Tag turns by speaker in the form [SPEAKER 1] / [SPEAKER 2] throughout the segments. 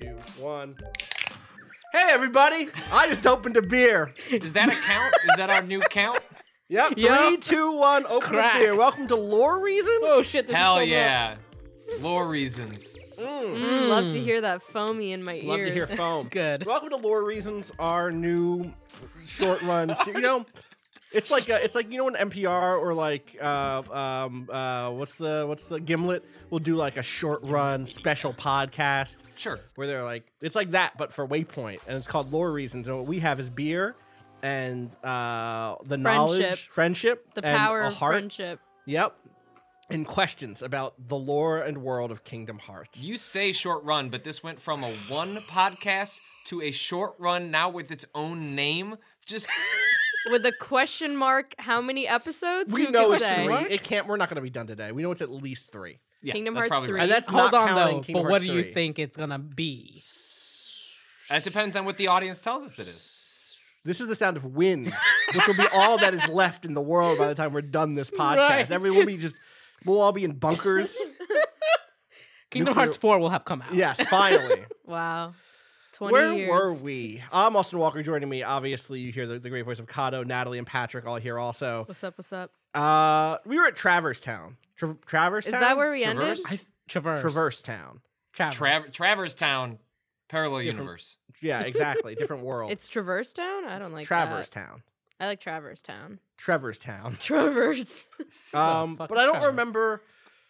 [SPEAKER 1] Two, one. Hey, everybody! I just opened a beer.
[SPEAKER 2] Is that a count? Is that our new count?
[SPEAKER 1] Yep. Three,
[SPEAKER 3] Yep.
[SPEAKER 1] two, one. Open
[SPEAKER 3] Crack.
[SPEAKER 1] a beer. Welcome to Lore Reasons.
[SPEAKER 3] Oh shit! This
[SPEAKER 2] Hell
[SPEAKER 3] is so good.
[SPEAKER 2] yeah. Lore reasons.
[SPEAKER 4] Mm, Love
[SPEAKER 3] Hmm.
[SPEAKER 4] to hear that foamy in my ears.
[SPEAKER 1] Love to hear foam.
[SPEAKER 3] Good.
[SPEAKER 1] Welcome to Lore Reasons, our new short run. se- you know, it's like a, it's like you know when NPR or like uh, um, uh, what's the what's the Gimlet will do like a short run special podcast
[SPEAKER 2] Sure.
[SPEAKER 1] where they're like it's like that but for Waypoint and it's called Lore Reasons and what we have is beer and uh, the knowledge,
[SPEAKER 4] Friendship.
[SPEAKER 1] friendship,
[SPEAKER 4] the
[SPEAKER 1] and
[SPEAKER 4] power
[SPEAKER 1] a
[SPEAKER 4] of
[SPEAKER 1] heart.
[SPEAKER 4] friendship.
[SPEAKER 1] Yep. And questions about the lore and world of Kingdom Hearts.
[SPEAKER 2] You say short run, but this went from a one podcast to a short run now with its own name. Just
[SPEAKER 4] With a question mark, how many episodes?
[SPEAKER 1] we
[SPEAKER 4] Who
[SPEAKER 1] know
[SPEAKER 4] could
[SPEAKER 1] it's
[SPEAKER 4] say?
[SPEAKER 1] three. It can't. We're not going to be done today. We know it's at least three.
[SPEAKER 2] yeah,
[SPEAKER 4] Kingdom
[SPEAKER 2] that's
[SPEAKER 4] Hearts
[SPEAKER 2] probably
[SPEAKER 4] three.
[SPEAKER 2] Right.
[SPEAKER 1] And that's
[SPEAKER 3] Hold
[SPEAKER 1] not
[SPEAKER 3] on
[SPEAKER 1] counting
[SPEAKER 3] though.
[SPEAKER 1] Kingdom
[SPEAKER 3] but what
[SPEAKER 1] Hearts
[SPEAKER 3] do you
[SPEAKER 1] 3.
[SPEAKER 3] think it's gonna be?
[SPEAKER 2] That depends on what the audience tells us it is.
[SPEAKER 1] This is the sound of wind, which will be all that is left in the world by the time we're done this podcast.
[SPEAKER 3] Right.
[SPEAKER 1] Everyone will be just. We'll all be in bunkers.
[SPEAKER 3] Kingdom
[SPEAKER 1] Nuclear-
[SPEAKER 3] Hearts Four will have come out.
[SPEAKER 1] yes, finally.
[SPEAKER 4] Wow. 20
[SPEAKER 1] Where
[SPEAKER 4] years.
[SPEAKER 1] were we? I'm Austin Walker. Joining me, obviously, you hear the, the great voice of Kato, Natalie, and Patrick all here. Also,
[SPEAKER 4] What's up? What's up?
[SPEAKER 1] uh, we were at Traverse Town. Tra- Traverse
[SPEAKER 4] Is
[SPEAKER 1] Town.
[SPEAKER 4] that where we
[SPEAKER 2] Traverse?
[SPEAKER 4] ended?
[SPEAKER 1] I-
[SPEAKER 3] Traverse.
[SPEAKER 1] Traverse Town.
[SPEAKER 3] Traverse.
[SPEAKER 2] Trav- Traverse Town, parallel
[SPEAKER 1] Different-
[SPEAKER 2] universe.
[SPEAKER 1] Yeah, exactly. Different world.
[SPEAKER 4] It's Traverse Town? I don't like
[SPEAKER 1] Traverse
[SPEAKER 4] that.
[SPEAKER 1] Town.
[SPEAKER 4] I like Traverse Town.
[SPEAKER 1] Traverse Town.
[SPEAKER 4] Traverse.
[SPEAKER 1] Um,
[SPEAKER 3] fuck
[SPEAKER 1] but
[SPEAKER 3] is
[SPEAKER 1] I don't
[SPEAKER 3] Traverse?
[SPEAKER 1] remember.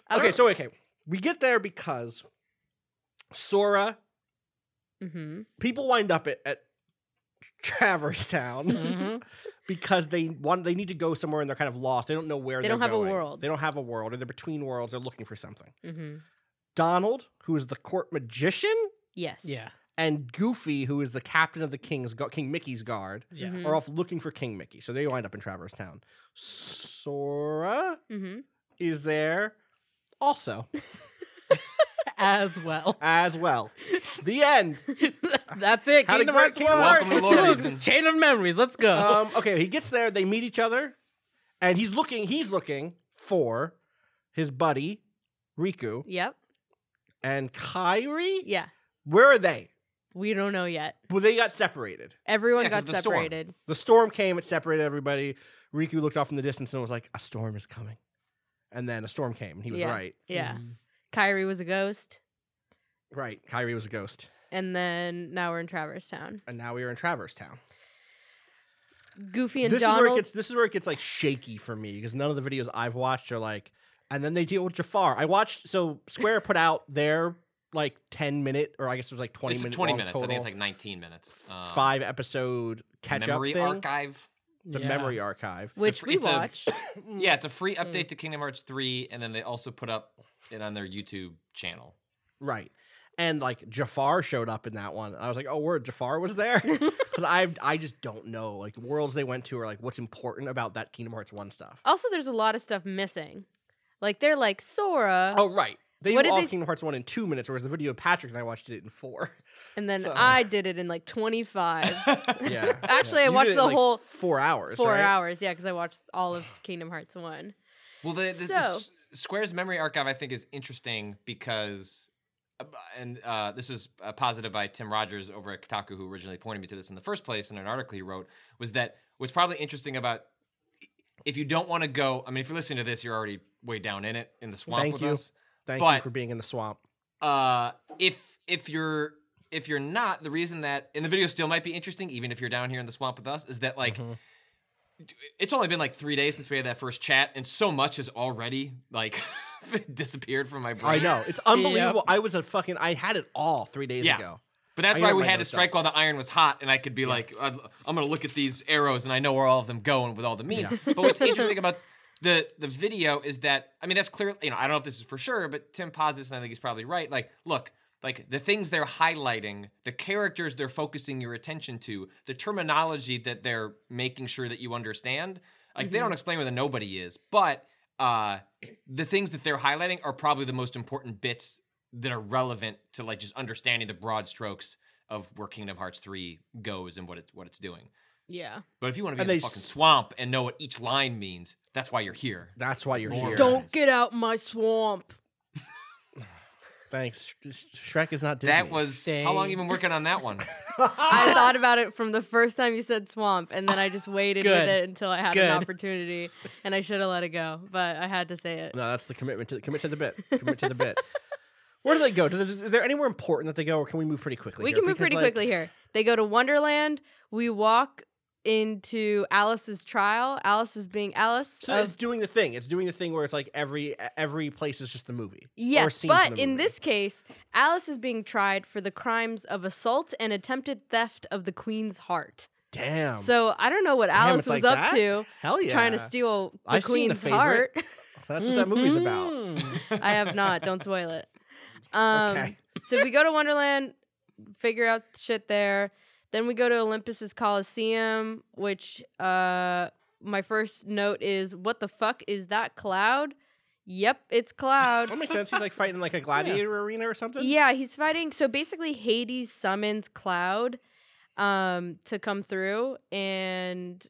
[SPEAKER 4] I
[SPEAKER 1] okay,
[SPEAKER 4] don't-
[SPEAKER 1] so okay, we get there because Sora.
[SPEAKER 4] mm-hmm.
[SPEAKER 1] People wind up at, at Traverse Town
[SPEAKER 3] Mhm.
[SPEAKER 4] Mm-hmm.
[SPEAKER 1] because they want they need to go somewhere and they're kind of lost. They don't know where
[SPEAKER 4] They
[SPEAKER 1] they're
[SPEAKER 4] don't have a
[SPEAKER 1] going.
[SPEAKER 4] world.
[SPEAKER 1] They don't have a world, or they're between worlds. They're looking for something.
[SPEAKER 4] Mm-hmm.
[SPEAKER 1] Donald, who is the court magician,
[SPEAKER 4] Yes.
[SPEAKER 3] Yeah.
[SPEAKER 1] and Goofy, who is the captain of the king's gu- King Mickey's guard,
[SPEAKER 3] Yeah.
[SPEAKER 4] Mhm.
[SPEAKER 1] are off looking for King Mickey. So they wind up in Traverse Town. Sora
[SPEAKER 4] Mm-hmm.
[SPEAKER 1] is there also
[SPEAKER 3] As well.
[SPEAKER 1] as well. The end.
[SPEAKER 3] That's it.
[SPEAKER 1] How to
[SPEAKER 3] Kingdom
[SPEAKER 1] Great
[SPEAKER 3] Hearts
[SPEAKER 1] Kingdom
[SPEAKER 3] Four.
[SPEAKER 2] Welcome to Lore Reasons.
[SPEAKER 3] Chain of memories. Let's go.
[SPEAKER 1] Um, okay, he gets there. They meet each other, and he's looking. He's looking for his buddy Riku
[SPEAKER 4] Yep.
[SPEAKER 1] and Kairi.
[SPEAKER 4] Yeah.
[SPEAKER 1] Where are they?
[SPEAKER 4] We don't know yet.
[SPEAKER 1] Well, they got separated.
[SPEAKER 4] Everyone
[SPEAKER 2] Yeah, 'cause
[SPEAKER 4] got
[SPEAKER 2] the storm.
[SPEAKER 4] separated.
[SPEAKER 1] The storm came. It separated everybody. Riku looked off in the distance and was like, "A storm is coming." And then a storm came, and he was
[SPEAKER 4] Yeah.
[SPEAKER 1] right.
[SPEAKER 4] Yeah.
[SPEAKER 3] Mm-hmm.
[SPEAKER 4] Kyrie was a ghost.
[SPEAKER 1] Mm-hmm. Right, Kyrie was a ghost,
[SPEAKER 4] And then now we're in Traverse Town.
[SPEAKER 1] and now we are in Traverse Town.
[SPEAKER 4] Goofy and
[SPEAKER 1] this is where it
[SPEAKER 4] Donald.
[SPEAKER 1] gets this is where it gets like shaky for me because none of the videos I've watched are like and then they deal with Jafar. I watched so Square put out their like 10 minute or I guess it was like 20
[SPEAKER 2] it's
[SPEAKER 1] minutes
[SPEAKER 2] 20
[SPEAKER 1] long
[SPEAKER 2] minutes. I
[SPEAKER 1] total,
[SPEAKER 2] think it's like 19 minutes. Um,
[SPEAKER 1] five episode catch up
[SPEAKER 2] memory
[SPEAKER 1] thing,
[SPEAKER 2] archive.
[SPEAKER 1] the
[SPEAKER 3] Yeah.
[SPEAKER 1] memory archive.
[SPEAKER 4] which
[SPEAKER 2] fr-
[SPEAKER 4] we
[SPEAKER 2] it's a-
[SPEAKER 4] watched.
[SPEAKER 2] Yeah, it's a free update to Kingdom Hearts 3, and then they also put up it on their YouTube channel.
[SPEAKER 1] Right. And like Jafar showed up in that one. And I was like, oh, word, Jafar was there? Because I I just don't know. Like the worlds they went to are like what's important about that Kingdom Hearts 1 stuff.
[SPEAKER 4] also, there's a lot of stuff missing. Like they're like Sora,
[SPEAKER 1] Oh, right. They
[SPEAKER 4] What
[SPEAKER 1] did
[SPEAKER 4] did
[SPEAKER 1] all
[SPEAKER 4] they-
[SPEAKER 1] Kingdom Hearts 1 in two minutes, whereas the video of Patrick and I watched it in four.
[SPEAKER 4] and then
[SPEAKER 1] so-
[SPEAKER 4] I did it in like 25,
[SPEAKER 1] Yeah.
[SPEAKER 4] Actually, I
[SPEAKER 1] You did
[SPEAKER 4] watched
[SPEAKER 1] it in,
[SPEAKER 4] the
[SPEAKER 1] like,
[SPEAKER 4] whole
[SPEAKER 1] four hours.
[SPEAKER 4] four
[SPEAKER 1] right?
[SPEAKER 4] hours. Yeah, because I watched all of Kingdom Hearts one.
[SPEAKER 2] Well, the, the, the
[SPEAKER 4] So-
[SPEAKER 2] S- Square's memory archive I think is interesting because, uh, and uh, this is uh, posited by Tim Rogers over at Kotaku, who originally pointed me to this in the first place in an article he wrote, was that what's probably interesting about if you don't want to go. I mean, if you're listening to this, you're already way down in it in the swamp
[SPEAKER 1] Thank
[SPEAKER 2] with
[SPEAKER 1] you.
[SPEAKER 2] us.
[SPEAKER 1] Thank you
[SPEAKER 2] But-
[SPEAKER 1] for being in the swamp.
[SPEAKER 2] Uh, if if you're if you're not, the reason that and the video still might be interesting, even if you're down here in the swamp with us, is that like
[SPEAKER 1] Mm-hmm.
[SPEAKER 2] it's only been like three days since we had that first chat, and so much has already like disappeared from my
[SPEAKER 1] I
[SPEAKER 2] brain.
[SPEAKER 1] know it's unbelievable. I was a fucking. I had it all three days
[SPEAKER 2] Yeah.
[SPEAKER 1] ago.
[SPEAKER 2] But that's
[SPEAKER 1] I
[SPEAKER 2] why
[SPEAKER 1] gotta
[SPEAKER 2] we
[SPEAKER 1] write
[SPEAKER 2] had to
[SPEAKER 1] those
[SPEAKER 2] strike while "Oh, the iron was hot, and I could be like, I'd- I'm gonna look at these arrows, and I know where all of them go, and with all the meat. But what's interesting about the the video is that I mean that's clear. You know, I don't know if this is for sure, but Tim posits, and I think he's probably right. Like, look, like the things they're highlighting, the characters they're focusing your attention to, the terminology that they're making sure that you understand. Like they don't explain where the nobody is, but uh, the things that they're highlighting are probably the most important bits that are relevant to like just understanding the broad strokes of where Kingdom Hearts three goes and what it what it's doing.
[SPEAKER 4] Yeah.
[SPEAKER 2] But if you want to be
[SPEAKER 1] And
[SPEAKER 2] in the
[SPEAKER 1] they s-
[SPEAKER 2] fucking swamp and know what each line means, that's why you're here.
[SPEAKER 1] That's why you're here.
[SPEAKER 4] Don't get out my swamp.
[SPEAKER 1] Thanks. Sh- Sh- Shrek is not Disney.
[SPEAKER 2] That was how long
[SPEAKER 3] Stay.
[SPEAKER 2] you been working on that one?
[SPEAKER 1] Ah!
[SPEAKER 4] I thought about it from the first time you said swamp, and then I just waited
[SPEAKER 3] Good.
[SPEAKER 4] with it until I had
[SPEAKER 3] Good.
[SPEAKER 4] an opportunity, and I should have let it go, but I had to say it.
[SPEAKER 1] No, that's the commitment to the commit to the bit. Commit to the bit. Where do they go? Do they, is there anywhere important that they go, or can we move pretty quickly?
[SPEAKER 4] We
[SPEAKER 1] here?
[SPEAKER 4] can move
[SPEAKER 1] Because,
[SPEAKER 4] pretty
[SPEAKER 1] like,
[SPEAKER 4] quickly here. They go to Wonderland. We walk into Alice's trial. Alice is being Alice.
[SPEAKER 1] So
[SPEAKER 4] of-
[SPEAKER 1] it's doing the thing. It's doing the thing where it's like every every place is just a movie. or
[SPEAKER 4] yes,
[SPEAKER 1] scenes from
[SPEAKER 4] but
[SPEAKER 1] the
[SPEAKER 4] in
[SPEAKER 1] movie.
[SPEAKER 4] this case, Alice is being tried for the crimes of assault and attempted theft of the Queen's heart.
[SPEAKER 1] damn.
[SPEAKER 4] so I don't know what
[SPEAKER 1] damn,
[SPEAKER 4] Alice
[SPEAKER 1] it's
[SPEAKER 4] was
[SPEAKER 1] like
[SPEAKER 4] up
[SPEAKER 1] that?
[SPEAKER 4] to.
[SPEAKER 1] Hell yeah,
[SPEAKER 4] Trying to steal the
[SPEAKER 1] I've seen The
[SPEAKER 4] Queen's heart.
[SPEAKER 1] Favourite. That's what that movie's about.
[SPEAKER 4] Mm-hmm.
[SPEAKER 3] Mm.
[SPEAKER 4] I have not. Don't spoil it. Um,
[SPEAKER 1] Okay.
[SPEAKER 4] so we go to Wonderland, figure out shit there. Then we go to Olympus's Coliseum, which uh, my first note is, "What the fuck is that cloud?" Yep, it's cloud.
[SPEAKER 1] That makes sense. He's like fighting like a gladiator arena or something.
[SPEAKER 4] yeah, he's fighting. So basically, Hades summons Cloud um, to come through and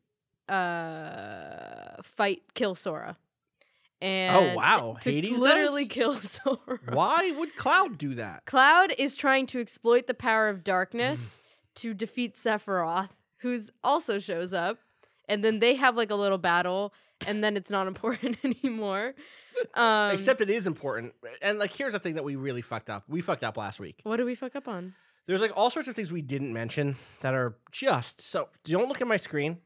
[SPEAKER 4] uh, fight, kill Sora. And
[SPEAKER 1] Oh wow,
[SPEAKER 4] to
[SPEAKER 1] Hades
[SPEAKER 4] literally
[SPEAKER 1] does?
[SPEAKER 4] kill Sora.
[SPEAKER 1] Why would Cloud do that?
[SPEAKER 4] Cloud is trying to exploit the power of darkness to defeat Sephiroth, who's also shows up, and then they have like a little battle, and then it's not important anymore. Um,
[SPEAKER 1] Except it is important. And like here's the thing that we really fucked up. We fucked up last week.
[SPEAKER 4] what did we fuck up on?
[SPEAKER 1] There's like all sorts of things we didn't mention that are just so don't look at my screen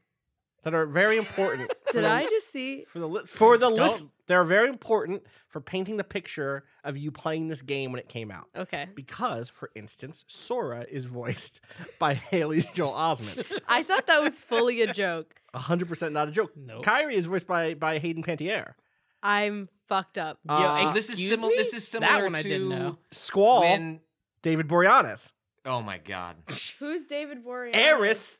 [SPEAKER 1] that are very important. for
[SPEAKER 4] Did
[SPEAKER 1] the-
[SPEAKER 4] I just see?
[SPEAKER 1] for the li- for the
[SPEAKER 2] Don't-
[SPEAKER 1] list they're very important for painting the picture of you playing this game when it came out.
[SPEAKER 4] Okay,
[SPEAKER 1] Because, for instance, Sora is voiced by Haley Joel Osment.
[SPEAKER 4] I thought that was fully a joke.
[SPEAKER 1] 100% not a joke.
[SPEAKER 3] Nope.
[SPEAKER 1] Kyrie is voiced by, by Hayden Pantier.
[SPEAKER 4] I'm fucked up.
[SPEAKER 3] Yo,
[SPEAKER 1] Uh,
[SPEAKER 2] this is
[SPEAKER 3] excuse
[SPEAKER 2] similar.
[SPEAKER 3] me?
[SPEAKER 2] This is similar
[SPEAKER 3] That one
[SPEAKER 2] to
[SPEAKER 3] I didn't know.
[SPEAKER 1] Squall,
[SPEAKER 2] when.
[SPEAKER 1] David Boreanaz.
[SPEAKER 2] Oh my god.
[SPEAKER 4] Who's David Boreanaz?
[SPEAKER 1] Aerith.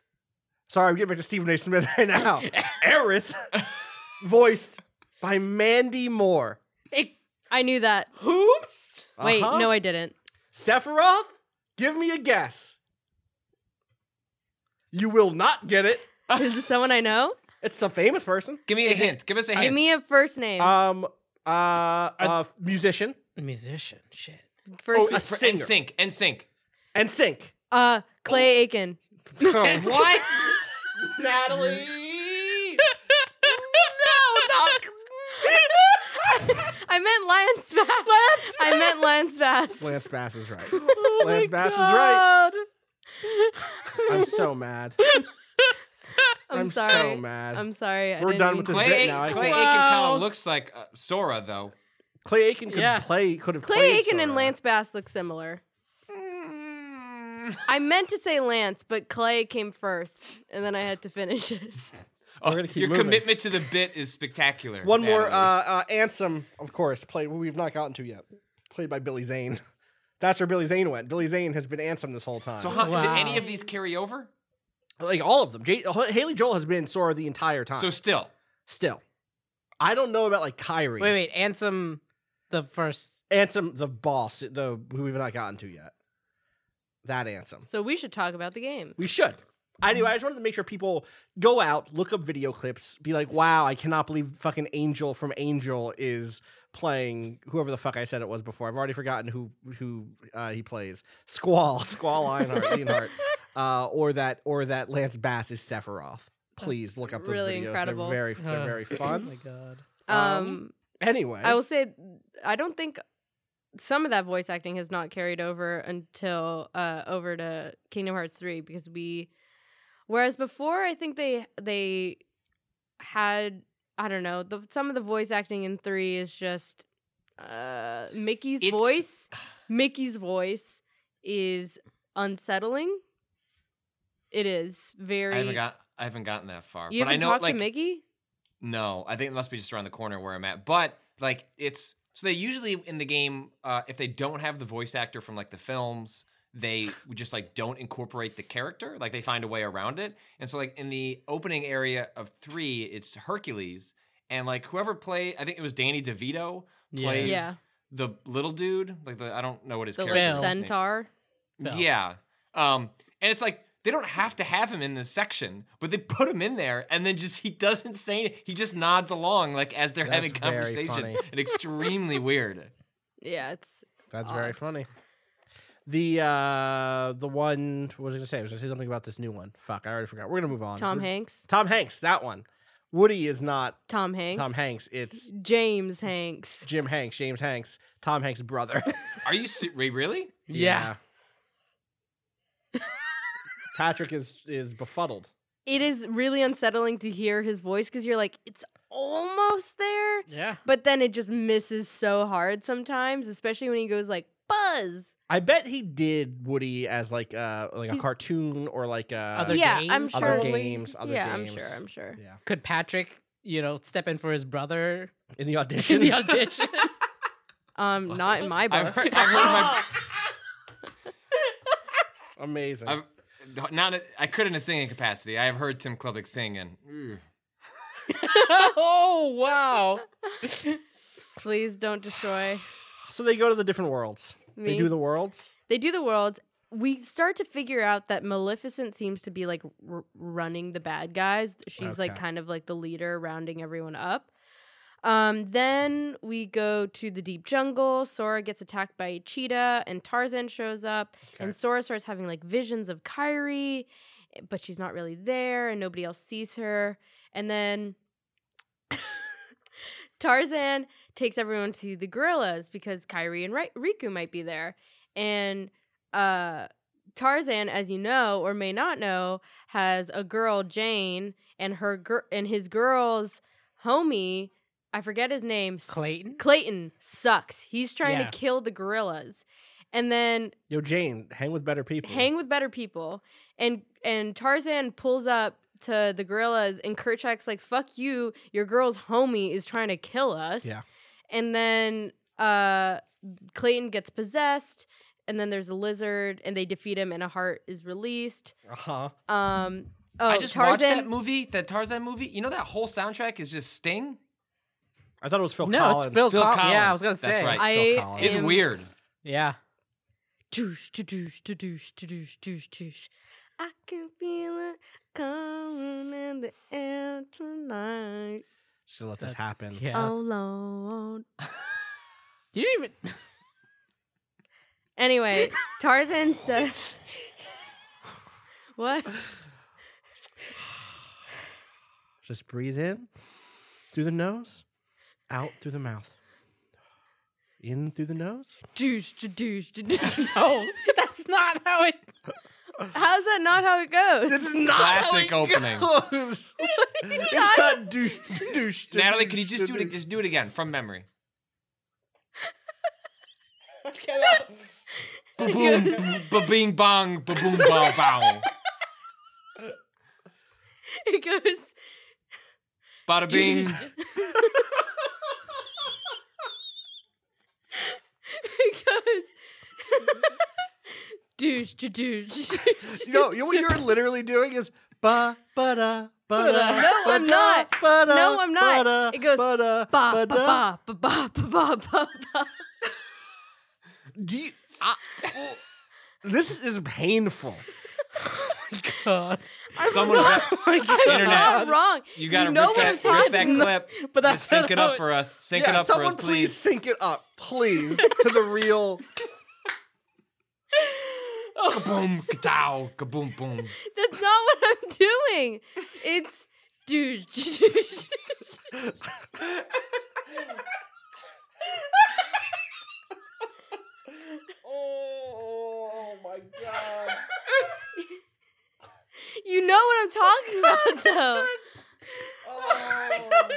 [SPEAKER 1] Sorry, I'm getting back to Stephen A. Smith right now. Aerith, voiced by Mandy Moore.
[SPEAKER 4] I knew that.
[SPEAKER 3] Whoops.
[SPEAKER 4] Wait,
[SPEAKER 1] Uh-huh.
[SPEAKER 4] no, I didn't.
[SPEAKER 1] Sephiroth, give me a guess. You will not get it.
[SPEAKER 4] Is it someone I know?
[SPEAKER 1] It's a famous person.
[SPEAKER 2] Give me a hint. Give us a hint.
[SPEAKER 4] Give me a first name.
[SPEAKER 1] Um, uh, uh musician Oh,
[SPEAKER 3] Musician. Shit.
[SPEAKER 4] first,
[SPEAKER 1] a
[SPEAKER 2] For
[SPEAKER 1] singer.
[SPEAKER 2] NSYNC. NSYNC.
[SPEAKER 1] and sync.
[SPEAKER 4] uh, Clay Aiken.
[SPEAKER 2] What?
[SPEAKER 1] Natalie?
[SPEAKER 4] I meant Lance Bass. I meant Lance Bass.
[SPEAKER 1] Lance Bass is right.
[SPEAKER 3] Oh
[SPEAKER 1] Lance Bass is right.
[SPEAKER 3] God.
[SPEAKER 4] Oh
[SPEAKER 1] I'm so mad.
[SPEAKER 4] I'm,
[SPEAKER 1] I'm
[SPEAKER 4] sorry.
[SPEAKER 1] so mad.
[SPEAKER 4] I'm sorry. I
[SPEAKER 1] We're
[SPEAKER 4] didn't
[SPEAKER 1] done
[SPEAKER 4] mean
[SPEAKER 1] with
[SPEAKER 4] to-
[SPEAKER 1] this
[SPEAKER 2] Clay,
[SPEAKER 1] bit
[SPEAKER 2] Aiken-
[SPEAKER 1] now. I
[SPEAKER 2] Clay
[SPEAKER 1] can't-
[SPEAKER 2] Aiken kind
[SPEAKER 3] Wow.
[SPEAKER 2] of looks like uh, Sora though.
[SPEAKER 1] Clay Aiken could
[SPEAKER 3] Yeah.
[SPEAKER 1] play. Could have
[SPEAKER 4] Clay
[SPEAKER 1] played
[SPEAKER 4] Aiken and
[SPEAKER 1] Sora.
[SPEAKER 4] Lance Bass look similar. I meant to say Lance, but Clay came first, and then I had to finish it.
[SPEAKER 2] Oh,
[SPEAKER 1] gonna keep
[SPEAKER 2] your
[SPEAKER 1] moving.
[SPEAKER 2] commitment to the bit is spectacular.
[SPEAKER 1] One more, uh,
[SPEAKER 2] Natalie.
[SPEAKER 1] uh, Ansem, of course, played we've not gotten to yet. Played by Billy Zane. That's where Billy Zane went. Billy Zane has been Ansem this whole time.
[SPEAKER 2] so how, did
[SPEAKER 3] Wow.
[SPEAKER 2] any of these carry over?
[SPEAKER 1] like all of them. J- Haley Joel has been Sora the entire time.
[SPEAKER 2] So still.
[SPEAKER 1] still, I don't know about like Kyrie.
[SPEAKER 3] Wait, wait. Ansem, the first.
[SPEAKER 1] Ansem, the boss, the who we've not gotten to yet. That Ansem.
[SPEAKER 4] So we should talk about the game.
[SPEAKER 1] We should. Anyway, I just wanted to make sure people go out, look up video clips, be like, "Wow, I cannot believe fucking Angel from Angel is playing whoever the fuck I said it was before. I've already forgotten who who uh, he plays. Squall, Squall Einhart, Einhart, uh, or that or that Lance Bass is Sephiroth. Please
[SPEAKER 3] That's
[SPEAKER 1] look up those
[SPEAKER 4] really
[SPEAKER 1] videos.
[SPEAKER 4] incredible.
[SPEAKER 1] They're very they're
[SPEAKER 3] Ugh.
[SPEAKER 1] very
[SPEAKER 3] Oh
[SPEAKER 1] fun.
[SPEAKER 3] my god.
[SPEAKER 4] Um,
[SPEAKER 1] Um, Anyway,
[SPEAKER 4] I will say, I don't think some of that voice acting has not carried over until uh, over to Kingdom Hearts three because we, whereas before I think they they had I don't know the, some of the voice acting in three is just uh, Mickey's
[SPEAKER 2] It's-
[SPEAKER 4] voice. Mickey's voice is unsettling. It is very.
[SPEAKER 2] I haven't got I haven't gotten that far.
[SPEAKER 4] you
[SPEAKER 2] but
[SPEAKER 4] haven't
[SPEAKER 2] I know
[SPEAKER 4] talked
[SPEAKER 2] like
[SPEAKER 4] to Mickey.
[SPEAKER 2] No, I think it must be just around the corner where I'm at. But like it's so they usually in the game, uh, if they don't have the voice actor from like the films, they would just like don't incorporate the character. Like they find a way around it. And so like in the opening area of three, it's Hercules, and like whoever played, I think it was Danny DeVito
[SPEAKER 3] Yeah.
[SPEAKER 2] plays
[SPEAKER 4] Yeah.
[SPEAKER 2] the little dude. Like the I don't know what his
[SPEAKER 4] The
[SPEAKER 2] character
[SPEAKER 4] little
[SPEAKER 2] is.
[SPEAKER 4] centaur.
[SPEAKER 3] Phil.
[SPEAKER 2] Yeah. Um, and it's like they don't have to have him in this section, but they put him in there, and then just he doesn't say anything. He just nods along like as they're
[SPEAKER 1] That's
[SPEAKER 2] having
[SPEAKER 1] very
[SPEAKER 2] conversations.
[SPEAKER 1] funny.
[SPEAKER 2] And extremely weird.
[SPEAKER 4] Yeah, it's
[SPEAKER 1] That's very
[SPEAKER 4] Odd.
[SPEAKER 1] funny. The uh the one what was I gonna say? I was gonna say something about this new one. Fuck, I already forgot. We're gonna move on.
[SPEAKER 4] Tom
[SPEAKER 1] We're-
[SPEAKER 4] Hanks.
[SPEAKER 1] Tom Hanks, that one. Woody is not
[SPEAKER 4] Tom Hanks.
[SPEAKER 1] Tom Hanks. It's
[SPEAKER 4] James Hanks.
[SPEAKER 1] Jim Hanks, James Hanks, Tom Hanks' brother.
[SPEAKER 2] Are you se- wait, really?
[SPEAKER 3] Yeah.
[SPEAKER 1] Patrick is is befuddled.
[SPEAKER 4] It is really unsettling to hear his voice because you're like, it's almost there,
[SPEAKER 3] Yeah.
[SPEAKER 4] but then it just misses so hard sometimes, especially when he goes like Buzz.
[SPEAKER 1] I bet he did Woody as like uh like a
[SPEAKER 4] He's-
[SPEAKER 1] cartoon or like uh, a
[SPEAKER 3] Other
[SPEAKER 4] yeah, I'm
[SPEAKER 3] games?
[SPEAKER 4] sure.
[SPEAKER 1] other games, other
[SPEAKER 4] yeah,
[SPEAKER 1] games.
[SPEAKER 4] I'm sure. I'm sure.
[SPEAKER 1] Yeah.
[SPEAKER 3] Could Patrick, you know, step in for his brother
[SPEAKER 1] In the audition.
[SPEAKER 3] in the audition?
[SPEAKER 4] Um, not in my
[SPEAKER 2] I've
[SPEAKER 4] book.
[SPEAKER 2] heard, I've heard my,
[SPEAKER 1] Amazing.
[SPEAKER 2] I've- not a, I could in a singing capacity. I have heard Tim Klubik sing, and mm,
[SPEAKER 3] oh wow.
[SPEAKER 4] Please don't destroy
[SPEAKER 1] so they go to the different worlds.
[SPEAKER 4] me.
[SPEAKER 1] They do the worlds.
[SPEAKER 4] They do the worlds. We start to figure out that Maleficent seems to be like r- running the bad guys. She's like
[SPEAKER 1] Okay.
[SPEAKER 4] kind of like the leader, rounding everyone up. Um, then we go to the deep jungle. Sora gets attacked by a cheetah, and Tarzan shows up. And Sora starts having like visions of Kyrie, but she's not really there, and nobody else sees her. And then Tarzan takes everyone to the gorillas because Kyrie and Ri- Riku might be there. And uh, Tarzan, as you know or may not know, has a girl Jane and her gir- and his girl's homie. I forget his name. s-
[SPEAKER 3] Clayton?
[SPEAKER 4] Clayton sucks. He's trying
[SPEAKER 3] Yeah.
[SPEAKER 4] to kill the gorillas. And then
[SPEAKER 1] Yo, Jane, hang with better people.
[SPEAKER 4] hang with better people and and tarzan pulls up to the gorillas and kerchak's like fuck you your girl's homie is trying to kill us
[SPEAKER 1] Yeah.
[SPEAKER 4] and then uh clayton gets possessed and then there's a lizard and they defeat him and a heart is released
[SPEAKER 1] Uh huh.
[SPEAKER 4] um oh
[SPEAKER 2] I just watched
[SPEAKER 4] tarzan
[SPEAKER 2] that movie, that Tarzan movie. You know that whole soundtrack is just Sting.
[SPEAKER 1] I thought it was Phil
[SPEAKER 3] No, it's
[SPEAKER 1] Collins.
[SPEAKER 3] Phil
[SPEAKER 2] Phil
[SPEAKER 3] Col- Yeah, I was
[SPEAKER 2] Collins.
[SPEAKER 3] gonna
[SPEAKER 2] That's
[SPEAKER 3] say.
[SPEAKER 2] right.
[SPEAKER 4] I
[SPEAKER 1] Phil Collins.
[SPEAKER 2] It's
[SPEAKER 4] am-
[SPEAKER 2] weird.
[SPEAKER 3] Yeah.
[SPEAKER 4] Doosh, da doosh, da doosh, da doosh, doosh, doosh. I can feel it coming in the air tonight.
[SPEAKER 1] Should let this
[SPEAKER 3] That's-
[SPEAKER 1] happen.
[SPEAKER 3] Yeah.
[SPEAKER 4] Oh Lord,
[SPEAKER 3] You didn't even
[SPEAKER 4] Anyway, Tarzan says, "What?
[SPEAKER 1] Just breathe in through the nose, out through the mouth. In through the nose.
[SPEAKER 4] Douche, da douche, da douche."
[SPEAKER 3] No. That's not how it
[SPEAKER 4] How's that not how it goes?
[SPEAKER 1] is not
[SPEAKER 2] Classic opening.
[SPEAKER 1] Goes. it's not douche. douche
[SPEAKER 2] Natalie, could you just do it? Just do it again from memory. Ba-boom, ba-bing, bong, ba-boom, ba bong.
[SPEAKER 4] It goes.
[SPEAKER 2] Bada bing.
[SPEAKER 4] It goes. Douche, da douche.
[SPEAKER 1] No, you know what you're literally doing is ba ba da ba da.
[SPEAKER 4] No, I'm not. No, I'm not. It goes
[SPEAKER 1] ba da
[SPEAKER 4] Ba ba ba ba ba ba ba ba. ba.
[SPEAKER 1] Do you,
[SPEAKER 2] Ah.
[SPEAKER 1] I, well, this is painful.
[SPEAKER 3] God.
[SPEAKER 2] Someone, got-
[SPEAKER 4] I'm
[SPEAKER 2] internet,
[SPEAKER 4] not wrong.
[SPEAKER 2] Oh you gotta
[SPEAKER 4] know
[SPEAKER 2] rip
[SPEAKER 4] what
[SPEAKER 2] that,
[SPEAKER 4] I'm talking
[SPEAKER 2] rip that
[SPEAKER 4] about.
[SPEAKER 2] clip.
[SPEAKER 3] But
[SPEAKER 2] Just
[SPEAKER 3] that's
[SPEAKER 2] sync
[SPEAKER 3] not
[SPEAKER 2] it
[SPEAKER 3] how
[SPEAKER 2] up
[SPEAKER 3] it-
[SPEAKER 2] for us. Sync it
[SPEAKER 1] yeah,
[SPEAKER 2] up for us,
[SPEAKER 1] someone
[SPEAKER 2] please.
[SPEAKER 1] sync it up, please, to the real.
[SPEAKER 2] Kaboom, kadow, kaboom, boom.
[SPEAKER 4] That's not what I'm doing. It's douche, douche, douche.
[SPEAKER 1] Oh my god!
[SPEAKER 4] You know what I'm talking about, though.
[SPEAKER 1] Oh.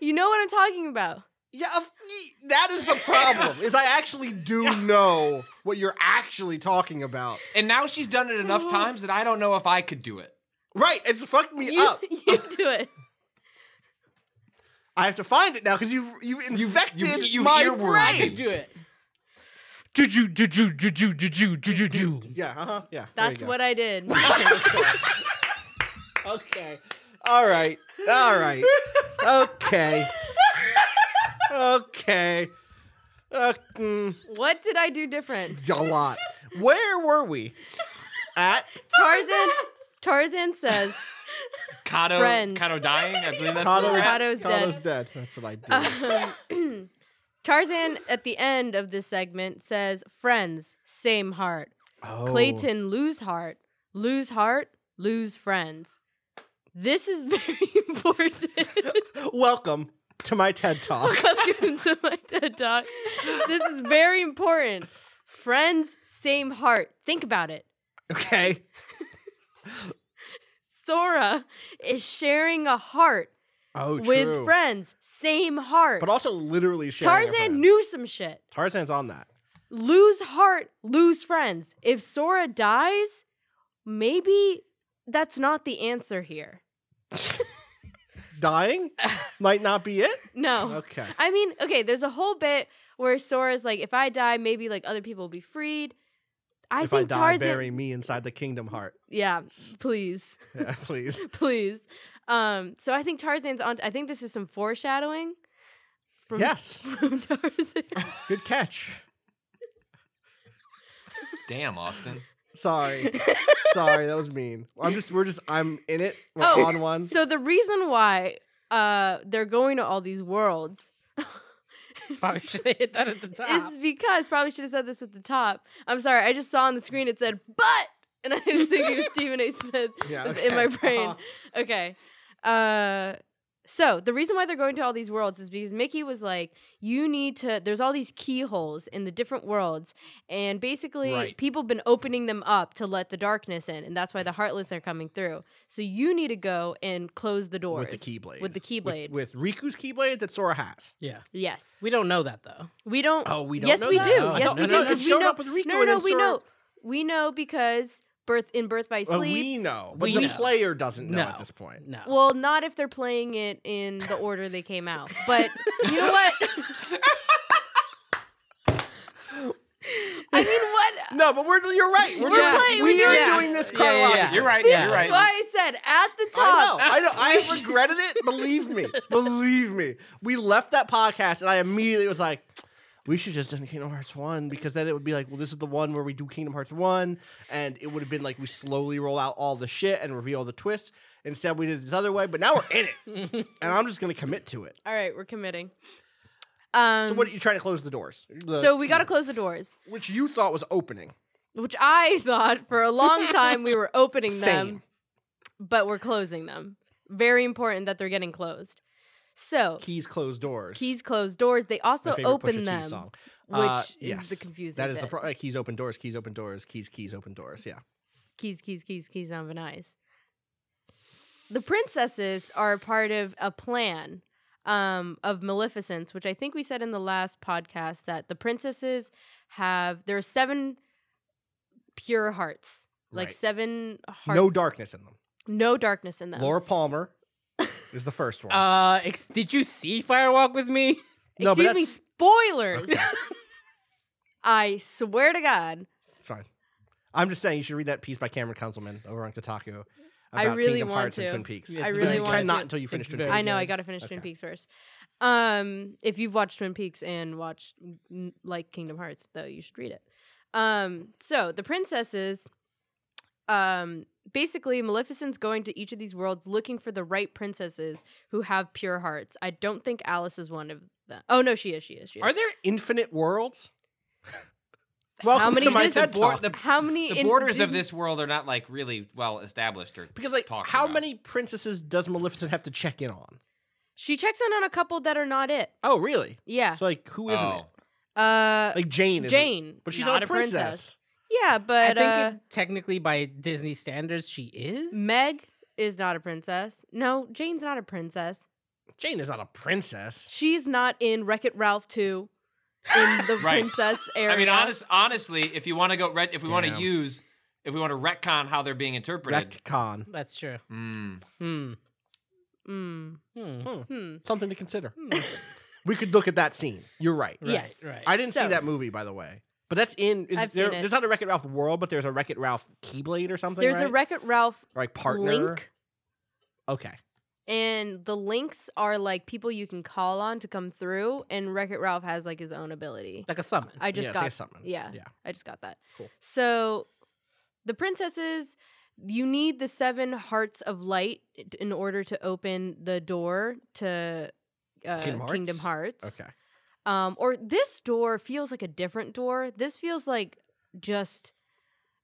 [SPEAKER 4] You know what I'm talking about.
[SPEAKER 1] Yeah, of- ye- that is the problem. Is I actually do know what you're actually talking about.
[SPEAKER 2] And now she's done it enough times that I don't know if I could do it.
[SPEAKER 4] Oh.
[SPEAKER 1] Right? It's fucked me
[SPEAKER 4] You,
[SPEAKER 1] up.
[SPEAKER 4] you do it.
[SPEAKER 1] I have to find it now because you've you've infected
[SPEAKER 2] you've- you've
[SPEAKER 1] my
[SPEAKER 2] earwormed
[SPEAKER 1] brain.
[SPEAKER 2] it.
[SPEAKER 3] Do it. Juju, juju, juju, juju, juju, juju.
[SPEAKER 1] Yeah, uh-huh, yeah. there you
[SPEAKER 4] That's
[SPEAKER 1] go.
[SPEAKER 4] what I did.
[SPEAKER 1] Okay. All right. All right. Okay. Okay. Uh, mm,
[SPEAKER 4] what did I do different?
[SPEAKER 1] a lot. Where were we? At
[SPEAKER 4] Tarzan. Tarzan says,
[SPEAKER 2] Kato,
[SPEAKER 4] Friends.
[SPEAKER 2] Kato dying. I believe that's where
[SPEAKER 1] Kato's,
[SPEAKER 2] we're at.
[SPEAKER 4] Kato's
[SPEAKER 1] Kato's
[SPEAKER 4] dead.
[SPEAKER 1] dead. That's what I did.
[SPEAKER 4] um, Tarzan at the end of this segment says, "Friends, same heart.
[SPEAKER 1] Oh.
[SPEAKER 4] Clayton lose heart, lose heart, lose friends." This is very important.
[SPEAKER 1] Welcome to my TED Talk.
[SPEAKER 4] Welcome to my TED Talk. This is very important. Friends, same heart. Think about it.
[SPEAKER 1] Okay.
[SPEAKER 4] Sora is sharing a heart
[SPEAKER 1] Oh, true.
[SPEAKER 4] with friends, same heart.
[SPEAKER 1] But also literally sharing a
[SPEAKER 4] Tarzan
[SPEAKER 1] friend.
[SPEAKER 4] knew some shit.
[SPEAKER 1] Tarzan's on that.
[SPEAKER 4] lose heart, lose friends. If Sora dies, maybe that's not the answer here.
[SPEAKER 1] Dying might not be it.
[SPEAKER 4] No.
[SPEAKER 1] Okay.
[SPEAKER 4] I mean, okay, there's a whole bit where Sora's like, if I die, maybe like other people will be freed. I
[SPEAKER 1] if I
[SPEAKER 4] think
[SPEAKER 1] die,
[SPEAKER 4] Tarzan
[SPEAKER 1] bury me inside the kingdom heart.
[SPEAKER 4] Yeah, please.
[SPEAKER 1] Yeah, please.
[SPEAKER 4] please. Um, so I think Tarzan's on I think this is some foreshadowing from
[SPEAKER 1] Yes.
[SPEAKER 4] from Tarzan.
[SPEAKER 1] Good catch.
[SPEAKER 2] Damn, Austin.
[SPEAKER 1] Sorry. Sorry, that was mean. I'm just we're just I'm in it. We're
[SPEAKER 4] Oh,
[SPEAKER 1] on one.
[SPEAKER 4] so the reason why uh they're going to all these worlds
[SPEAKER 3] Probably should have hit that at the top.
[SPEAKER 4] It's because probably should have said this at the top. I'm sorry, I just saw on the screen it said but, and I was thinking of Stephen A. Smith
[SPEAKER 1] Yeah,
[SPEAKER 4] was
[SPEAKER 1] okay.
[SPEAKER 4] in my brain. Okay, uh, so the reason why they're going to all these worlds is because Mickey was like, you need to. There's all these keyholes in the different worlds, and basically
[SPEAKER 1] Right.
[SPEAKER 4] people have been opening them up to let the darkness in, and that's why the heartless are coming through. So you need to go and close the doors
[SPEAKER 1] with the keyblade.
[SPEAKER 4] With the keyblade,
[SPEAKER 1] With, Riku's keyblade that Sora has.
[SPEAKER 3] Yeah.
[SPEAKER 4] yes.
[SPEAKER 3] We don't know that though.
[SPEAKER 4] We don't.
[SPEAKER 1] Oh, we don't
[SPEAKER 4] Yes,
[SPEAKER 1] know
[SPEAKER 4] we
[SPEAKER 1] that?
[SPEAKER 4] do.
[SPEAKER 1] Oh. I
[SPEAKER 4] Yes,
[SPEAKER 1] thought-
[SPEAKER 4] we
[SPEAKER 1] I
[SPEAKER 4] do.
[SPEAKER 1] thought it
[SPEAKER 4] 'cause we
[SPEAKER 1] showed
[SPEAKER 4] know.
[SPEAKER 1] up with Rico
[SPEAKER 4] no, no,
[SPEAKER 1] and
[SPEAKER 4] no.
[SPEAKER 1] then
[SPEAKER 4] We
[SPEAKER 1] Sora-
[SPEAKER 4] know. We know because birth in Birth by
[SPEAKER 1] Well,
[SPEAKER 4] Sleep.
[SPEAKER 1] we know, but
[SPEAKER 3] We
[SPEAKER 1] the
[SPEAKER 3] know.
[SPEAKER 1] player doesn't know
[SPEAKER 3] no.
[SPEAKER 1] at this point.
[SPEAKER 3] No.
[SPEAKER 4] Well, not if they're playing it in the order they came out. But you know what? I mean, what?
[SPEAKER 1] No, but we're you're right. We're,
[SPEAKER 4] We're
[SPEAKER 1] doing-
[SPEAKER 4] playing-
[SPEAKER 1] we
[SPEAKER 4] we're
[SPEAKER 1] are
[SPEAKER 4] doing-
[SPEAKER 1] doing this
[SPEAKER 3] Yeah, yeah, yeah.
[SPEAKER 1] chronologically.
[SPEAKER 2] You're right.
[SPEAKER 3] Yeah.
[SPEAKER 2] You're right.
[SPEAKER 4] That's why I said at the
[SPEAKER 1] I know.
[SPEAKER 4] top.
[SPEAKER 1] I know. I regretted it. Believe me. Believe me. We left that podcast, and I immediately was like, "We should just done Kingdom Hearts one because then it would be like, well, this is the one where we do Kingdom Hearts one, and it would have been like we slowly roll out all the shit and reveal the twists. Instead, we did it this other way, but now we're in it, and I'm just gonna commit to it.
[SPEAKER 4] All right, we're committing. Um,
[SPEAKER 1] So, what are you trying to close the doors? The-
[SPEAKER 4] so we got to close the doors,
[SPEAKER 1] which you thought was opening.
[SPEAKER 4] which I thought for a long time we were opening them.
[SPEAKER 1] Same
[SPEAKER 4] but we're closing them. Very important that they're getting closed. So
[SPEAKER 1] keys, closed doors.
[SPEAKER 4] keys close doors. They also
[SPEAKER 1] My favorite Pusha
[SPEAKER 4] open
[SPEAKER 1] T
[SPEAKER 4] them,
[SPEAKER 1] song.
[SPEAKER 4] which
[SPEAKER 1] Uh,
[SPEAKER 4] is
[SPEAKER 1] yes.
[SPEAKER 4] the confusing.
[SPEAKER 1] That is the
[SPEAKER 4] bit.
[SPEAKER 1] pro- uh, keys open doors, keys open doors, keys keys open doors. Yeah.
[SPEAKER 4] keys, keys, keys, keys on Van Nuys. The princesses are part of a plan um, of Maleficent's, which I think we said in the last podcast that the princesses have there are seven pure hearts, like
[SPEAKER 1] Right.
[SPEAKER 4] seven hearts,
[SPEAKER 1] No darkness in them.
[SPEAKER 4] no darkness in them.
[SPEAKER 1] Laura Palmer is the first one.
[SPEAKER 3] Uh, ex- did you see Firewalk with me?
[SPEAKER 1] No, but
[SPEAKER 4] Excuse me,
[SPEAKER 1] that's-
[SPEAKER 4] spoilers. I swear to God,
[SPEAKER 1] it's fine. I'm just saying you should read that piece by Cameron Councilman over on Kotaku
[SPEAKER 4] I
[SPEAKER 1] about
[SPEAKER 4] really
[SPEAKER 1] Kingdom
[SPEAKER 4] want
[SPEAKER 1] Hearts and
[SPEAKER 4] to.
[SPEAKER 1] Twin Peaks.
[SPEAKER 3] I
[SPEAKER 1] But
[SPEAKER 3] really
[SPEAKER 1] you
[SPEAKER 3] want
[SPEAKER 1] cannot
[SPEAKER 4] to.
[SPEAKER 1] until you finish
[SPEAKER 3] It's
[SPEAKER 1] Twin
[SPEAKER 3] very
[SPEAKER 1] Peaks.
[SPEAKER 4] I know I
[SPEAKER 3] sad.
[SPEAKER 4] got to finish Twin
[SPEAKER 1] Okay.
[SPEAKER 4] Peaks first. Um, if you've watched Twin Peaks and watched n- like Kingdom Hearts, though, you should read it. Um, so the princesses, um, basically Maleficent's going to each of these worlds looking for the right princesses who have pure hearts. I don't think Alice is one of them. Oh no, she is. She is. She is.
[SPEAKER 1] Are there infinite worlds? Welcome
[SPEAKER 4] how many
[SPEAKER 1] to my
[SPEAKER 4] Disney-
[SPEAKER 1] TED
[SPEAKER 2] board-
[SPEAKER 1] Talk.
[SPEAKER 2] the-
[SPEAKER 4] how many
[SPEAKER 2] The
[SPEAKER 4] in
[SPEAKER 2] borders of
[SPEAKER 4] Disney-
[SPEAKER 2] this world are not like really well established or
[SPEAKER 1] Because like,
[SPEAKER 2] talked
[SPEAKER 1] how
[SPEAKER 2] about.
[SPEAKER 1] many princesses does Maleficent have to check in on?
[SPEAKER 4] She checks in on a couple that are not it.
[SPEAKER 1] Oh, really?
[SPEAKER 4] Yeah.
[SPEAKER 1] So like, who isn't
[SPEAKER 2] Oh.
[SPEAKER 4] Uh,
[SPEAKER 1] it? Like Jane. Isn't
[SPEAKER 4] Jane,
[SPEAKER 1] but she's
[SPEAKER 4] not
[SPEAKER 1] not,
[SPEAKER 4] a
[SPEAKER 1] a
[SPEAKER 4] princess.
[SPEAKER 1] princess.
[SPEAKER 4] yeah, but
[SPEAKER 3] I
[SPEAKER 4] uh,
[SPEAKER 3] think it, technically by Disney standards, she is.
[SPEAKER 4] Meg is not a princess. No, Jane's not a princess.
[SPEAKER 1] Jane is not a princess.
[SPEAKER 4] She's not in Wreck It Ralph 2 in the
[SPEAKER 2] Right.
[SPEAKER 4] princess area.
[SPEAKER 2] I mean, honest, honestly, if you want to go, re- if we want to
[SPEAKER 1] Damn.
[SPEAKER 2] use, if we want to retcon how they're being interpreted,
[SPEAKER 1] Retcon.
[SPEAKER 3] That's true.
[SPEAKER 2] mm,
[SPEAKER 3] Hmm.
[SPEAKER 4] Mm.
[SPEAKER 3] Hmm.
[SPEAKER 1] Hmm.
[SPEAKER 4] Hmm.
[SPEAKER 1] Something to consider. we could look at that scene. You're right.
[SPEAKER 4] yes.
[SPEAKER 3] Right.
[SPEAKER 1] I didn't see
[SPEAKER 4] So-
[SPEAKER 1] that movie, by the way. But that's in. Is
[SPEAKER 4] I've
[SPEAKER 1] there,
[SPEAKER 4] seen it.
[SPEAKER 1] There's not a Wreck It Ralph world, but there's a Wreck It Ralph Keyblade or something.
[SPEAKER 4] There's a
[SPEAKER 1] right?
[SPEAKER 4] Wreck It Ralph
[SPEAKER 1] Or, like partner.
[SPEAKER 4] link,
[SPEAKER 1] Okay.
[SPEAKER 4] and the links are like people you can call on to come through, and Wreck It Ralph has like his own ability.
[SPEAKER 3] Like a summon.
[SPEAKER 4] I just
[SPEAKER 1] yeah, it's
[SPEAKER 4] got
[SPEAKER 1] like something.
[SPEAKER 4] yeah.
[SPEAKER 1] Yeah.
[SPEAKER 4] I just got that.
[SPEAKER 1] Cool.
[SPEAKER 4] So, the princesses, you need the seven hearts of light t- in order to open the door to uh,
[SPEAKER 1] Kingdom Hearts?
[SPEAKER 4] Kingdom Hearts.
[SPEAKER 1] Okay.
[SPEAKER 4] Um, or this door feels like a different door. This feels like just.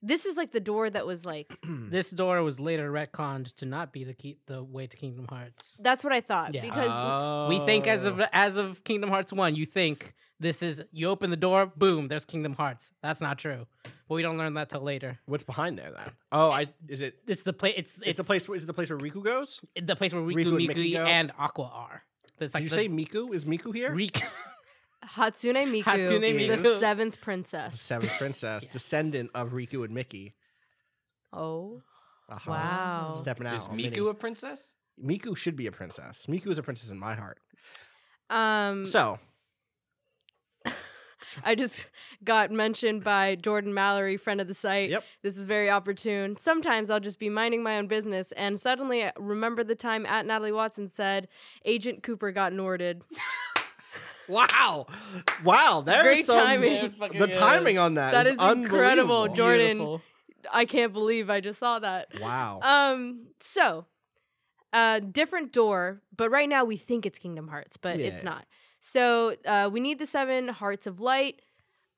[SPEAKER 4] This is like the door that was like.
[SPEAKER 3] This door was later retconned to not be the key, the way to Kingdom Hearts.
[SPEAKER 4] That's what I thought
[SPEAKER 3] Yeah.
[SPEAKER 4] because
[SPEAKER 3] We think as of
[SPEAKER 1] Oh.
[SPEAKER 3] as of Kingdom Hearts one, you think this is you open the door, boom, there's Kingdom Hearts. That's not true, but we don't learn that till later.
[SPEAKER 1] what's behind there then? Oh, I is it?
[SPEAKER 3] It's the place. It's,
[SPEAKER 1] It's, the place. Is it the place where Riku goes?
[SPEAKER 3] The place where Riku,
[SPEAKER 1] Riku and Mickey
[SPEAKER 3] Miku,
[SPEAKER 1] go.
[SPEAKER 3] and Aqua are. It's
[SPEAKER 1] Did you
[SPEAKER 3] the
[SPEAKER 1] say Miku? Is Miku here?
[SPEAKER 3] Riku.
[SPEAKER 4] Hatsune Miku,
[SPEAKER 3] Hatsune
[SPEAKER 4] the
[SPEAKER 3] Miku.
[SPEAKER 4] seventh
[SPEAKER 1] The
[SPEAKER 4] princess.
[SPEAKER 1] seventh princess, descendant of Riku and Mickey.
[SPEAKER 4] Oh
[SPEAKER 1] Uh-huh.
[SPEAKER 4] wow!
[SPEAKER 1] Stepping out.
[SPEAKER 2] Is
[SPEAKER 1] on mini-
[SPEAKER 2] Miku a princess?
[SPEAKER 1] Miku should be a princess. Miku is a princess in my heart.
[SPEAKER 4] Um,
[SPEAKER 1] So
[SPEAKER 4] I just got mentioned by Jordan Mallory, friend of the site.
[SPEAKER 1] Yep.
[SPEAKER 4] This is very opportune. Sometimes I'll just be minding my own business and suddenly I remember the time at Natalie Watson said Agent Cooper got Norded.
[SPEAKER 1] wow, wow, there's
[SPEAKER 4] Great
[SPEAKER 1] some
[SPEAKER 4] timing.
[SPEAKER 1] the timing on that.
[SPEAKER 4] That
[SPEAKER 1] is,
[SPEAKER 4] is incredible,
[SPEAKER 1] unbelievable.
[SPEAKER 4] Jordan. I can't believe I just saw that.
[SPEAKER 1] Wow.
[SPEAKER 4] Um, so uh different door, but right now we think it's Kingdom Hearts, but
[SPEAKER 1] Yeah.
[SPEAKER 4] it's not. So uh we need the seven hearts of light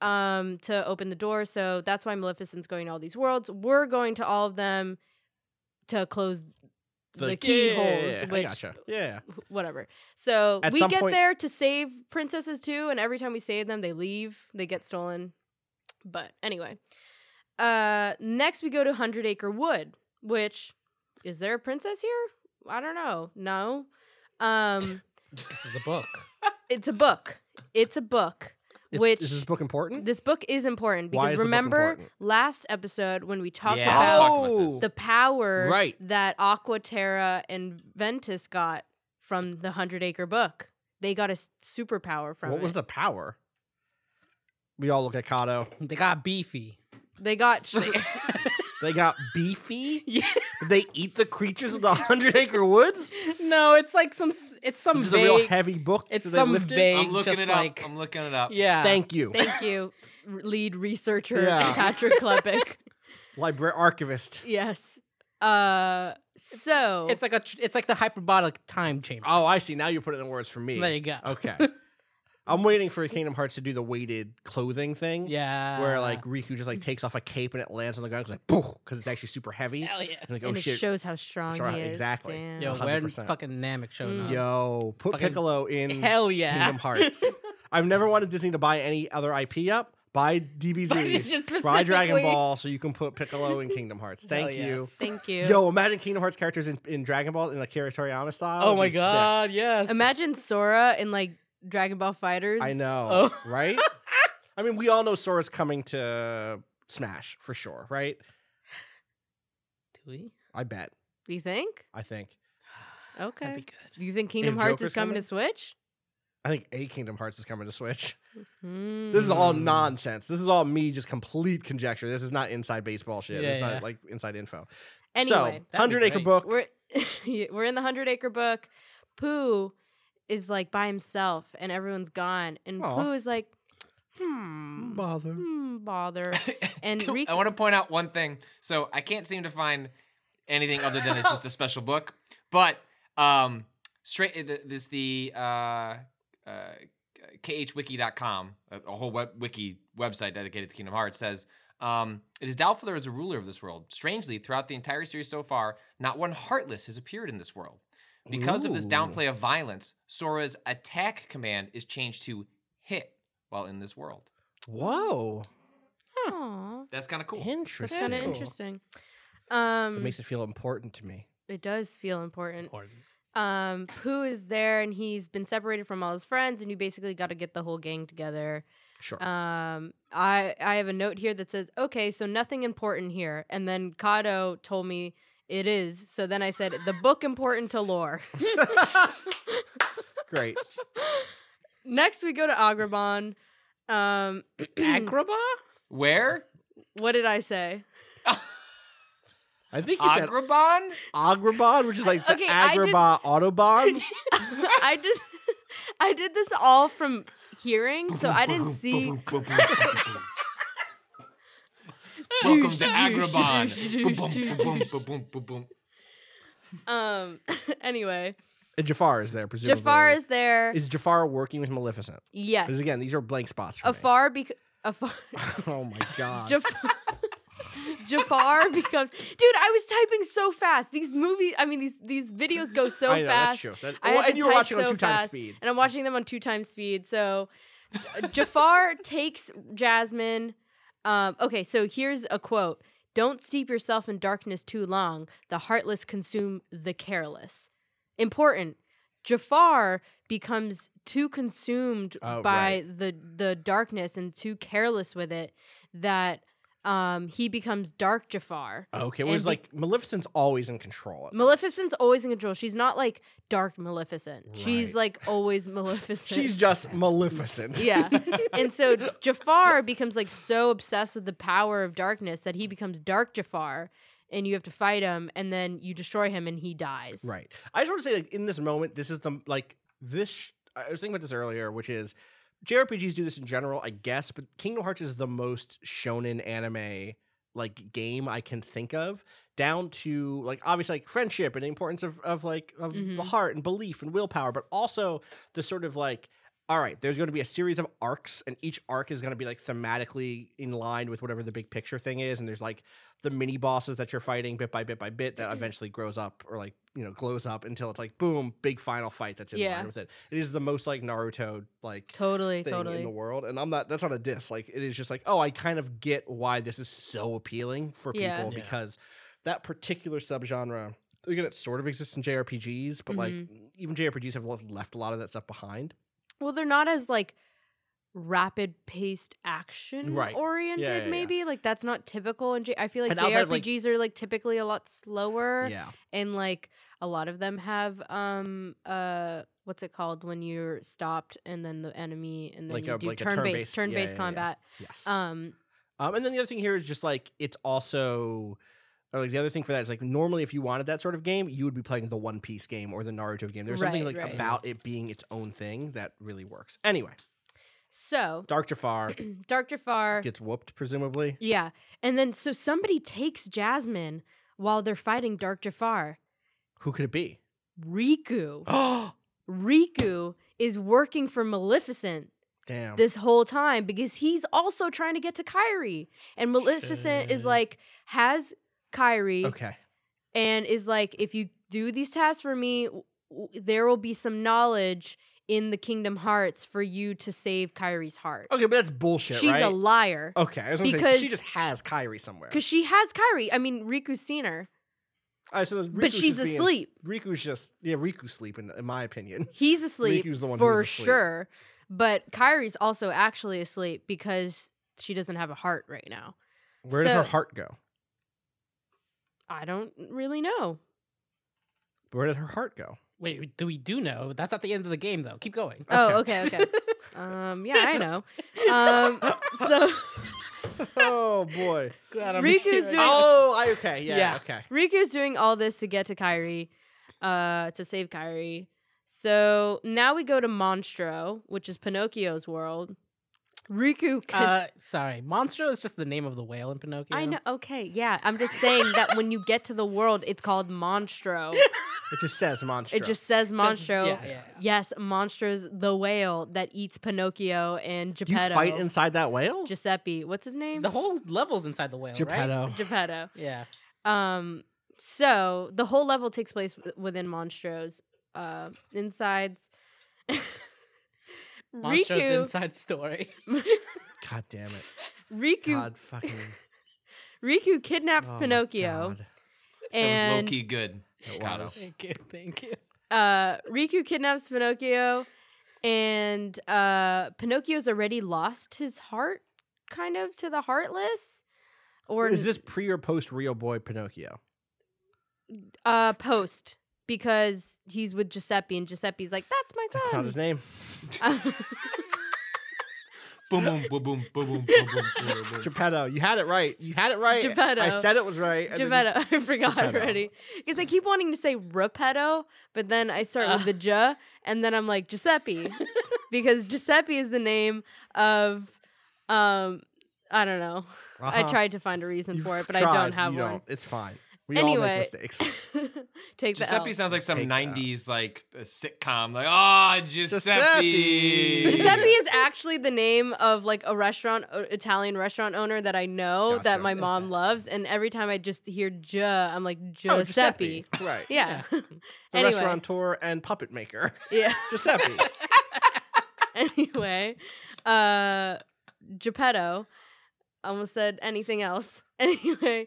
[SPEAKER 4] um to open the door. So that's why Maleficent's going to all these worlds. We're going to all of them to close the, keyholes,
[SPEAKER 1] yeah,
[SPEAKER 4] which
[SPEAKER 1] I gotcha. Yeah.
[SPEAKER 4] whatever. So
[SPEAKER 1] At
[SPEAKER 4] we
[SPEAKER 1] some
[SPEAKER 4] get
[SPEAKER 1] point-
[SPEAKER 4] there to save princesses too, and every time we save them, they leave, they get stolen. But anyway, uh, next we go to Hundred Acre Wood, which is there a princess here? I don't know. No, um,
[SPEAKER 3] This is the book.
[SPEAKER 4] it's a book. It's a book.
[SPEAKER 1] It-
[SPEAKER 4] which
[SPEAKER 1] is this book important?
[SPEAKER 4] this book is important
[SPEAKER 1] Why
[SPEAKER 4] because
[SPEAKER 1] is the book
[SPEAKER 4] remember
[SPEAKER 1] important?
[SPEAKER 4] last episode when we talked
[SPEAKER 2] yeah,
[SPEAKER 4] about
[SPEAKER 1] about-
[SPEAKER 2] we talked about
[SPEAKER 4] the
[SPEAKER 2] this.
[SPEAKER 4] power
[SPEAKER 1] Right.
[SPEAKER 4] that Aquaterra and Ventus got from the Hundred Acre Book. They got a s- superpower from
[SPEAKER 1] what
[SPEAKER 4] it.
[SPEAKER 1] was the power? We all look at Kato.
[SPEAKER 3] They got beefy.
[SPEAKER 4] they got sh-
[SPEAKER 1] They got beefy.
[SPEAKER 3] Yeah.
[SPEAKER 1] Did they eat the creatures of the Hundred Acre Woods?
[SPEAKER 3] No, it's like some. s- It's some
[SPEAKER 1] Which is a
[SPEAKER 3] vague.
[SPEAKER 1] real heavy book.
[SPEAKER 3] it's
[SPEAKER 1] Do they
[SPEAKER 3] some
[SPEAKER 1] lift it?
[SPEAKER 3] vague.
[SPEAKER 2] I'm looking
[SPEAKER 3] just
[SPEAKER 2] it up.
[SPEAKER 3] like,
[SPEAKER 2] I'm looking it up.
[SPEAKER 3] Yeah.
[SPEAKER 1] Thank you,
[SPEAKER 4] thank you, r- lead researcher
[SPEAKER 1] Yeah.
[SPEAKER 4] Patrick Klepek.
[SPEAKER 1] library archivist.
[SPEAKER 4] yes. Uh, so
[SPEAKER 3] It's like a. tr- It's like the hyperbolic time chamber.
[SPEAKER 1] Oh, I see. Now you put it in words for me.
[SPEAKER 3] There you go.
[SPEAKER 1] Okay. I'm waiting for Kingdom Hearts to do the weighted clothing thing.
[SPEAKER 3] Yeah.
[SPEAKER 1] Where like Riku just
[SPEAKER 3] mm.
[SPEAKER 1] like takes off a cape and it lands on the ground because like poof because it's actually super heavy.
[SPEAKER 3] Hell yeah.
[SPEAKER 1] And like, oh
[SPEAKER 4] and it
[SPEAKER 1] shit.
[SPEAKER 4] shows how strong
[SPEAKER 1] Sorry,
[SPEAKER 4] he is.
[SPEAKER 1] exactly.
[SPEAKER 4] Damn.
[SPEAKER 3] Yo,
[SPEAKER 1] Yeah.
[SPEAKER 3] where's
[SPEAKER 1] 100%.
[SPEAKER 3] fucking Namek showing
[SPEAKER 4] Mm.
[SPEAKER 3] up?
[SPEAKER 1] Yo, put
[SPEAKER 3] Fucking-
[SPEAKER 1] Piccolo in
[SPEAKER 3] Hell yeah.
[SPEAKER 1] Kingdom Hearts. I've never wanted Disney to buy any other IP up. Buy
[SPEAKER 3] It's
[SPEAKER 1] DBZ.
[SPEAKER 3] just
[SPEAKER 1] Buy Dragon
[SPEAKER 3] specifically-
[SPEAKER 1] Ball so you can put Piccolo in Kingdom Hearts. Thank
[SPEAKER 3] Hell
[SPEAKER 1] you.
[SPEAKER 3] yes.
[SPEAKER 4] Thank you.
[SPEAKER 1] Yo, imagine Kingdom Hearts characters in, in Dragon Ball in like Kira Toriyama style.
[SPEAKER 3] Oh
[SPEAKER 1] It'd
[SPEAKER 3] my
[SPEAKER 1] be sick.
[SPEAKER 3] god, yes.
[SPEAKER 4] Imagine Sora in like Dragon Ball Fighters.
[SPEAKER 1] I know,
[SPEAKER 3] Oh.
[SPEAKER 1] right? I mean, we all know Sora's coming to Smash for sure, right?
[SPEAKER 3] Do we?
[SPEAKER 1] I bet.
[SPEAKER 4] You think?
[SPEAKER 1] I think.
[SPEAKER 4] Okay.
[SPEAKER 3] That'd be good.
[SPEAKER 4] Do you think Kingdom
[SPEAKER 1] If
[SPEAKER 4] Hearts is
[SPEAKER 1] Joker's
[SPEAKER 4] coming
[SPEAKER 1] coming?
[SPEAKER 4] to Switch?
[SPEAKER 1] I think a Kingdom Hearts is coming to Switch.
[SPEAKER 4] Hmm.
[SPEAKER 1] This is all
[SPEAKER 3] Mm.
[SPEAKER 1] nonsense. This is all me just complete conjecture. This is not inside baseball shit.
[SPEAKER 3] Yeah,
[SPEAKER 1] this is
[SPEAKER 3] yeah.
[SPEAKER 1] not like inside info.
[SPEAKER 4] anyway.
[SPEAKER 1] so, Hundred Acre
[SPEAKER 3] great.
[SPEAKER 1] Book.
[SPEAKER 4] we're we're in the hundred acre book. Pooh is like by himself, and everyone's gone. And
[SPEAKER 1] Aw.
[SPEAKER 4] Pooh is like, hmm,
[SPEAKER 1] Bother.
[SPEAKER 4] hmm, bother. And
[SPEAKER 2] Cool.
[SPEAKER 4] Riku-
[SPEAKER 2] I want to point out one thing. So I can't seem to find anything other than it's just a special book. But um, straight uh, th- this the uh, uh, khwiki.com, a a whole web, wiki website dedicated to Kingdom Hearts says. Um, it is doubtful there is a ruler of this world. Strangely, throughout the entire series so far, not one heartless has appeared in this world. Because of this
[SPEAKER 1] Ooh.
[SPEAKER 2] downplay of violence, Sora's attack command is changed to hit while in this world.
[SPEAKER 1] Whoa.
[SPEAKER 4] Aw,
[SPEAKER 2] That's kind of cool.
[SPEAKER 4] that's
[SPEAKER 1] Interesting.
[SPEAKER 4] kind of interesting. Um,
[SPEAKER 1] It makes it feel important to me.
[SPEAKER 4] it does feel important.
[SPEAKER 3] Important.
[SPEAKER 4] Um, Pooh is there, and he's been separated from all his friends, and you basically got to get the whole gang together.
[SPEAKER 1] Sure.
[SPEAKER 4] Um, I I have a note here that says, "Okay, so nothing important here." And then Kato told me it is. So then I said, the book important to lore.
[SPEAKER 1] Great.
[SPEAKER 4] Next, we go to Agrabah. Um,
[SPEAKER 3] Agrabah?
[SPEAKER 2] Where?
[SPEAKER 4] what did I say?
[SPEAKER 1] I think you said
[SPEAKER 2] Agrabah?
[SPEAKER 1] Agrabah, which is like the
[SPEAKER 4] Okay, I did-
[SPEAKER 1] Agrabah Autobahn.
[SPEAKER 4] I did, I did this all from hearing, so I didn't see.
[SPEAKER 2] Welcome to Agrabah. Boom, boom, boom, boom, boom, boom, boom.
[SPEAKER 4] Um, anyway,
[SPEAKER 1] And Uh, Jafar is there, presumably.
[SPEAKER 4] Jafar is there.
[SPEAKER 1] Is Jafar working with Maleficent?
[SPEAKER 4] yes,
[SPEAKER 1] Because again, these are blank spots. For me.
[SPEAKER 4] Afar bec- Afar.
[SPEAKER 1] Oh my god.
[SPEAKER 4] Jafar. Jafar becomes dude. I was typing so fast. These movies, I mean these these videos go so
[SPEAKER 1] I know, that's
[SPEAKER 4] fast.
[SPEAKER 1] true. That-
[SPEAKER 4] I
[SPEAKER 1] well,
[SPEAKER 4] had to
[SPEAKER 1] and you were
[SPEAKER 4] type
[SPEAKER 1] watching on
[SPEAKER 4] so
[SPEAKER 1] two times
[SPEAKER 4] fast,
[SPEAKER 1] speed.
[SPEAKER 4] and I'm watching them on two times speed. So s- Jafar takes Jasmine. Um, okay, so here's a quote: "Don't steep yourself in darkness too long. The heartless consume the careless." Important. Jafar becomes too consumed
[SPEAKER 1] Oh,
[SPEAKER 4] by the the darkness and too careless with it that um, he becomes dark Jafar.
[SPEAKER 1] Okay, whereas
[SPEAKER 4] and be-
[SPEAKER 1] like Maleficent's always in control. of it.
[SPEAKER 4] Maleficent's always in control. She's not like dark Maleficent. She's
[SPEAKER 1] Right.
[SPEAKER 4] like always Maleficent.
[SPEAKER 1] She's just Maleficent.
[SPEAKER 4] yeah. and so Jafar becomes like so obsessed with the power of darkness that he becomes dark Jafar and you have to fight him and then you destroy him and he dies.
[SPEAKER 1] Right. I just want to say, like, in this moment, this is the like this. Sh- I was thinking about this earlier, which is JRPGs do this in general, I guess, but Kingdom Hearts is the most shonen anime like game I can think of, down to like obviously like friendship and the importance of of like of the
[SPEAKER 4] Mhm.
[SPEAKER 1] heart and belief and willpower, but also the sort of like. All right, there's going to be a series of arcs, and each arc is going to be like thematically in line with whatever the big picture thing is. And there's like the mini bosses that you're fighting bit by bit by bit
[SPEAKER 4] Mm-hmm.
[SPEAKER 1] that eventually grows up or like you know glows up until it's like boom big final fight that's in
[SPEAKER 4] Yeah.
[SPEAKER 1] line with it it is the most like naruto like
[SPEAKER 4] Totally,
[SPEAKER 1] thing in
[SPEAKER 4] totally.
[SPEAKER 1] the world and i'm not that's not a diss like it is just like oh i kind of get why this is so appealing for people
[SPEAKER 4] Yeah.
[SPEAKER 1] people
[SPEAKER 3] Yeah.
[SPEAKER 1] because that particular subgenre again it sort of exists in jrpgs but like
[SPEAKER 4] Mm-hmm.
[SPEAKER 1] even jrpgs have left, left a lot of that stuff behind
[SPEAKER 4] well, they're not as like rapid paced action
[SPEAKER 1] Right. Yeah,
[SPEAKER 4] oriented
[SPEAKER 1] yeah, yeah.
[SPEAKER 4] maybe like that's not typical in J- I feel like
[SPEAKER 1] And outside of, like-
[SPEAKER 4] JRPGs are like typically a lot slower
[SPEAKER 1] yeah
[SPEAKER 4] and like a lot of them have um uh what's it called when you're stopped and then the enemy and then
[SPEAKER 1] Like
[SPEAKER 4] you
[SPEAKER 1] a-
[SPEAKER 4] do
[SPEAKER 1] like a
[SPEAKER 4] turn
[SPEAKER 1] turn-based-
[SPEAKER 4] based turn based
[SPEAKER 1] yeah, yeah, yeah.
[SPEAKER 4] combat.
[SPEAKER 1] yes
[SPEAKER 4] Um
[SPEAKER 1] Um, and then the other thing here is just like it's also, or like the other thing for that is like normally if you wanted that sort of game, you would be playing the One Piece game or the Naruto game. There's something
[SPEAKER 4] Right,
[SPEAKER 1] like
[SPEAKER 4] right.
[SPEAKER 1] about it being its own thing that really works. Anyway,
[SPEAKER 4] so
[SPEAKER 1] Dark Jafar
[SPEAKER 4] Dark Jafar
[SPEAKER 1] gets whooped presumably.
[SPEAKER 4] Yeah. And then so somebody takes Jasmine while they're fighting Dark Jafar.
[SPEAKER 1] Who could it be?
[SPEAKER 4] Riku.
[SPEAKER 1] Oh,
[SPEAKER 4] Riku is working for Maleficent
[SPEAKER 1] damn.
[SPEAKER 4] this whole time because he's also trying to get to Kyrie. And Maleficent is
[SPEAKER 3] Shit.
[SPEAKER 4] like has Kyrie
[SPEAKER 1] okay.
[SPEAKER 4] and is like, if you do these tasks for me, w- w- there will be some knowledge in the Kingdom Hearts for you to save Kyrie's heart.
[SPEAKER 1] Okay, but that's bullshit,
[SPEAKER 4] She's
[SPEAKER 1] Oh, right? Oh,
[SPEAKER 4] a liar
[SPEAKER 1] okay, I was gonna say
[SPEAKER 4] because-
[SPEAKER 1] she just has Kyrie somewhere.
[SPEAKER 4] because she has Kyrie. I mean, Riku's seen her.
[SPEAKER 1] Uh, so
[SPEAKER 4] but
[SPEAKER 1] Riku's
[SPEAKER 4] she's
[SPEAKER 1] just being-
[SPEAKER 4] asleep.
[SPEAKER 1] Riku's just yeah, Riku's sleeping in my opinion.
[SPEAKER 4] He's asleep
[SPEAKER 1] Riku's the one who
[SPEAKER 4] for
[SPEAKER 1] is asleep.
[SPEAKER 4] sure, but Kyrie's also actually asleep because she doesn't have a heart right now.
[SPEAKER 1] Where did her
[SPEAKER 4] So-
[SPEAKER 1] heart go?
[SPEAKER 4] I don't really know.
[SPEAKER 1] Where did her heart go?
[SPEAKER 3] Wait, do we do know? That's not the end of the game, though. Keep going.
[SPEAKER 4] Oh, okay, okay. um, yeah, I know. Um, so
[SPEAKER 1] oh boy.
[SPEAKER 3] Glad
[SPEAKER 4] Riku's doing-
[SPEAKER 1] Oh, I, okay. Yeah,
[SPEAKER 4] Yeah.
[SPEAKER 1] Okay.
[SPEAKER 4] Riku's doing all this to get to Kyrie, uh, to save Kyrie. So now we go to Monstro, which is Pinocchio's world. Riku, can-
[SPEAKER 3] Uh, sorry, Monstro is just the name of the whale in Pinocchio.
[SPEAKER 4] I know. Okay, yeah. I'm just saying that when you get to the world, it's called Monstro.
[SPEAKER 1] It just says monster.
[SPEAKER 4] It just says
[SPEAKER 3] Just-
[SPEAKER 4] Monstro.
[SPEAKER 3] yeah, yeah, yeah.
[SPEAKER 4] Yes, Monstro's the whale that eats Pinocchio and
[SPEAKER 1] you
[SPEAKER 4] Geppetto.
[SPEAKER 1] fight inside that whale.
[SPEAKER 4] Giuseppe. What's his name?
[SPEAKER 3] The whole level's inside the whale, right?
[SPEAKER 4] Geppetto.
[SPEAKER 3] Yeah.
[SPEAKER 4] Um. So the whole level takes place w- within Monstro's uh, insides.
[SPEAKER 3] Monstro's
[SPEAKER 4] Riku.
[SPEAKER 3] inside story.
[SPEAKER 1] God damn it.
[SPEAKER 4] Riku.
[SPEAKER 1] God fucking.
[SPEAKER 4] Riku kidnaps
[SPEAKER 1] oh my
[SPEAKER 4] Pinocchio
[SPEAKER 1] God.
[SPEAKER 2] That was low
[SPEAKER 4] and
[SPEAKER 2] key good.
[SPEAKER 1] It
[SPEAKER 2] Kato.
[SPEAKER 1] was.
[SPEAKER 3] thank you, thank you.
[SPEAKER 4] uh, Riku kidnaps Pinocchio, and uh, Pinocchio's already lost his heart, kind of to the heartless. Or
[SPEAKER 1] Is this pre or post real boy Pinocchio?
[SPEAKER 4] Uh, post because he's with Giuseppe, and Giuseppe's like, "That's my son."
[SPEAKER 1] That's not his name.
[SPEAKER 2] Boom, boom, boom, boom, boom, boom, boom, boom, boom, boom.
[SPEAKER 1] Geppetto. You had it right. You had it right.
[SPEAKER 4] Geppetto.
[SPEAKER 1] I said it was right. and then-
[SPEAKER 4] Geppetto. I forgot
[SPEAKER 1] Geppetto.
[SPEAKER 4] already. Because I keep wanting to say Repetto, but then I start with the
[SPEAKER 1] Ah.
[SPEAKER 4] J, and then I'm like Giuseppe. because Giuseppe is the name of, um, I don't know. I
[SPEAKER 1] Uh-huh.
[SPEAKER 4] tried to find a reason
[SPEAKER 1] You've
[SPEAKER 4] for it, but I
[SPEAKER 1] tried.
[SPEAKER 4] don't have
[SPEAKER 1] You
[SPEAKER 4] one.
[SPEAKER 1] don't. It's fine. We all
[SPEAKER 4] Anyway.
[SPEAKER 1] make mistakes.
[SPEAKER 4] Take the L.
[SPEAKER 2] Giuseppe sounds like some
[SPEAKER 1] Take that.
[SPEAKER 2] '90s like uh, sitcom, like ah Giuseppe.
[SPEAKER 1] Giuseppe.
[SPEAKER 4] Giuseppe is actually the name of like a restaurant uh, Italian restaurant owner that I know
[SPEAKER 1] Gotcha.
[SPEAKER 4] that my mom loves, and every time I just hear J, I'm like Giuseppe.
[SPEAKER 1] Oh, Giuseppe. Right.
[SPEAKER 4] Yeah.
[SPEAKER 1] The
[SPEAKER 4] anyway.
[SPEAKER 1] restaurateur and puppet maker.
[SPEAKER 4] Yeah.
[SPEAKER 1] Giuseppe.
[SPEAKER 4] anyway, uh, Geppetto almost said anything else. Anyway,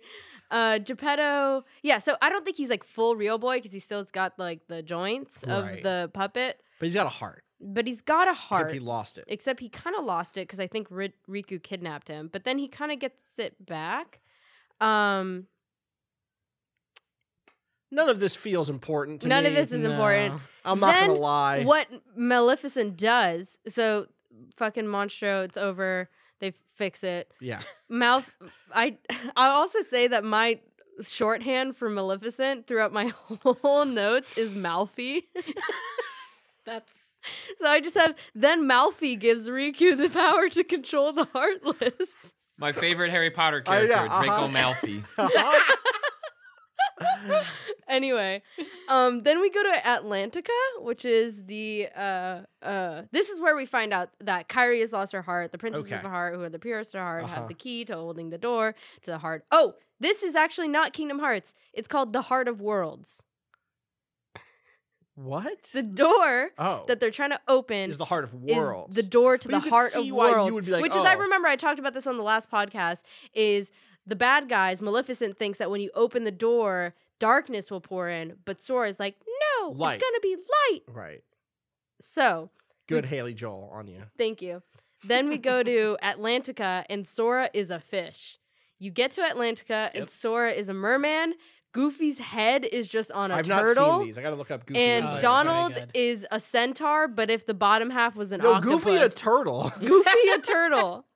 [SPEAKER 4] uh, Geppetto, yeah. So I don't think he's like full real boy because he still's got like the joints
[SPEAKER 1] Right.
[SPEAKER 4] of the puppet,
[SPEAKER 1] but he's got a heart.
[SPEAKER 4] but he's got a
[SPEAKER 1] Except
[SPEAKER 4] heart.
[SPEAKER 1] he lost it.
[SPEAKER 4] Except he kind of lost it because I think Ri- Riku kidnapped him, but then he kind of gets it back. Um,
[SPEAKER 1] None of this feels important to
[SPEAKER 4] none
[SPEAKER 1] me.
[SPEAKER 4] of this is important.
[SPEAKER 3] No.
[SPEAKER 1] I'm not
[SPEAKER 4] Then
[SPEAKER 1] gonna lie.
[SPEAKER 4] what Maleficent does, so fucking Monstro, it's over. They fix it.
[SPEAKER 1] Yeah.
[SPEAKER 4] Mouth. I. I also say that my shorthand for Maleficent throughout my whole notes is Malfi.
[SPEAKER 3] That's
[SPEAKER 4] so I just have then Malfi gives Riku the power to control the Heartless.
[SPEAKER 2] My favorite Harry Potter
[SPEAKER 1] Oh, yeah,
[SPEAKER 2] character, Draco
[SPEAKER 1] uh-huh.
[SPEAKER 2] Malfoy.
[SPEAKER 4] anyway, um, then we go to Atlantica, which is the uh, uh, this is where we find out that Kyrie has lost her heart. The princess
[SPEAKER 1] Okay.
[SPEAKER 4] of the heart, who had the purest of her heart,
[SPEAKER 1] Uh-huh.
[SPEAKER 4] had the key to holding the door to the heart. Oh, this is actually not Kingdom Hearts. It's called the Heart of Worlds.
[SPEAKER 1] What?
[SPEAKER 4] The door
[SPEAKER 1] oh.
[SPEAKER 4] that they're trying to open
[SPEAKER 1] is the heart of
[SPEAKER 4] is
[SPEAKER 1] worlds.
[SPEAKER 4] the door to
[SPEAKER 1] But
[SPEAKER 4] the
[SPEAKER 1] you could
[SPEAKER 4] heart
[SPEAKER 1] see
[SPEAKER 4] of
[SPEAKER 1] why you
[SPEAKER 4] worlds,
[SPEAKER 1] would be like,
[SPEAKER 4] which is I
[SPEAKER 1] "Oh."
[SPEAKER 4] remember I talked about this on the last podcast. Is the bad guys? Maleficent thinks that when you open the door, darkness will pour in, but Sora is like, no,
[SPEAKER 1] Light.
[SPEAKER 4] it's gonna be light.
[SPEAKER 1] Right.
[SPEAKER 4] So
[SPEAKER 1] Good Haley Joel on you.
[SPEAKER 4] thank you. Then we go to Atlantica, and Sora is a fish. You get to Atlantica, and Sora is a merman. Goofy's head is just on a
[SPEAKER 1] I've
[SPEAKER 4] turtle.
[SPEAKER 1] not seen these. I gotta look up Goofy.
[SPEAKER 4] And
[SPEAKER 3] Oh, it's
[SPEAKER 4] Donald
[SPEAKER 3] very good.
[SPEAKER 4] is a centaur, but if the bottom half was an
[SPEAKER 1] no,
[SPEAKER 4] octopus,
[SPEAKER 1] Goofy a turtle.
[SPEAKER 4] Goofy a turtle.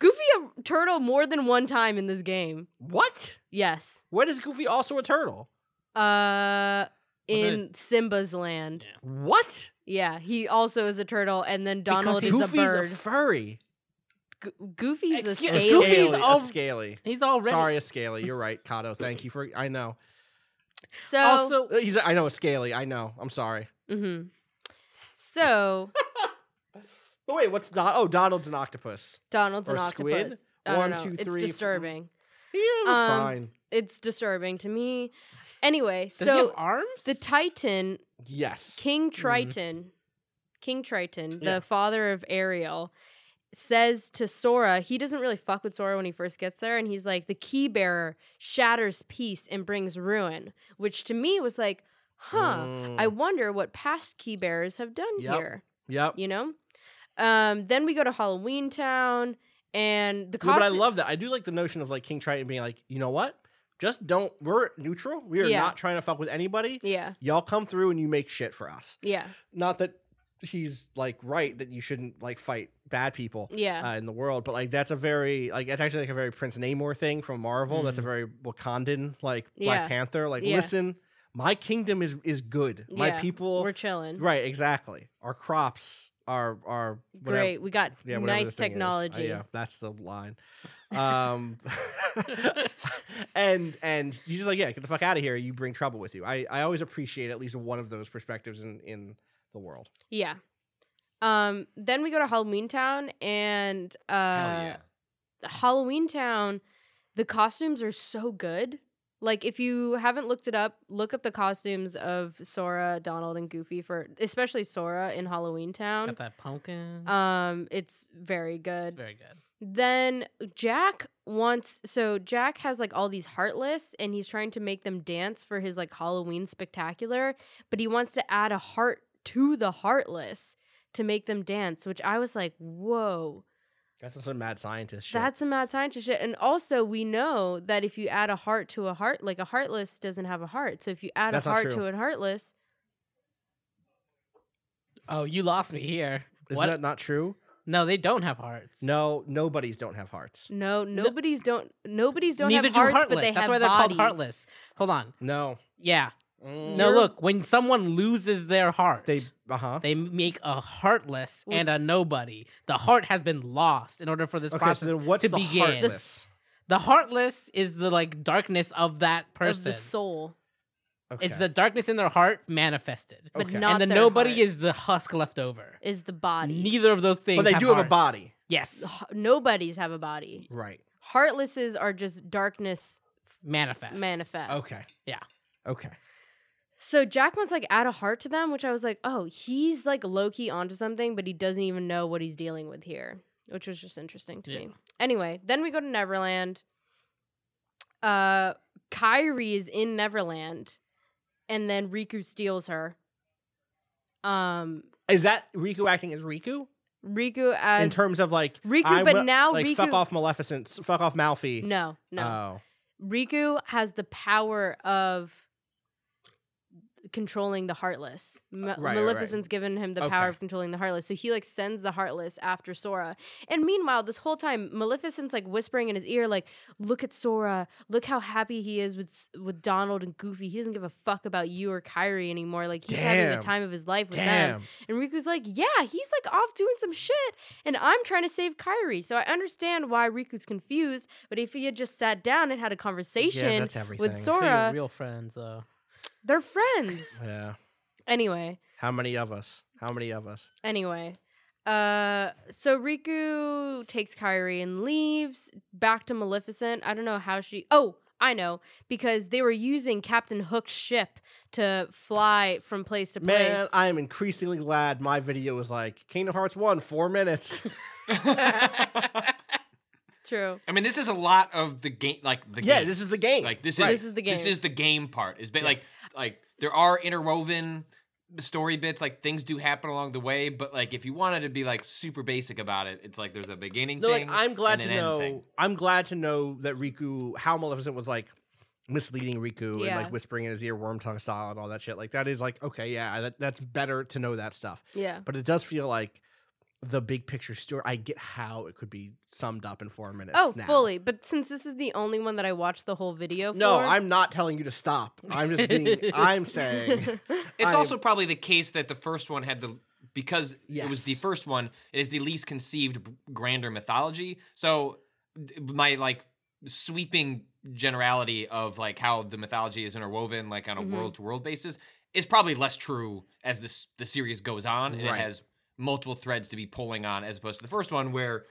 [SPEAKER 4] Goofy a turtle more than one time in this game.
[SPEAKER 1] what?
[SPEAKER 4] Yes.
[SPEAKER 1] When is Goofy also a turtle?
[SPEAKER 4] Uh
[SPEAKER 3] Was it-
[SPEAKER 4] in Simba's land.
[SPEAKER 1] What?
[SPEAKER 4] Yeah, he also is a turtle and then
[SPEAKER 3] Because
[SPEAKER 4] Donald
[SPEAKER 3] he's
[SPEAKER 4] is a
[SPEAKER 1] Goofy's
[SPEAKER 4] bird.
[SPEAKER 1] furry.
[SPEAKER 4] Go- Goofy's a
[SPEAKER 3] Excuse-
[SPEAKER 1] A
[SPEAKER 4] scaly.
[SPEAKER 3] Goofy's
[SPEAKER 1] scaly.
[SPEAKER 3] al-
[SPEAKER 1] a scaly.
[SPEAKER 3] he's already.
[SPEAKER 1] Sorry, a scaly. You're right, Kato. Thank you for. I know.
[SPEAKER 4] So
[SPEAKER 3] Also,
[SPEAKER 1] He's. I know a scaly. I know. I'm sorry.
[SPEAKER 4] Mhm. So
[SPEAKER 1] But wait, what's Don? Oh, Donald's an octopus.
[SPEAKER 4] Donald's
[SPEAKER 1] Or
[SPEAKER 4] an
[SPEAKER 1] squid?
[SPEAKER 4] octopus. I don't
[SPEAKER 1] One,
[SPEAKER 4] know.
[SPEAKER 1] two,
[SPEAKER 4] it's
[SPEAKER 1] three, four-
[SPEAKER 4] disturbing.
[SPEAKER 1] Yeah, it was
[SPEAKER 4] Um,
[SPEAKER 1] fine.
[SPEAKER 4] It's disturbing to me. Anyway,
[SPEAKER 3] does he have
[SPEAKER 4] so
[SPEAKER 3] arms?
[SPEAKER 4] the Titan
[SPEAKER 1] Yes.
[SPEAKER 4] King Triton, King Triton,
[SPEAKER 1] Mm-hmm. Yeah.
[SPEAKER 4] the father of Ariel, says to Sora, he doesn't really fuck with Sora when he first gets there, and he's like, the key bearer shatters peace and brings ruin, which to me was like, huh, I
[SPEAKER 1] Mm.
[SPEAKER 4] wonder what past key bearers have done
[SPEAKER 1] Yep.
[SPEAKER 4] here,
[SPEAKER 1] Yep.
[SPEAKER 4] you know? Um, then we go to Halloween Town, and the
[SPEAKER 1] No, but I
[SPEAKER 4] costu-
[SPEAKER 1] love that. I do like the notion of like King Triton being like, you know what? Just don't. We're neutral. We are
[SPEAKER 4] Yeah.
[SPEAKER 1] not trying to fuck with anybody.
[SPEAKER 4] yeah,
[SPEAKER 1] Y'all come through and you make shit for us.
[SPEAKER 4] yeah,
[SPEAKER 1] Not that he's like right that you shouldn't like fight bad people
[SPEAKER 4] yeah.
[SPEAKER 1] uh, in the world, but like that's a very like that's actually like a very Prince Namor thing from Marvel. That's a very Wakandan like
[SPEAKER 4] Mm. Yeah.
[SPEAKER 1] Black Panther. Like,
[SPEAKER 4] Yeah.
[SPEAKER 1] listen, my kingdom is is good. My
[SPEAKER 4] Yeah.
[SPEAKER 1] people,
[SPEAKER 4] We're chilling.
[SPEAKER 1] right? Exactly. Our crops are are whatever-
[SPEAKER 4] Great. We got
[SPEAKER 1] yeah, whatever the
[SPEAKER 4] nice
[SPEAKER 1] thing is. Uh,
[SPEAKER 4] technology.
[SPEAKER 1] yeah, that's the line. Um, and and he's just like, yeah, get the fuck out of here. You bring trouble with you. I, I always appreciate at least one of those perspectives in in the world.
[SPEAKER 4] Yeah. Um, then we go to Halloween Town and uh
[SPEAKER 2] Hell
[SPEAKER 4] Halloween Town, the costumes are so good. Like if you haven't looked it up, look up the costumes of Sora, Donald, and Goofy for especially Sora in Halloween Town.
[SPEAKER 3] got that pumpkin.
[SPEAKER 4] Um, it's very good.
[SPEAKER 3] it's very good.
[SPEAKER 4] Then Jack wants so Jack has like all these heartless and he's trying to make them dance for his like Halloween spectacular, but he wants to add a heart to the heartless to make them dance, which I was like, "Whoa.
[SPEAKER 1] That's some mad scientist shit.
[SPEAKER 4] That's some mad scientist shit. And also, we know that if you add a heart to a heart, like a heartless doesn't have a heart. So if you add
[SPEAKER 1] That's
[SPEAKER 4] a
[SPEAKER 1] not
[SPEAKER 4] heart
[SPEAKER 1] true.
[SPEAKER 4] to a heartless,
[SPEAKER 3] Oh, you lost me here.
[SPEAKER 1] Isn't
[SPEAKER 3] what?
[SPEAKER 1] that not true?
[SPEAKER 3] no, they don't have hearts.
[SPEAKER 1] No, nobodies don't have hearts.
[SPEAKER 4] no, nobody's don't nobody's don't
[SPEAKER 3] neither
[SPEAKER 4] have hearts,
[SPEAKER 3] do heartless.
[SPEAKER 4] but they
[SPEAKER 3] That's
[SPEAKER 4] have
[SPEAKER 3] why they're
[SPEAKER 4] bodies.
[SPEAKER 3] called heartless. Hold on.
[SPEAKER 1] No.
[SPEAKER 3] Yeah.
[SPEAKER 1] Mm,
[SPEAKER 3] No, look. When someone loses their heart,
[SPEAKER 1] They uh huh.
[SPEAKER 3] they make a heartless and a nobody. The heart has been lost in order for this
[SPEAKER 1] Okay, so
[SPEAKER 3] process
[SPEAKER 1] then what's
[SPEAKER 3] to
[SPEAKER 1] the
[SPEAKER 3] begin.
[SPEAKER 1] heartless?
[SPEAKER 3] The heartless is the like darkness of that person.
[SPEAKER 4] of the soul,
[SPEAKER 1] Okay.
[SPEAKER 3] It's the darkness in their heart manifested.
[SPEAKER 4] but
[SPEAKER 1] Okay.
[SPEAKER 4] not
[SPEAKER 3] and the
[SPEAKER 4] their
[SPEAKER 3] nobody
[SPEAKER 4] heart,
[SPEAKER 3] is the husk left over.
[SPEAKER 4] is the body.
[SPEAKER 3] Neither of those things.
[SPEAKER 1] but they do have a
[SPEAKER 3] hearts.
[SPEAKER 1] body.
[SPEAKER 3] Yes,
[SPEAKER 4] H- Nobodies have a body.
[SPEAKER 1] Right.
[SPEAKER 4] Heartlesses are just darkness
[SPEAKER 3] manifest.
[SPEAKER 4] manifest.
[SPEAKER 1] Okay.
[SPEAKER 3] Yeah.
[SPEAKER 1] Okay.
[SPEAKER 4] So Jack must like add a heart to them, which I was like, oh, he's like low key onto something, but he doesn't even know what he's dealing with here, which was just interesting to
[SPEAKER 3] Yeah.
[SPEAKER 4] me. Anyway, then we go to Neverland. Uh, Kyrie is in Neverland, and then Riku steals her. Um,
[SPEAKER 1] Is that Riku acting as Riku
[SPEAKER 4] Riku as
[SPEAKER 1] in terms of like
[SPEAKER 4] Riku,
[SPEAKER 1] I
[SPEAKER 4] but
[SPEAKER 1] wa-
[SPEAKER 4] now
[SPEAKER 1] like
[SPEAKER 4] Riku
[SPEAKER 1] fuck off Maleficent, s- fuck off Malfi.
[SPEAKER 4] no no
[SPEAKER 1] Oh.
[SPEAKER 4] Riku has the power of controlling the heartless. Ma-
[SPEAKER 1] Uh, right, right, right.
[SPEAKER 4] Maleficent's given him the power
[SPEAKER 1] Okay.
[SPEAKER 4] of controlling the heartless. So he like sends the heartless after Sora. And meanwhile, this whole time Maleficent's like whispering in his ear like, "Look at Sora. Look how happy he is with S- with Donald and Goofy. He doesn't give a fuck about you or Kyrie anymore. Like he's having
[SPEAKER 1] Damn.
[SPEAKER 4] the time of his life with them."
[SPEAKER 1] Damn.
[SPEAKER 4] And Riku's like, yeah, he's like off doing some shit, and I'm trying to save Kyrie. So I understand why Riku's confused, but if he had just sat down and had a conversation
[SPEAKER 1] that's everything.
[SPEAKER 4] with
[SPEAKER 3] They were
[SPEAKER 4] Sora,
[SPEAKER 3] real friends though.
[SPEAKER 4] they're friends.
[SPEAKER 1] Yeah.
[SPEAKER 4] anyway,
[SPEAKER 1] How many of us? How many of us?
[SPEAKER 4] anyway. Uh, so Riku takes Kyrie and leaves back to Maleficent. I don't know how she. Oh, I know because they were using Captain Hook's ship to fly from place to place.
[SPEAKER 1] Man, I am increasingly glad my video was like Kingdom Hearts 1, four minutes.
[SPEAKER 4] True.
[SPEAKER 2] I mean, this is a lot of the game, like the
[SPEAKER 1] Yeah,
[SPEAKER 2] games.
[SPEAKER 1] this is the game.
[SPEAKER 2] Like this
[SPEAKER 4] Right.
[SPEAKER 2] is
[SPEAKER 4] This is the
[SPEAKER 2] This
[SPEAKER 4] game.
[SPEAKER 2] is the game part. Is ba- like like there are interwoven story bits. Like things do happen along the way, but like if you wanted to be like super basic about it, it's like there's a beginning
[SPEAKER 1] No,
[SPEAKER 2] thing.
[SPEAKER 1] like I'm glad
[SPEAKER 2] and
[SPEAKER 1] to
[SPEAKER 2] an end
[SPEAKER 1] know.
[SPEAKER 2] thing.
[SPEAKER 1] I'm glad to know that Riku, how Maleficent was like misleading Riku
[SPEAKER 4] Yeah.
[SPEAKER 1] and like whispering in his ear, worm tongue style, and all that shit. Like that is like okay, yeah, that, that's better to know that stuff.
[SPEAKER 4] Yeah.
[SPEAKER 1] But it does feel like the big picture story. I get how it could be summed up in four minutes.
[SPEAKER 4] Oh,
[SPEAKER 1] now.
[SPEAKER 4] fully. But since this is the only one that I watched the whole video for,
[SPEAKER 1] No, I'm not telling you to stop. I'm just being. I'm saying.
[SPEAKER 2] It's
[SPEAKER 1] I-
[SPEAKER 2] also probably the case that the first one had the because it was the
[SPEAKER 1] Yes.
[SPEAKER 2] first one. It is the least conceived b- grander mythology. So d- my like sweeping generality of like how the mythology is interwoven, like on a
[SPEAKER 4] Mhm.
[SPEAKER 1] Mm-hmm.
[SPEAKER 2] world to world basis, is probably less true as this the series goes on, and it
[SPEAKER 1] Right.
[SPEAKER 2] has multiple threads to be pulling on, as opposed to the first one where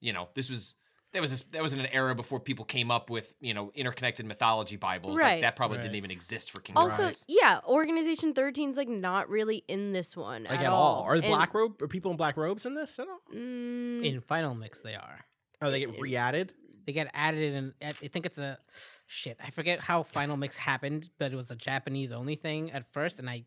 [SPEAKER 2] you know this was. That was a, that was in an era before people came up with you know interconnected mythology bibles
[SPEAKER 4] Right.
[SPEAKER 2] like that probably
[SPEAKER 3] Right.
[SPEAKER 2] didn't even exist for Kingdom
[SPEAKER 4] also
[SPEAKER 2] Hearts.
[SPEAKER 4] yeah. Organization 13's like not really in this one
[SPEAKER 1] Like
[SPEAKER 4] at, all.
[SPEAKER 1] Are
[SPEAKER 4] And-
[SPEAKER 1] black robe? Are people in black robes in this at all?
[SPEAKER 4] Mm,
[SPEAKER 3] In Final Mix, they are.
[SPEAKER 1] Oh, they get re-added.
[SPEAKER 3] They get added in. I think it's a shit. I forget how Final Mix happened, but it was a Japanese only thing at first, and I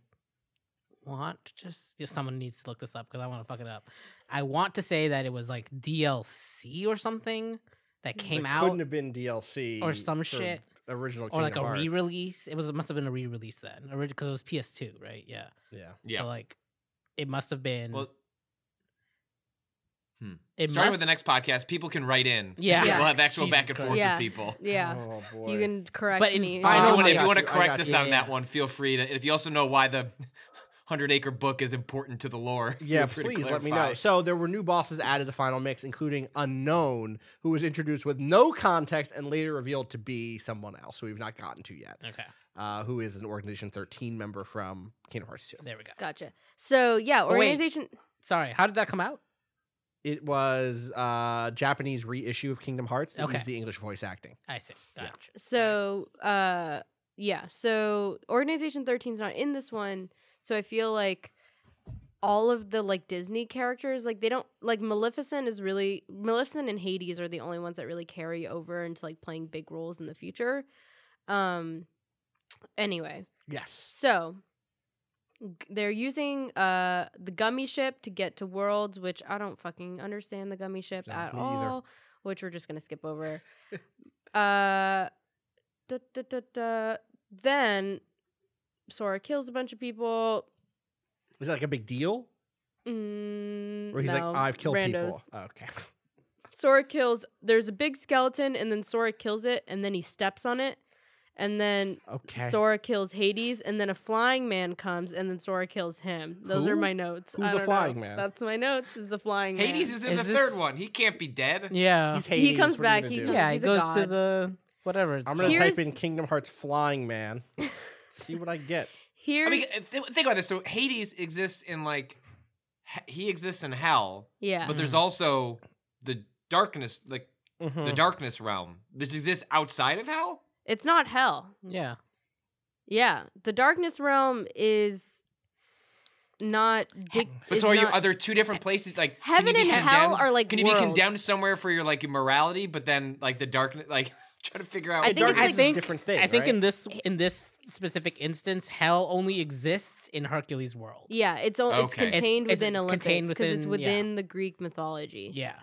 [SPEAKER 3] want to just if someone needs to look this up because I want to fuck it up. I want to say that it was like DLC or something that came
[SPEAKER 1] It
[SPEAKER 3] out
[SPEAKER 1] Mm, couldn't have been DLC
[SPEAKER 3] or some
[SPEAKER 1] for
[SPEAKER 3] shit.
[SPEAKER 1] Original
[SPEAKER 3] or like a
[SPEAKER 1] Kingdom Hearts.
[SPEAKER 3] re-release. It was it must have been a re-release then, because it was PS2, right? Yeah.
[SPEAKER 1] Yeah.
[SPEAKER 2] yeah,
[SPEAKER 3] So like, it must have been.
[SPEAKER 2] Well,
[SPEAKER 3] it
[SPEAKER 2] starting
[SPEAKER 3] must,
[SPEAKER 2] with the next podcast, people can write in.
[SPEAKER 3] Yeah.
[SPEAKER 4] Yeah.
[SPEAKER 2] we'll have actual
[SPEAKER 3] Jesus
[SPEAKER 2] back and
[SPEAKER 3] Christ.
[SPEAKER 2] forth
[SPEAKER 4] Yeah.
[SPEAKER 2] with people.
[SPEAKER 4] yeah.
[SPEAKER 1] Oh boy.
[SPEAKER 4] You can correct
[SPEAKER 3] But in
[SPEAKER 4] me.
[SPEAKER 2] So if
[SPEAKER 3] Final
[SPEAKER 2] you wanna- if
[SPEAKER 3] Mix.
[SPEAKER 2] you want
[SPEAKER 1] Oh I
[SPEAKER 2] to
[SPEAKER 1] got
[SPEAKER 2] correct
[SPEAKER 1] you.
[SPEAKER 2] us on
[SPEAKER 3] Yeah,
[SPEAKER 2] that
[SPEAKER 3] yeah.
[SPEAKER 2] one, feel free to. and If you also know why the Hundred Acre Book is important to the lore,
[SPEAKER 1] yeah,
[SPEAKER 2] feel free to
[SPEAKER 1] please let me
[SPEAKER 2] clarify.
[SPEAKER 1] know. So there were new bosses added to the final mix, including Unknown, who was introduced with no context and later revealed to be someone else who we've not gotten to yet,
[SPEAKER 3] okay,
[SPEAKER 1] uh, who is an Organization 13 member from Kingdom Hearts 2.
[SPEAKER 3] there we go.
[SPEAKER 4] Gotcha. So yeah,
[SPEAKER 3] Oh, wait.
[SPEAKER 4] organization.
[SPEAKER 3] Sorry, how did that come out?
[SPEAKER 1] It was uh, Japanese reissue of Kingdom Hearts. It
[SPEAKER 3] Okay.
[SPEAKER 1] used the English voice acting.
[SPEAKER 3] I see. Gotcha.
[SPEAKER 4] So uh, yeah. So organization 13's not in this one. So I feel like all of the like Disney characters, like they don't like Maleficent is really Maleficent and Hades are the only ones that really carry over into like playing big roles in the future. Um. Anyway,
[SPEAKER 1] Yes.
[SPEAKER 4] so g- they're using uh the gummy ship to get to worlds which i don't fucking understand the gummy ship
[SPEAKER 1] Don't
[SPEAKER 4] at
[SPEAKER 1] me
[SPEAKER 4] all
[SPEAKER 1] either.
[SPEAKER 4] which we're just gonna skip over uh da, da, da, da. then sora kills a bunch of people
[SPEAKER 1] Is that like a big deal?
[SPEAKER 4] Mm,
[SPEAKER 1] Or he's
[SPEAKER 4] no,
[SPEAKER 1] like, I've killed people.
[SPEAKER 4] randos.
[SPEAKER 1] Oh, okay.
[SPEAKER 4] Sora kills. There's a big skeleton, and then Sora kills it, and then he steps on it, and then
[SPEAKER 1] Okay.
[SPEAKER 4] Sora kills Hades, and then a flying man comes, and then Sora kills him. Those are
[SPEAKER 1] Who?
[SPEAKER 4] my notes.
[SPEAKER 1] Who's
[SPEAKER 4] I
[SPEAKER 1] the
[SPEAKER 4] don't
[SPEAKER 1] flying
[SPEAKER 4] know.
[SPEAKER 1] man?
[SPEAKER 4] That's my notes. Is the flying
[SPEAKER 2] Hades
[SPEAKER 4] man.
[SPEAKER 2] is in
[SPEAKER 3] Is
[SPEAKER 2] the
[SPEAKER 3] this-
[SPEAKER 2] third one. He can't be dead.
[SPEAKER 3] Yeah.
[SPEAKER 1] He's Hades.
[SPEAKER 4] comes
[SPEAKER 1] what are you
[SPEAKER 4] back,
[SPEAKER 1] gonna
[SPEAKER 4] he
[SPEAKER 1] do?
[SPEAKER 4] comes-
[SPEAKER 3] Yeah,
[SPEAKER 4] he's
[SPEAKER 3] it
[SPEAKER 4] a
[SPEAKER 3] goes to
[SPEAKER 4] god.
[SPEAKER 3] the whatever it's
[SPEAKER 1] I'm gonna
[SPEAKER 4] Here's-
[SPEAKER 1] type in Kingdom Hearts flying man. See what I get.
[SPEAKER 4] Here's
[SPEAKER 2] I mean, th- think about this. So Hades exists in like h- he exists in hell,
[SPEAKER 4] yeah.
[SPEAKER 2] but there's
[SPEAKER 1] Mm.
[SPEAKER 2] also the darkness, like
[SPEAKER 1] Mm-hmm. Hmm.
[SPEAKER 2] the darkness realm, that exists outside of hell.
[SPEAKER 4] It's not hell.
[SPEAKER 3] Yeah.
[SPEAKER 4] Yeah, the darkness realm is not. Dic-
[SPEAKER 2] But
[SPEAKER 4] is
[SPEAKER 2] so are you?
[SPEAKER 4] not-
[SPEAKER 2] Are there two different places? Like can
[SPEAKER 4] Heaven
[SPEAKER 2] you be
[SPEAKER 4] and hell
[SPEAKER 2] condemned-
[SPEAKER 4] are, like,
[SPEAKER 2] Can you be condemned
[SPEAKER 4] worlds.
[SPEAKER 2] somewhere for your like immorality, but then like the darkness, like trying to figure out?
[SPEAKER 4] I think it's
[SPEAKER 1] darkness
[SPEAKER 4] like-
[SPEAKER 1] is
[SPEAKER 3] think-
[SPEAKER 1] a different thing.
[SPEAKER 3] I think
[SPEAKER 1] right?
[SPEAKER 3] in this in this specific instance, hell only exists in Hercules' world.
[SPEAKER 4] yeah, it's all it's
[SPEAKER 2] Okay. It's-
[SPEAKER 4] contained
[SPEAKER 3] it's
[SPEAKER 4] within
[SPEAKER 3] contained
[SPEAKER 4] Olympus because it's
[SPEAKER 3] within- yeah.
[SPEAKER 4] within the Greek mythology.
[SPEAKER 3] Yeah.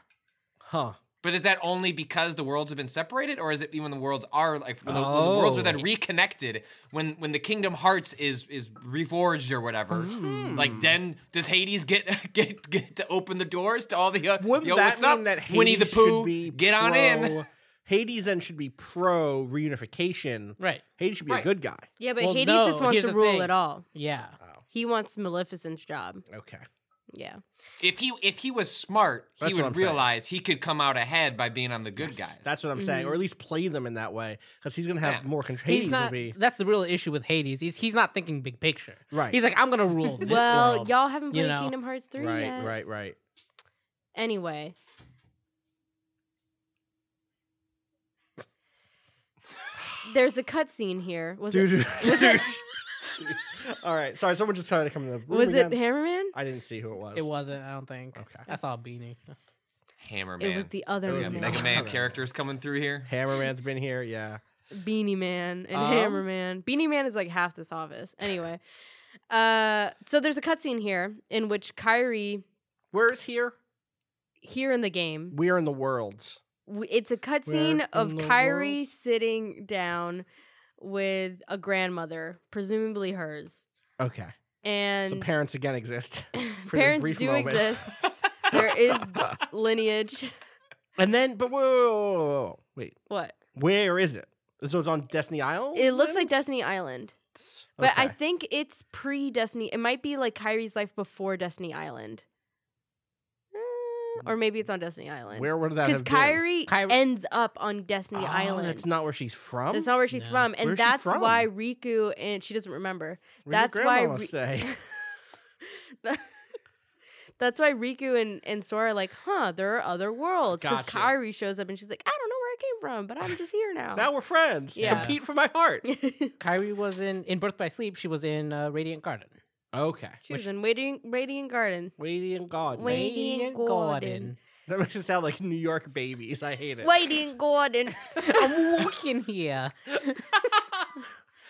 [SPEAKER 1] huh?
[SPEAKER 2] But is that only because the worlds have been separated, or is it when the worlds are like when, the, when the worlds
[SPEAKER 1] Oh.
[SPEAKER 2] are then reconnected? When when the Kingdom Hearts is is reforged or whatever,
[SPEAKER 4] Hmm.
[SPEAKER 2] like then does Hades get get get to open the doors to all the uh,
[SPEAKER 1] Wouldn't
[SPEAKER 2] yo,
[SPEAKER 1] that
[SPEAKER 2] what's
[SPEAKER 1] mean
[SPEAKER 2] up?
[SPEAKER 1] that Hades
[SPEAKER 2] Winnie the Pooh,
[SPEAKER 1] should be
[SPEAKER 2] get on in.
[SPEAKER 1] pro- Hades then should be pro reunification.
[SPEAKER 3] Right.
[SPEAKER 1] Hades should be
[SPEAKER 2] Right.
[SPEAKER 1] a good guy.
[SPEAKER 4] Yeah, but
[SPEAKER 3] Well,
[SPEAKER 4] Hades
[SPEAKER 3] no,
[SPEAKER 4] just wants
[SPEAKER 3] here's
[SPEAKER 4] to
[SPEAKER 3] the
[SPEAKER 4] rule
[SPEAKER 3] thing.
[SPEAKER 4] it all.
[SPEAKER 3] Yeah.
[SPEAKER 1] Uh,
[SPEAKER 4] He wants Maleficent's job.
[SPEAKER 1] Okay.
[SPEAKER 4] Yeah.
[SPEAKER 2] If he if he was smart,
[SPEAKER 1] That's
[SPEAKER 2] he
[SPEAKER 1] what I'm
[SPEAKER 2] would
[SPEAKER 1] saying.
[SPEAKER 2] realize he could come out ahead by being on the good guys.
[SPEAKER 1] That's what I'm saying, or at least play them in that way, because he's gonna have
[SPEAKER 2] Yeah.
[SPEAKER 1] more control.
[SPEAKER 3] He's
[SPEAKER 1] Hades
[SPEAKER 3] not,
[SPEAKER 1] will be
[SPEAKER 3] That's the real issue with Hades. He's he's not thinking big picture.
[SPEAKER 1] Right.
[SPEAKER 3] He's like, I'm gonna rule this
[SPEAKER 4] well,
[SPEAKER 3] world.
[SPEAKER 4] y'all haven't
[SPEAKER 3] you
[SPEAKER 4] played
[SPEAKER 3] know.
[SPEAKER 4] Kingdom Hearts 3
[SPEAKER 1] right,
[SPEAKER 4] yet.
[SPEAKER 1] right, right.
[SPEAKER 4] Anyway. There's a cutscene here. Was
[SPEAKER 1] Dude,
[SPEAKER 4] it
[SPEAKER 1] dude, dude. All right, sorry. Someone just tried to come in the room.
[SPEAKER 4] was it
[SPEAKER 1] again.
[SPEAKER 4] Hammerman?
[SPEAKER 1] I didn't see who it was.
[SPEAKER 3] It wasn't, I don't think.
[SPEAKER 1] Okay.
[SPEAKER 3] That's all beanie.
[SPEAKER 2] Hammer
[SPEAKER 4] It
[SPEAKER 2] Man.
[SPEAKER 4] was the other
[SPEAKER 1] It
[SPEAKER 2] We
[SPEAKER 1] was
[SPEAKER 2] got
[SPEAKER 4] man.
[SPEAKER 1] the
[SPEAKER 2] Mega
[SPEAKER 1] other
[SPEAKER 2] Man
[SPEAKER 1] Man.
[SPEAKER 2] characters coming through here.
[SPEAKER 1] Hammerman's been here. Yeah.
[SPEAKER 4] Beanie Man and
[SPEAKER 1] Um,
[SPEAKER 4] Hammer Man. Beanie Man is like half this office. Anyway. Uh so there's a cutscene here in which Kyrie
[SPEAKER 1] Where is here?
[SPEAKER 4] here in the game
[SPEAKER 1] We are in the worlds.
[SPEAKER 4] w- it's a cutscene
[SPEAKER 1] Where
[SPEAKER 4] of
[SPEAKER 1] in the
[SPEAKER 4] Kyrie
[SPEAKER 1] world?
[SPEAKER 4] sitting down with a grandmother, presumably hers,
[SPEAKER 1] Okay.
[SPEAKER 4] and
[SPEAKER 1] so parents again exist. for this
[SPEAKER 4] parents
[SPEAKER 1] brief
[SPEAKER 4] do
[SPEAKER 1] moment.
[SPEAKER 4] exist. there is lineage.
[SPEAKER 1] And then, but whoa, whoa, whoa, whoa, whoa. wait,
[SPEAKER 4] What?
[SPEAKER 1] where is it? So it's on Destiny Isle.
[SPEAKER 4] It looks like
[SPEAKER 1] Islands?
[SPEAKER 4] Destiny Island, but I
[SPEAKER 1] Okay.
[SPEAKER 4] think it's pre Destiny. It might be like Kyrie's life before Destiny Island, Uh, or maybe it's on Destiny Island.
[SPEAKER 1] Hmm. where would that
[SPEAKER 4] Because
[SPEAKER 1] have been?
[SPEAKER 4] Kyrie
[SPEAKER 3] Kyrie-
[SPEAKER 4] ends up on Destiny
[SPEAKER 1] Oh,
[SPEAKER 4] Island.
[SPEAKER 1] That's not where she's from.
[SPEAKER 4] That's not where she's
[SPEAKER 3] No.
[SPEAKER 4] from, and
[SPEAKER 1] Where's she
[SPEAKER 4] that's
[SPEAKER 1] from?
[SPEAKER 4] why Riku and she doesn't remember.
[SPEAKER 1] Where's your
[SPEAKER 4] that's why
[SPEAKER 1] grandmama
[SPEAKER 4] re-
[SPEAKER 1] stay?
[SPEAKER 4] That's why Riku and, and Sora are like, huh, there are other worlds. Because
[SPEAKER 1] Gotcha.
[SPEAKER 4] Kyrie shows up and she's like, I don't know where I came from, but I'm just here now.
[SPEAKER 1] Now we're friends.
[SPEAKER 4] Yeah.
[SPEAKER 1] Compete for my heart.
[SPEAKER 3] Kyrie was in in Birth by Sleep, she was in uh, Radiant Garden.
[SPEAKER 1] okay.
[SPEAKER 4] she was in Radiant, Radiant Garden.
[SPEAKER 1] Waiting God.
[SPEAKER 4] Wait-
[SPEAKER 1] Wait.
[SPEAKER 4] Radiant Garden.
[SPEAKER 1] That makes it sound like New York babies. I hate it.
[SPEAKER 4] Radiant Garden.
[SPEAKER 3] I'm walking here.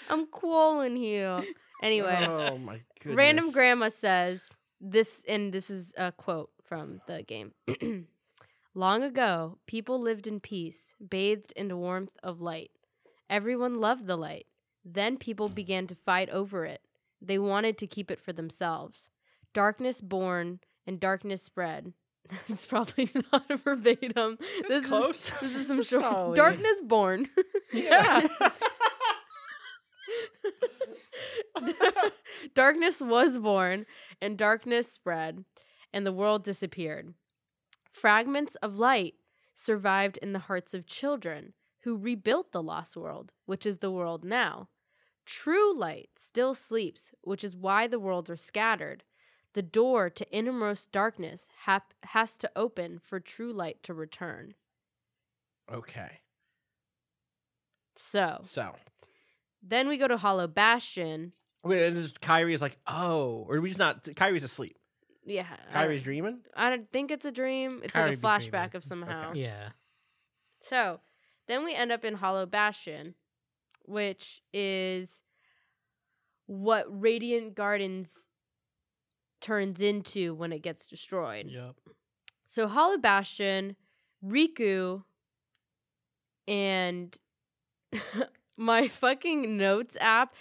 [SPEAKER 4] I'm calling you. Anyway,
[SPEAKER 1] Oh my goodness.
[SPEAKER 4] random grandma says this, and this is a quote from the game. Long ago, people lived in peace, bathed in the warmth of light. Everyone loved the light. Then people began to fight over it. They wanted to keep it for themselves. Darkness born and darkness spread. That's probably not a verbatim. this
[SPEAKER 1] close.
[SPEAKER 4] Is, this is some short.
[SPEAKER 3] Probably.
[SPEAKER 4] Darkness born.
[SPEAKER 1] Yeah.
[SPEAKER 4] darkness was born and darkness spread and the world disappeared fragments of light survived in the hearts of children who rebuilt the lost world which is the world now true light still sleeps which is why the worlds are scattered the door to innermost darkness hap- has to open for true light to return
[SPEAKER 1] okay.
[SPEAKER 4] so
[SPEAKER 1] So.
[SPEAKER 4] then we go to hollow bastion
[SPEAKER 1] Wait, and this Kyrie is like, oh, or we just not? Kyrie's asleep.
[SPEAKER 4] yeah
[SPEAKER 1] Kyrie's dreaming.
[SPEAKER 4] I don't think it's a dream. It's
[SPEAKER 3] Kyrie
[SPEAKER 4] like a
[SPEAKER 3] be
[SPEAKER 4] flashback
[SPEAKER 3] dreaming.
[SPEAKER 4] of somehow.
[SPEAKER 3] Yeah.
[SPEAKER 4] So then we end up in Hollow Bastion, which is what Radiant Gardens turns into when it gets destroyed.
[SPEAKER 3] Yep.
[SPEAKER 4] So Hollow Bastion, Riku, and my fucking notes app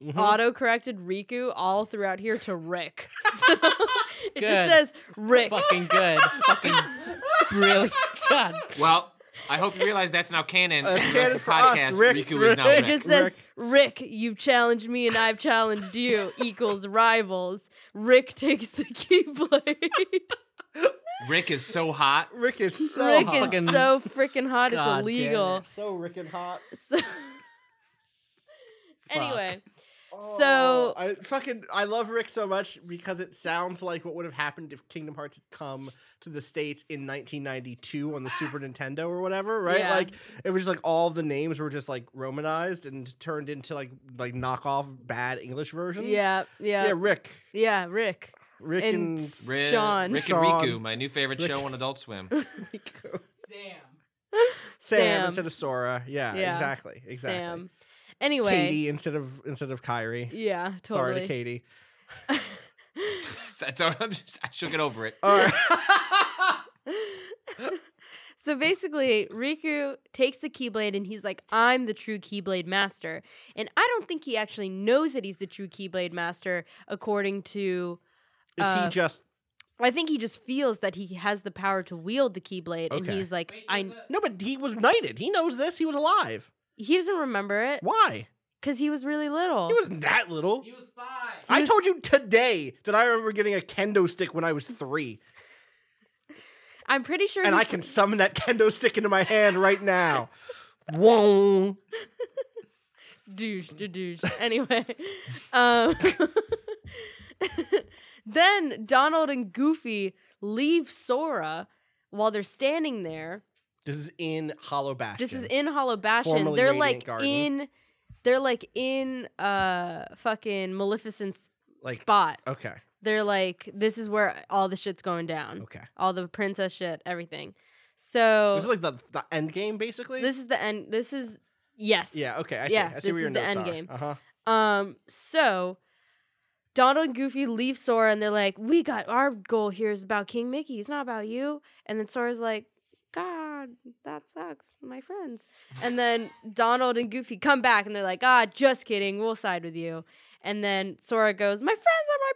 [SPEAKER 1] Mm-hmm.
[SPEAKER 4] auto corrected Riku all throughout here to Rick. So it
[SPEAKER 3] Good.
[SPEAKER 4] just says Rick.
[SPEAKER 3] Fucking good. Fucking brilliant. God.
[SPEAKER 2] Well, I hope you realize that's now canon.
[SPEAKER 1] That's
[SPEAKER 2] and the rest
[SPEAKER 1] canon Uh, for us,
[SPEAKER 2] of the podcast,
[SPEAKER 1] Rick,
[SPEAKER 2] Riku is now
[SPEAKER 1] Rick.
[SPEAKER 2] Rick.
[SPEAKER 4] It just says Rick, you've challenged me and I've challenged you equals rivals. Rick takes the keyblade.
[SPEAKER 2] Rick is so hot.
[SPEAKER 1] Rick is so
[SPEAKER 4] Rick
[SPEAKER 1] hot.
[SPEAKER 4] is
[SPEAKER 3] Fucking-
[SPEAKER 4] so freaking hot.
[SPEAKER 3] God
[SPEAKER 4] it's illegal.
[SPEAKER 3] damn
[SPEAKER 1] so Rick and hot.
[SPEAKER 4] So
[SPEAKER 3] Fuck.
[SPEAKER 4] anyway,
[SPEAKER 1] Oh,
[SPEAKER 4] So-
[SPEAKER 1] I fucking I love Rick so much because it sounds like what would have happened if Kingdom Hearts had come to the states in 1992 on the Super Nintendo or whatever, right?
[SPEAKER 4] Yeah.
[SPEAKER 1] Like it was just like all the names were just like romanized and turned into like like knockoff bad English versions.
[SPEAKER 4] yeah,
[SPEAKER 1] yeah,
[SPEAKER 4] yeah, yeah,
[SPEAKER 1] Rick,
[SPEAKER 4] Rick
[SPEAKER 1] Rick
[SPEAKER 4] and,
[SPEAKER 1] and,
[SPEAKER 2] Rick,
[SPEAKER 4] Sean,
[SPEAKER 2] Rick and
[SPEAKER 1] Sean.
[SPEAKER 2] Riku, my new favorite
[SPEAKER 1] Rick.
[SPEAKER 2] show on Adult Swim.
[SPEAKER 1] Sam,
[SPEAKER 4] Sam.
[SPEAKER 1] instead of Sora. Yeah,
[SPEAKER 4] Yeah.
[SPEAKER 1] exactly, exactly.
[SPEAKER 4] Sam. Anyway,
[SPEAKER 1] Katie instead of instead of Kyrie.
[SPEAKER 4] yeah,
[SPEAKER 1] Sorry
[SPEAKER 4] totally.
[SPEAKER 1] to Katie.
[SPEAKER 2] That's all, I'm just, I should get over it.
[SPEAKER 1] All right.
[SPEAKER 4] so basically, Riku takes the Keyblade and he's like, I'm the true Keyblade Master. And I don't think he actually knows that he's the true Keyblade Master, according to.
[SPEAKER 1] Is
[SPEAKER 4] Uh,
[SPEAKER 1] he just
[SPEAKER 4] I think he just feels that he has the power to wield the Keyblade. And
[SPEAKER 1] Okay.
[SPEAKER 4] he's like, I.
[SPEAKER 1] No, but he was knighted. He knows this. He was alive.
[SPEAKER 4] He doesn't remember it
[SPEAKER 1] Why?
[SPEAKER 4] because he was really little.
[SPEAKER 1] He wasn't that little.
[SPEAKER 3] He was five.
[SPEAKER 1] I
[SPEAKER 4] was-
[SPEAKER 1] told you today that I remember getting a kendo stick when I was three,
[SPEAKER 4] I'm pretty sure.
[SPEAKER 1] and
[SPEAKER 4] he-
[SPEAKER 1] I can summon that kendo stick into my hand right now. Whoa!
[SPEAKER 4] douche to douche. Anyway, um, then Donald and Goofy leave Sora while they're standing there.
[SPEAKER 1] This is in Hollow Bastion.
[SPEAKER 4] This is in Hollow Bastion.
[SPEAKER 1] Formerly
[SPEAKER 4] they're
[SPEAKER 1] Radiant
[SPEAKER 4] like
[SPEAKER 1] Garden.
[SPEAKER 4] in, they're like in uh fucking Maleficent's
[SPEAKER 1] like
[SPEAKER 4] spot.
[SPEAKER 1] okay,
[SPEAKER 4] They're like, this is where all the shit's going down.
[SPEAKER 1] okay.
[SPEAKER 4] All the princess shit, everything. So
[SPEAKER 1] This is like the, the end game, basically.
[SPEAKER 4] Oh. this is the end. This is yes.
[SPEAKER 1] yeah. Okay, I see.
[SPEAKER 4] yeah,
[SPEAKER 1] I see
[SPEAKER 4] this
[SPEAKER 1] where your
[SPEAKER 4] is the
[SPEAKER 1] notes
[SPEAKER 4] end
[SPEAKER 1] are.
[SPEAKER 4] game.
[SPEAKER 1] Uh huh.
[SPEAKER 4] Um, so Donald and Goofy leave Sora and they're like, We got our goal here is about King Mickey, it's not about you. And then Sora's like, God, that sucks, my friends. And then Donald and Goofy come back and they're like, Ah, just kidding, we'll side with you. And then Sora goes, My friends are my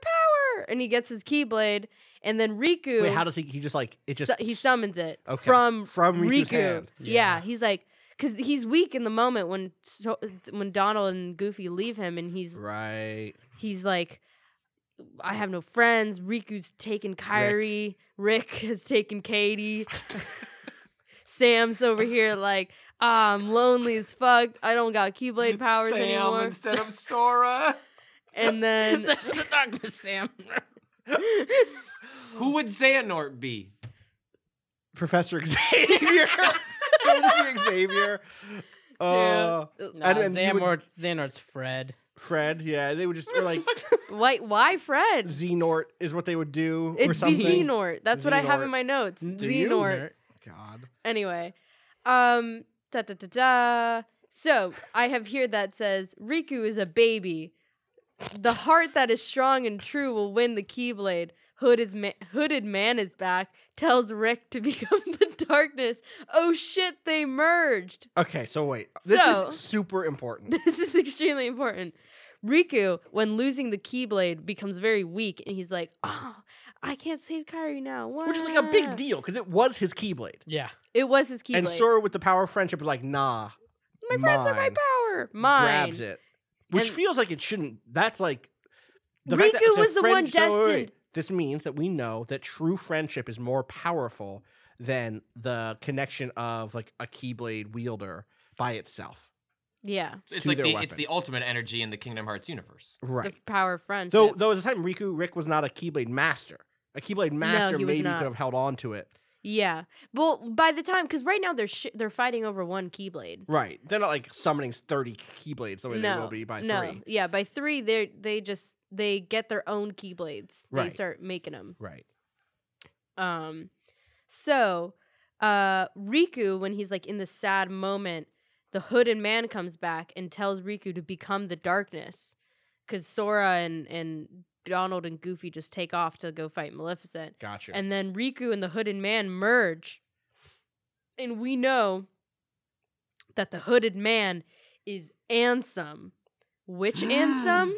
[SPEAKER 4] power. And he gets his Keyblade. And then Riku,
[SPEAKER 1] Wait, how does he? He just like it just.
[SPEAKER 4] su- he summons it
[SPEAKER 1] Okay,
[SPEAKER 4] from,
[SPEAKER 1] from Riku's
[SPEAKER 4] Riku.
[SPEAKER 1] hand.
[SPEAKER 4] Yeah.
[SPEAKER 3] Yeah.
[SPEAKER 4] he's like, because he's weak in the moment when so- when Donald and Goofy leave him, and he's
[SPEAKER 1] Right.
[SPEAKER 4] he's like, I have no friends. Riku's taken Kyrie. Rick, has taken Katie. Sam's over here like, ah, I'm lonely as fuck. I don't got Keyblade powers
[SPEAKER 2] Sam
[SPEAKER 4] anymore.
[SPEAKER 2] instead of Sora.
[SPEAKER 4] And then
[SPEAKER 3] the darkness, Sam.
[SPEAKER 2] Who would Xehanort be?
[SPEAKER 1] Professor Xavier. Professor Xavier. Uh,
[SPEAKER 3] No,
[SPEAKER 1] And then you
[SPEAKER 3] Sam
[SPEAKER 1] would-
[SPEAKER 3] or Xehanort's Fred.
[SPEAKER 1] Fred. Yeah, they would just or like
[SPEAKER 4] why why Fred?
[SPEAKER 1] Xenort is what they would do or
[SPEAKER 4] It's
[SPEAKER 1] something.
[SPEAKER 4] Xenort. That's what I have
[SPEAKER 1] Xehanort.
[SPEAKER 4] in my notes.
[SPEAKER 1] Do you?
[SPEAKER 4] Xenort.
[SPEAKER 1] God.
[SPEAKER 4] Anyway, um, da da da da. So I have here that says Riku is a baby. The heart that is strong and true will win the Keyblade. Hood is ma- hooded man is back. Tells Rick to become the darkness. Oh shit! They merged.
[SPEAKER 1] Okay, so wait. This
[SPEAKER 4] So-
[SPEAKER 1] is super important.
[SPEAKER 4] This is extremely important. Riku, when losing the Keyblade, becomes very weak, and he's like, "Oh, I can't save Kairi now."
[SPEAKER 1] Which is like a big
[SPEAKER 4] Wah."
[SPEAKER 1] deal because it was his Keyblade.
[SPEAKER 3] Yeah.
[SPEAKER 4] It was his Keyblade.
[SPEAKER 1] And Sora with the power of friendship was like, nah.
[SPEAKER 4] my friends are my
[SPEAKER 1] mine.
[SPEAKER 4] power. Mine.
[SPEAKER 1] Grabs it. Which
[SPEAKER 4] And-
[SPEAKER 1] feels like it shouldn't. That's like.
[SPEAKER 4] Riku was the one
[SPEAKER 1] so wait, wait.
[SPEAKER 4] destined-
[SPEAKER 1] This means that we know that true friendship is more powerful than the connection of like a Keyblade wielder by itself.
[SPEAKER 4] Yeah.
[SPEAKER 2] It's
[SPEAKER 1] To
[SPEAKER 2] like
[SPEAKER 1] their
[SPEAKER 2] the,
[SPEAKER 1] weapon.
[SPEAKER 2] it's the ultimate energy in the Kingdom Hearts universe.
[SPEAKER 1] Right.
[SPEAKER 4] the power of friendship.
[SPEAKER 1] Though, though at the time, Riku Rick was not a Keyblade master. A Keyblade master
[SPEAKER 4] he was
[SPEAKER 1] maybe could
[SPEAKER 4] not.
[SPEAKER 1] have held on to it.
[SPEAKER 4] yeah. Well, by the time, because right now they're sh- they're fighting over one Keyblade.
[SPEAKER 1] Right. They're not like summoning thirty Keyblades the way
[SPEAKER 4] no,
[SPEAKER 1] they will be by
[SPEAKER 4] no,
[SPEAKER 1] three.
[SPEAKER 4] yeah, by three they they just they get their own Keyblades. They
[SPEAKER 1] Right.
[SPEAKER 4] start making them.
[SPEAKER 1] Right.
[SPEAKER 4] Um, so uh, Riku, when he's like in the sad moment, the hooded man comes back and tells Riku to become the darkness. because Sora and and Donald and Goofy just take off to go fight Maleficent,
[SPEAKER 1] Gotcha.
[SPEAKER 4] and then Riku and the Hooded Man merge, and we know that the Hooded Man is Ansem. Which Ansem?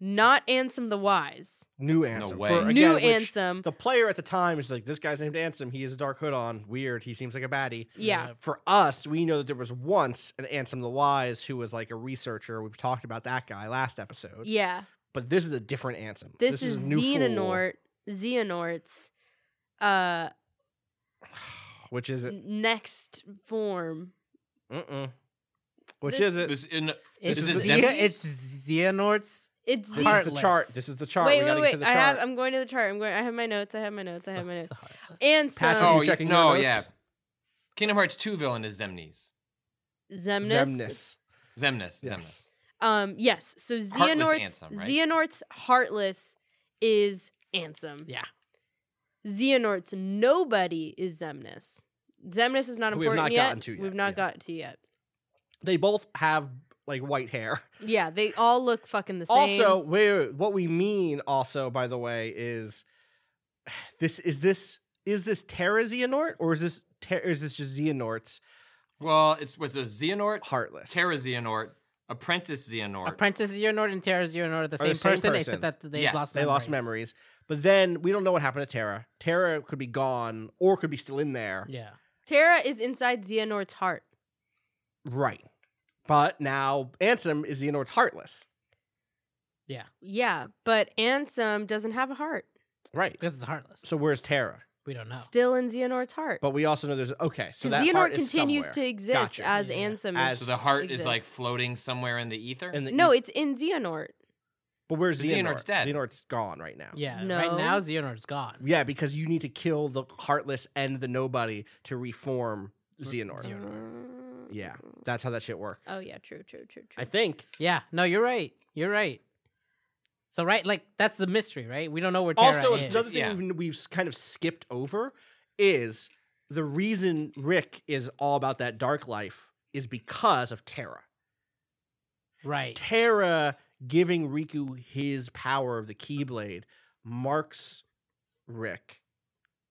[SPEAKER 4] Not Ansem the Wise.
[SPEAKER 1] New Ansem.
[SPEAKER 2] way.
[SPEAKER 1] For, again,
[SPEAKER 4] New
[SPEAKER 1] which
[SPEAKER 4] Ansem.
[SPEAKER 1] The player at the time is like, this guy's named Ansem. He has a dark hood on. Weird. He seems like a baddie.
[SPEAKER 4] yeah.
[SPEAKER 1] For us, we know that there was once an Ansem the Wise who was like a researcher. We've talked about that guy last episode.
[SPEAKER 4] Yeah.
[SPEAKER 1] But this is a different Ansem.
[SPEAKER 4] This, is,
[SPEAKER 1] a new fool,
[SPEAKER 4] Xehanort, Xehanort's uh,
[SPEAKER 1] Which is it?
[SPEAKER 4] n- next form.
[SPEAKER 1] Mm-mm. Which
[SPEAKER 4] This-
[SPEAKER 1] is it?
[SPEAKER 2] This in
[SPEAKER 3] It's,
[SPEAKER 2] Is
[SPEAKER 1] it
[SPEAKER 3] Xea-
[SPEAKER 1] Xemnas?
[SPEAKER 3] it's Xehanort's.
[SPEAKER 4] It's
[SPEAKER 1] This
[SPEAKER 4] Xehanort.
[SPEAKER 1] is the chart.
[SPEAKER 3] Heartless.
[SPEAKER 1] This is the chart.
[SPEAKER 4] wait,
[SPEAKER 1] we gotta
[SPEAKER 4] wait, wait.
[SPEAKER 1] get to the
[SPEAKER 4] I
[SPEAKER 1] chart.
[SPEAKER 4] have. I'm going to the chart. I'm going. I have my notes. I have my notes. I have my notes. I
[SPEAKER 3] It's the
[SPEAKER 4] have my notes.
[SPEAKER 3] Heartless.
[SPEAKER 4] And
[SPEAKER 1] Patrick,
[SPEAKER 4] some
[SPEAKER 1] you checking your
[SPEAKER 2] oh, no,
[SPEAKER 1] notes?
[SPEAKER 2] yeah. Kingdom Hearts 2 villain is Zemnis.
[SPEAKER 4] Zemnis.
[SPEAKER 2] Zemnis. Zemnis.
[SPEAKER 1] Yes.
[SPEAKER 4] Um. Yes. So
[SPEAKER 2] Heartless
[SPEAKER 4] Xehanort's
[SPEAKER 2] Ansem, right?
[SPEAKER 4] Xehanort's heartless is Ansem.
[SPEAKER 3] Yeah.
[SPEAKER 4] Xehanort's nobody is Zemnis. Zemnis is not
[SPEAKER 1] We have
[SPEAKER 4] important
[SPEAKER 1] not
[SPEAKER 4] yet.
[SPEAKER 1] gotten to yet,
[SPEAKER 4] We've not
[SPEAKER 1] yeah.
[SPEAKER 4] got to yet.
[SPEAKER 1] They both have like white hair.
[SPEAKER 4] Yeah, they all look fucking the same.
[SPEAKER 1] Also, wait, wait, wait. what we mean also, by the way, is this is this is this Terra Xehanort or is this ter- is this just Xehanort's
[SPEAKER 2] Well, it's was a Xehanort,
[SPEAKER 1] heartless?
[SPEAKER 2] Terra Xehanort, Apprentice Xehanort.
[SPEAKER 3] Apprentice Xehanort and Terra Xehanort are the
[SPEAKER 1] the
[SPEAKER 3] same,
[SPEAKER 1] same
[SPEAKER 3] person,
[SPEAKER 1] person.
[SPEAKER 3] except that they
[SPEAKER 2] Yes,
[SPEAKER 3] lost
[SPEAKER 1] they lost memories,
[SPEAKER 3] memories.
[SPEAKER 1] but then we don't know what happened to Terra. Terra could be gone or could be still in there,
[SPEAKER 3] Yeah.
[SPEAKER 4] Terra is inside Xehanort's heart.
[SPEAKER 1] right? But now Ansem is Xehanort's heartless,
[SPEAKER 4] Yeah, but Ansem doesn't have a heart.
[SPEAKER 1] right?
[SPEAKER 3] Because it's heartless.
[SPEAKER 1] So where's Terra?
[SPEAKER 3] we
[SPEAKER 2] Oh.
[SPEAKER 3] don't know.
[SPEAKER 4] Still in Xehanort's heart.
[SPEAKER 1] But we also know there's okay. So
[SPEAKER 4] Because
[SPEAKER 1] that heart
[SPEAKER 4] Xehanort
[SPEAKER 1] is
[SPEAKER 4] continues
[SPEAKER 1] somewhere.
[SPEAKER 4] to exist
[SPEAKER 1] Gotcha.
[SPEAKER 4] as
[SPEAKER 3] Yeah.
[SPEAKER 4] Ansem.
[SPEAKER 1] As-
[SPEAKER 4] is-
[SPEAKER 2] so the heart is like
[SPEAKER 4] exists.
[SPEAKER 2] floating somewhere in the ether.
[SPEAKER 1] And the
[SPEAKER 4] no,
[SPEAKER 1] e-
[SPEAKER 4] it's in Xehanort.
[SPEAKER 1] but where's
[SPEAKER 2] Xehanort's
[SPEAKER 1] Xehanort?
[SPEAKER 2] dead.
[SPEAKER 1] Xehanort's gone right now.
[SPEAKER 3] yeah. Right
[SPEAKER 4] No.
[SPEAKER 3] now, Xehanort's gone.
[SPEAKER 1] Yeah, because you need to kill the heartless and the nobody to reform Xehanort.
[SPEAKER 3] Xehanort.
[SPEAKER 1] Yeah, that's how that shit worked.
[SPEAKER 4] Uh, Oh yeah, true, true, true, true.
[SPEAKER 1] I think.
[SPEAKER 3] Yeah. No, you're right. You're right. So, right, like, that's the mystery, right? We don't know where Terra
[SPEAKER 1] also,
[SPEAKER 3] is.
[SPEAKER 1] another thing
[SPEAKER 2] Yeah.
[SPEAKER 1] we've, we've kind of skipped over is the reason Rick is all about that dark life is because of Terra.
[SPEAKER 3] Right.
[SPEAKER 1] Terra giving Riku his power of the Keyblade marks Rick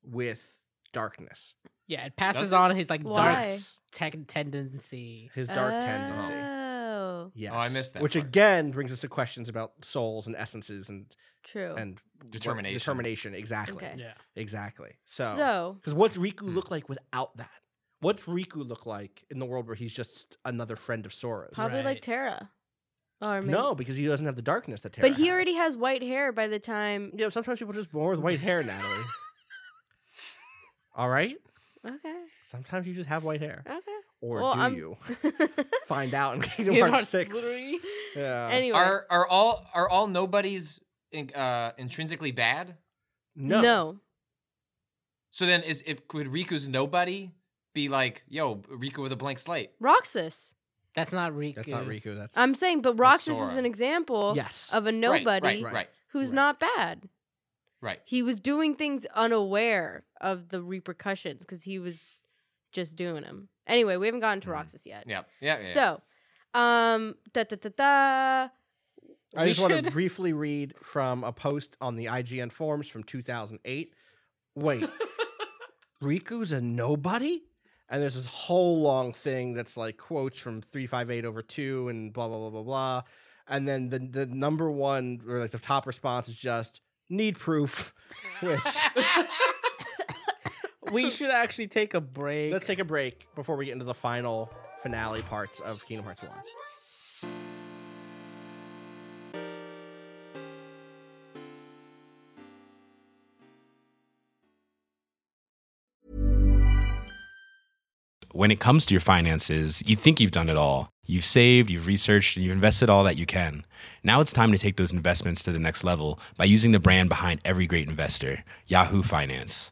[SPEAKER 1] with darkness.
[SPEAKER 3] Yeah. It passes
[SPEAKER 2] it?
[SPEAKER 3] on his, like, dark
[SPEAKER 4] Why?
[SPEAKER 3] tech tendency.
[SPEAKER 1] His dark
[SPEAKER 2] Oh.
[SPEAKER 1] tendency.
[SPEAKER 4] Oh,
[SPEAKER 1] Yes.
[SPEAKER 2] I missed that
[SPEAKER 1] Which
[SPEAKER 2] part.
[SPEAKER 1] again brings us to questions about souls and essences and
[SPEAKER 4] true.
[SPEAKER 1] and what-
[SPEAKER 2] Oh, Determination.
[SPEAKER 1] determination, exactly.
[SPEAKER 4] Okay.
[SPEAKER 3] Yeah.
[SPEAKER 1] Exactly.
[SPEAKER 4] so,
[SPEAKER 1] So, because what's Riku
[SPEAKER 2] Hmm.
[SPEAKER 1] look like without that? What's Riku look like in the world where he's just another friend of Sora's?
[SPEAKER 4] probably
[SPEAKER 3] Right.
[SPEAKER 4] like Terra, or maybe,
[SPEAKER 1] No, because he doesn't have the darkness that Terra.
[SPEAKER 4] but he
[SPEAKER 1] has.
[SPEAKER 4] already has white hair by the time.
[SPEAKER 1] You know, sometimes people are just born with white hair, Natalie. All right.
[SPEAKER 4] Okay,
[SPEAKER 1] Sometimes you just have white hair,
[SPEAKER 4] okay.
[SPEAKER 1] or
[SPEAKER 4] Well,
[SPEAKER 1] do
[SPEAKER 4] I'm-
[SPEAKER 1] you find out in Kingdom
[SPEAKER 3] You know,
[SPEAKER 1] Hearts
[SPEAKER 3] it's
[SPEAKER 1] Six? Uh,
[SPEAKER 3] literally-
[SPEAKER 1] Yeah.
[SPEAKER 4] anyway,
[SPEAKER 2] are are all are all nobodies in, uh, intrinsically bad?
[SPEAKER 1] no.
[SPEAKER 4] no,
[SPEAKER 2] So then is if could Riku's nobody be like, yo, Riku with a blank slate?
[SPEAKER 4] Roxas.
[SPEAKER 3] That's not Riku.
[SPEAKER 1] That's not Riku. That's
[SPEAKER 4] I'm saying, but Roxas is
[SPEAKER 2] Sora.
[SPEAKER 4] an example
[SPEAKER 1] yes.
[SPEAKER 4] of a
[SPEAKER 2] Right,
[SPEAKER 4] nobody
[SPEAKER 2] Right, right, right.
[SPEAKER 4] who's
[SPEAKER 1] right.
[SPEAKER 4] not bad.
[SPEAKER 2] right.
[SPEAKER 4] He was doing things unaware of the repercussions because he was just doing them. Anyway, we haven't gotten to
[SPEAKER 1] Hmm.
[SPEAKER 2] Mhm.
[SPEAKER 4] Roxas yet.
[SPEAKER 2] Yeah, yeah, yeah.
[SPEAKER 4] So, um, da da da da.
[SPEAKER 1] I
[SPEAKER 3] We
[SPEAKER 1] just want to
[SPEAKER 3] should-
[SPEAKER 1] briefly read from a post on the IGN forums from 2008. Wait, Riku's a nobody? And there's this whole long thing that's like quotes from 358 over 2 and blah, blah, blah, blah, blah. And then the, the number one, or like the top response is just need proof. Which,
[SPEAKER 3] we should actually take a break.
[SPEAKER 1] let's take a break before we get into the final finale parts of Kingdom Hearts 1.
[SPEAKER 5] When it comes to your finances, you think you've done it all. You've saved, you've researched, and you've invested all that you can. Now it's time to take those investments to the next level by using the brand behind every great investor, Yahoo Finance.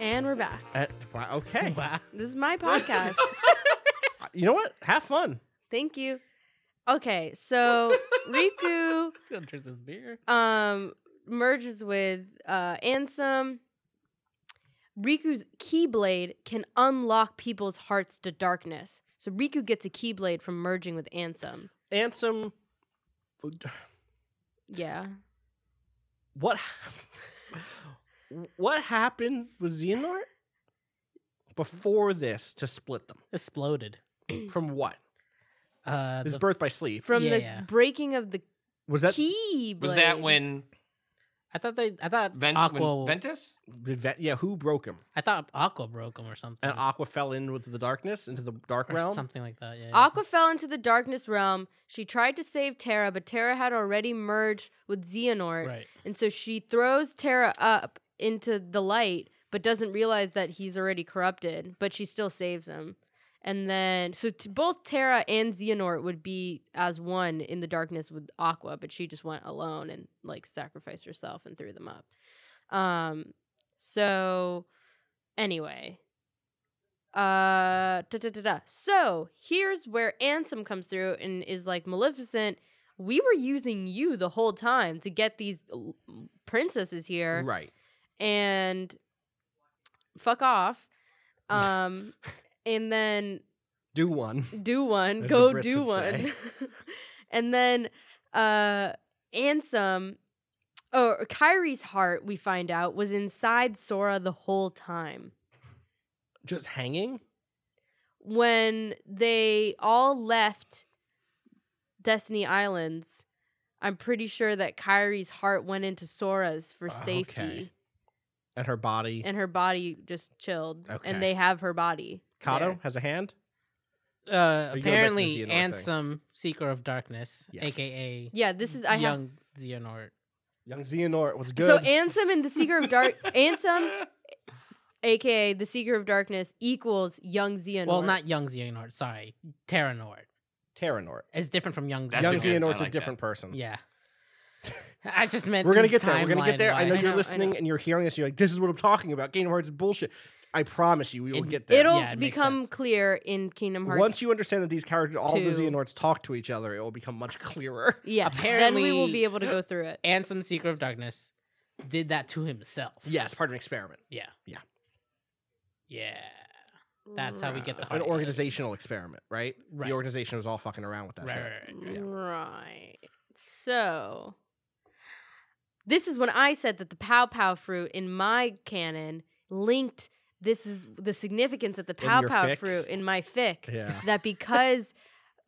[SPEAKER 4] And we're back.
[SPEAKER 1] Uh, wow, okay.
[SPEAKER 3] Wow.
[SPEAKER 4] This is my podcast.
[SPEAKER 1] You know what? Have fun.
[SPEAKER 4] Thank you. Okay, so Riku
[SPEAKER 3] Just gonna drink this beer.
[SPEAKER 4] um merges with uh Ansem. Riku's keyblade can unlock people's hearts to darkness. So Riku gets a keyblade from merging with Ansem.
[SPEAKER 1] Ansem,
[SPEAKER 4] Yeah.
[SPEAKER 1] what hap- what happened with Xehanort before this to split them?
[SPEAKER 3] Exploded.
[SPEAKER 1] From what?
[SPEAKER 3] Uh,
[SPEAKER 1] His
[SPEAKER 3] the-
[SPEAKER 1] birth by sleep.
[SPEAKER 4] From the
[SPEAKER 3] Yeah.
[SPEAKER 4] breaking of the
[SPEAKER 1] Was that
[SPEAKER 4] keyblade.
[SPEAKER 2] Was that when
[SPEAKER 3] I thought they. I thought
[SPEAKER 2] Vent-
[SPEAKER 3] Aqua.
[SPEAKER 2] when Ventus?
[SPEAKER 1] yeah, who broke him?
[SPEAKER 3] I thought Aqua broke him or something.
[SPEAKER 1] And Aqua fell in with the darkness into the dark
[SPEAKER 3] or
[SPEAKER 1] realm.
[SPEAKER 3] something like that. Yeah. yeah.
[SPEAKER 4] Aqua fell into the darkness realm. She tried to save Terra, but Terra had already merged with Xehanort.
[SPEAKER 3] Right.
[SPEAKER 4] And so she throws Terra up into the light, but doesn't realize that he's already corrupted, but she still saves him. And then, so t- both Terra and Xehanort would be as one in the darkness with Aqua, but she just went alone and like sacrificed herself and threw them up. Um, so anyway, uh, da, da, da, da. so here's where Ansem comes through and is like, Maleficent, we were using you the whole time to get these l- princesses here
[SPEAKER 1] Right.
[SPEAKER 4] and fuck off. Um, and then
[SPEAKER 1] Do one.
[SPEAKER 4] do one,
[SPEAKER 1] As the
[SPEAKER 4] go
[SPEAKER 1] Brits
[SPEAKER 4] do
[SPEAKER 1] would
[SPEAKER 4] one.
[SPEAKER 1] say.
[SPEAKER 4] and then uh Ansem or Kyrie's heart, we find out, was inside Sora the whole time.
[SPEAKER 1] Just hanging?
[SPEAKER 4] When they all left Destiny Islands, I'm pretty sure that Kyrie's heart went into Sora's for
[SPEAKER 1] Ah, Okay.
[SPEAKER 4] safety.
[SPEAKER 1] And her body.
[SPEAKER 4] And her body just chilled.
[SPEAKER 1] Okay.
[SPEAKER 4] And they have her body.
[SPEAKER 1] Kato
[SPEAKER 4] there.
[SPEAKER 1] has a hand? Or you go
[SPEAKER 3] Uh,
[SPEAKER 1] back to the
[SPEAKER 3] apparently,
[SPEAKER 1] Xehanort thing.
[SPEAKER 3] Ansem, Seeker of Darkness,
[SPEAKER 1] Yes.
[SPEAKER 3] aka
[SPEAKER 4] Yeah, this is I have
[SPEAKER 3] Young Xehanort.
[SPEAKER 1] Young Xehanort was good.
[SPEAKER 4] So Ansem and the Seeker of Dark Ansem aka the Seeker of Darkness equals young Xehanort.
[SPEAKER 3] Well, not Young Xehanort. Sorry, Terranort.
[SPEAKER 1] Terranort.
[SPEAKER 3] It's different from Young
[SPEAKER 2] That's
[SPEAKER 3] Xehanort.
[SPEAKER 1] Young
[SPEAKER 2] a good- I
[SPEAKER 1] Xehanort's
[SPEAKER 2] like
[SPEAKER 1] a different
[SPEAKER 2] that.
[SPEAKER 1] person.
[SPEAKER 3] Yeah. I just meant
[SPEAKER 1] We're gonna
[SPEAKER 3] some
[SPEAKER 1] get there. We're gonna get there. I know
[SPEAKER 3] timeline-wise.
[SPEAKER 4] I
[SPEAKER 1] you're
[SPEAKER 4] know, I
[SPEAKER 1] listening
[SPEAKER 4] know.
[SPEAKER 1] and you're hearing us. You're like, this is what I'm talking about. Kingdom Hearts is bullshit. I promise you, we will
[SPEAKER 3] It-
[SPEAKER 1] get there.
[SPEAKER 4] It'll
[SPEAKER 3] Yeah, it makes
[SPEAKER 4] become
[SPEAKER 3] sense.
[SPEAKER 4] clear in Kingdom Hearts.
[SPEAKER 1] Once you understand that these characters, all the
[SPEAKER 4] Two.
[SPEAKER 1] Xehanorts talk to each other, it will become much clearer.
[SPEAKER 4] yeah, then we will
[SPEAKER 3] Apparently-
[SPEAKER 4] be able to go through it.
[SPEAKER 3] Ansem, Seeker of Darkness, did that to himself.
[SPEAKER 1] Yes, part of an experiment,
[SPEAKER 3] Yeah.
[SPEAKER 1] Yeah.
[SPEAKER 3] Yeah. That's how we get the
[SPEAKER 1] an
[SPEAKER 3] heart. yes.
[SPEAKER 1] organizational experiment, right?
[SPEAKER 3] Right.
[SPEAKER 1] The organization was all fucking around with that
[SPEAKER 3] Right,
[SPEAKER 1] shit.
[SPEAKER 3] right, right, right.
[SPEAKER 1] Yeah.
[SPEAKER 4] Right. So this is when I said that the pow pow fruit in my canon linked this is the significance of the
[SPEAKER 1] In
[SPEAKER 4] pow
[SPEAKER 1] your
[SPEAKER 4] pow
[SPEAKER 1] fic?
[SPEAKER 4] fruit in my fic.
[SPEAKER 1] Yeah.
[SPEAKER 4] That because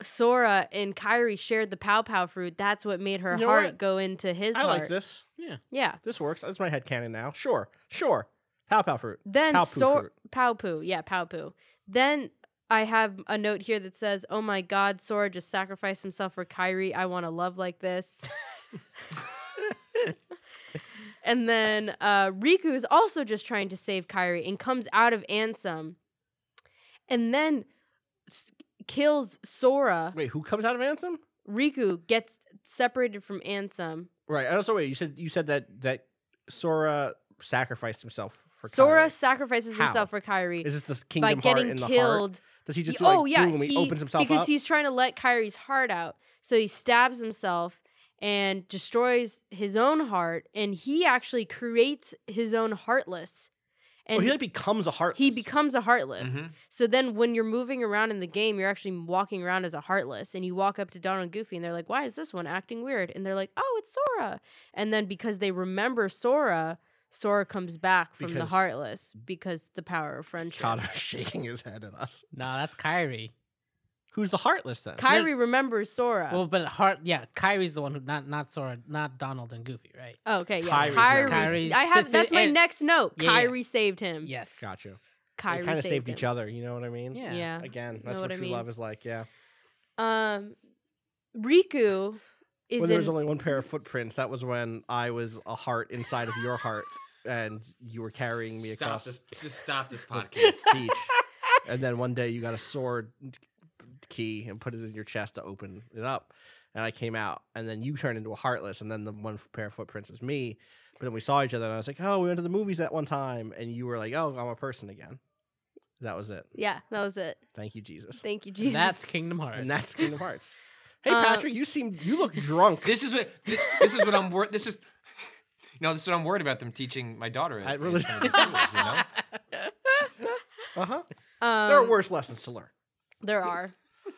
[SPEAKER 4] Sora and Kyrie shared the pow pow fruit, that's what made her
[SPEAKER 1] You know
[SPEAKER 4] heart
[SPEAKER 1] what?
[SPEAKER 4] go into his
[SPEAKER 1] I
[SPEAKER 4] heart.
[SPEAKER 1] like this.
[SPEAKER 4] Yeah.
[SPEAKER 1] This works. That's my head canon now. Sure, sure. Pow pow fruit.
[SPEAKER 4] Then
[SPEAKER 1] Pow poo
[SPEAKER 4] Sora
[SPEAKER 1] fruit.
[SPEAKER 4] pow poo, yeah, pow poo. Then I have a note here that says, "Oh my God, Sora just sacrificed himself for Kyrie. I want a love like this." and then uh, Riku is also just trying to save Kyrie and comes out of Ansem, and then s- kills Sora.
[SPEAKER 1] Wait, who comes out of Ansem?
[SPEAKER 4] Riku gets separated from Ansem.
[SPEAKER 1] Right. And also, wait. You said you said that that Sora sacrificed himself for
[SPEAKER 4] Sora
[SPEAKER 1] Kyrie.
[SPEAKER 4] sacrifices
[SPEAKER 1] How?
[SPEAKER 4] himself for Kyrie
[SPEAKER 1] Is this the kingdom
[SPEAKER 4] by
[SPEAKER 1] heart
[SPEAKER 4] getting
[SPEAKER 1] in the heart?
[SPEAKER 4] killed.
[SPEAKER 1] Does he just
[SPEAKER 4] Ye-
[SPEAKER 1] do, like,
[SPEAKER 4] oh yeah,
[SPEAKER 1] boom, and he, opens himself
[SPEAKER 4] because
[SPEAKER 1] up?
[SPEAKER 4] he's trying to let Kyrie's heart out. So he stabs himself and destroys his own heart, and he actually creates his own heartless,
[SPEAKER 1] Oh,
[SPEAKER 4] and
[SPEAKER 1] he like Mm-hmm. becomes a heart.
[SPEAKER 4] he becomes a heartless.
[SPEAKER 2] Mhm.
[SPEAKER 4] So then, when you're moving around in the game, you're actually walking around as a heartless, and you walk up to Donald and Goofy, and they're like, "Why is this one acting weird?" And they're like, "Oh, it's Sora." And then because they remember Sora. Sora comes back from the
[SPEAKER 1] Because-
[SPEAKER 4] heartless because the power of friendship.
[SPEAKER 1] Kata shaking his head at us.
[SPEAKER 3] No, that's Kyrie.
[SPEAKER 1] Who's the heartless then?
[SPEAKER 4] Kyrie remembers Sora.
[SPEAKER 3] Well, but heart. Yeah, Kyrie's the one who not not Sora, not Donald and Goofy, right?
[SPEAKER 4] Oh, okay, yeah.
[SPEAKER 1] Kyrie's
[SPEAKER 4] Kyrie.
[SPEAKER 1] number
[SPEAKER 3] one. Kyrie's
[SPEAKER 4] I have
[SPEAKER 3] speci-
[SPEAKER 4] that's my
[SPEAKER 3] and-
[SPEAKER 4] next note.
[SPEAKER 3] Yeah, yeah.
[SPEAKER 4] Kyrie saved him.
[SPEAKER 3] Yes.
[SPEAKER 1] Got you.
[SPEAKER 4] Kyrie
[SPEAKER 1] they kind of saved,
[SPEAKER 4] him.
[SPEAKER 1] each other. You know what I mean?
[SPEAKER 3] Yeah.
[SPEAKER 4] Yeah.
[SPEAKER 1] Again,
[SPEAKER 4] Know
[SPEAKER 1] that's
[SPEAKER 4] what
[SPEAKER 1] what,
[SPEAKER 4] I
[SPEAKER 1] true
[SPEAKER 4] mean?
[SPEAKER 1] love is like. Yeah.
[SPEAKER 4] Um, Riku is
[SPEAKER 1] when there was
[SPEAKER 4] in-
[SPEAKER 1] only one pair of footprints, that was when I was a heart inside of your heart, and you were carrying me
[SPEAKER 2] Stop
[SPEAKER 1] across
[SPEAKER 2] this! Just stop this
[SPEAKER 1] the
[SPEAKER 2] podcast.
[SPEAKER 1] beach. And then one day you got a sword key and put it in your chest to open it up. And I came out, and then you turned into a heartless, and then the one pair of footprints was me. But then we saw each other, and I was like, "Oh, we went to the movies that one time," and you were like, "Oh, I'm a person again." That was it.
[SPEAKER 4] Yeah, that was it.
[SPEAKER 1] Thank you, Jesus.
[SPEAKER 4] Thank you, Jesus.
[SPEAKER 3] That's Kingdom Hearts.
[SPEAKER 1] And that's Kingdom Hearts. Hey,
[SPEAKER 4] Uh,
[SPEAKER 1] Patrick, you seem you look drunk.
[SPEAKER 2] This is what thi- this is what I'm worried. This is no, this is what I'm worried about them teaching my daughter.
[SPEAKER 1] I
[SPEAKER 2] At,
[SPEAKER 1] really-
[SPEAKER 2] in some of the schools, you know?
[SPEAKER 1] Uh huh.
[SPEAKER 4] um,
[SPEAKER 1] There are worse lessons to learn.
[SPEAKER 4] There are.
[SPEAKER 2] Do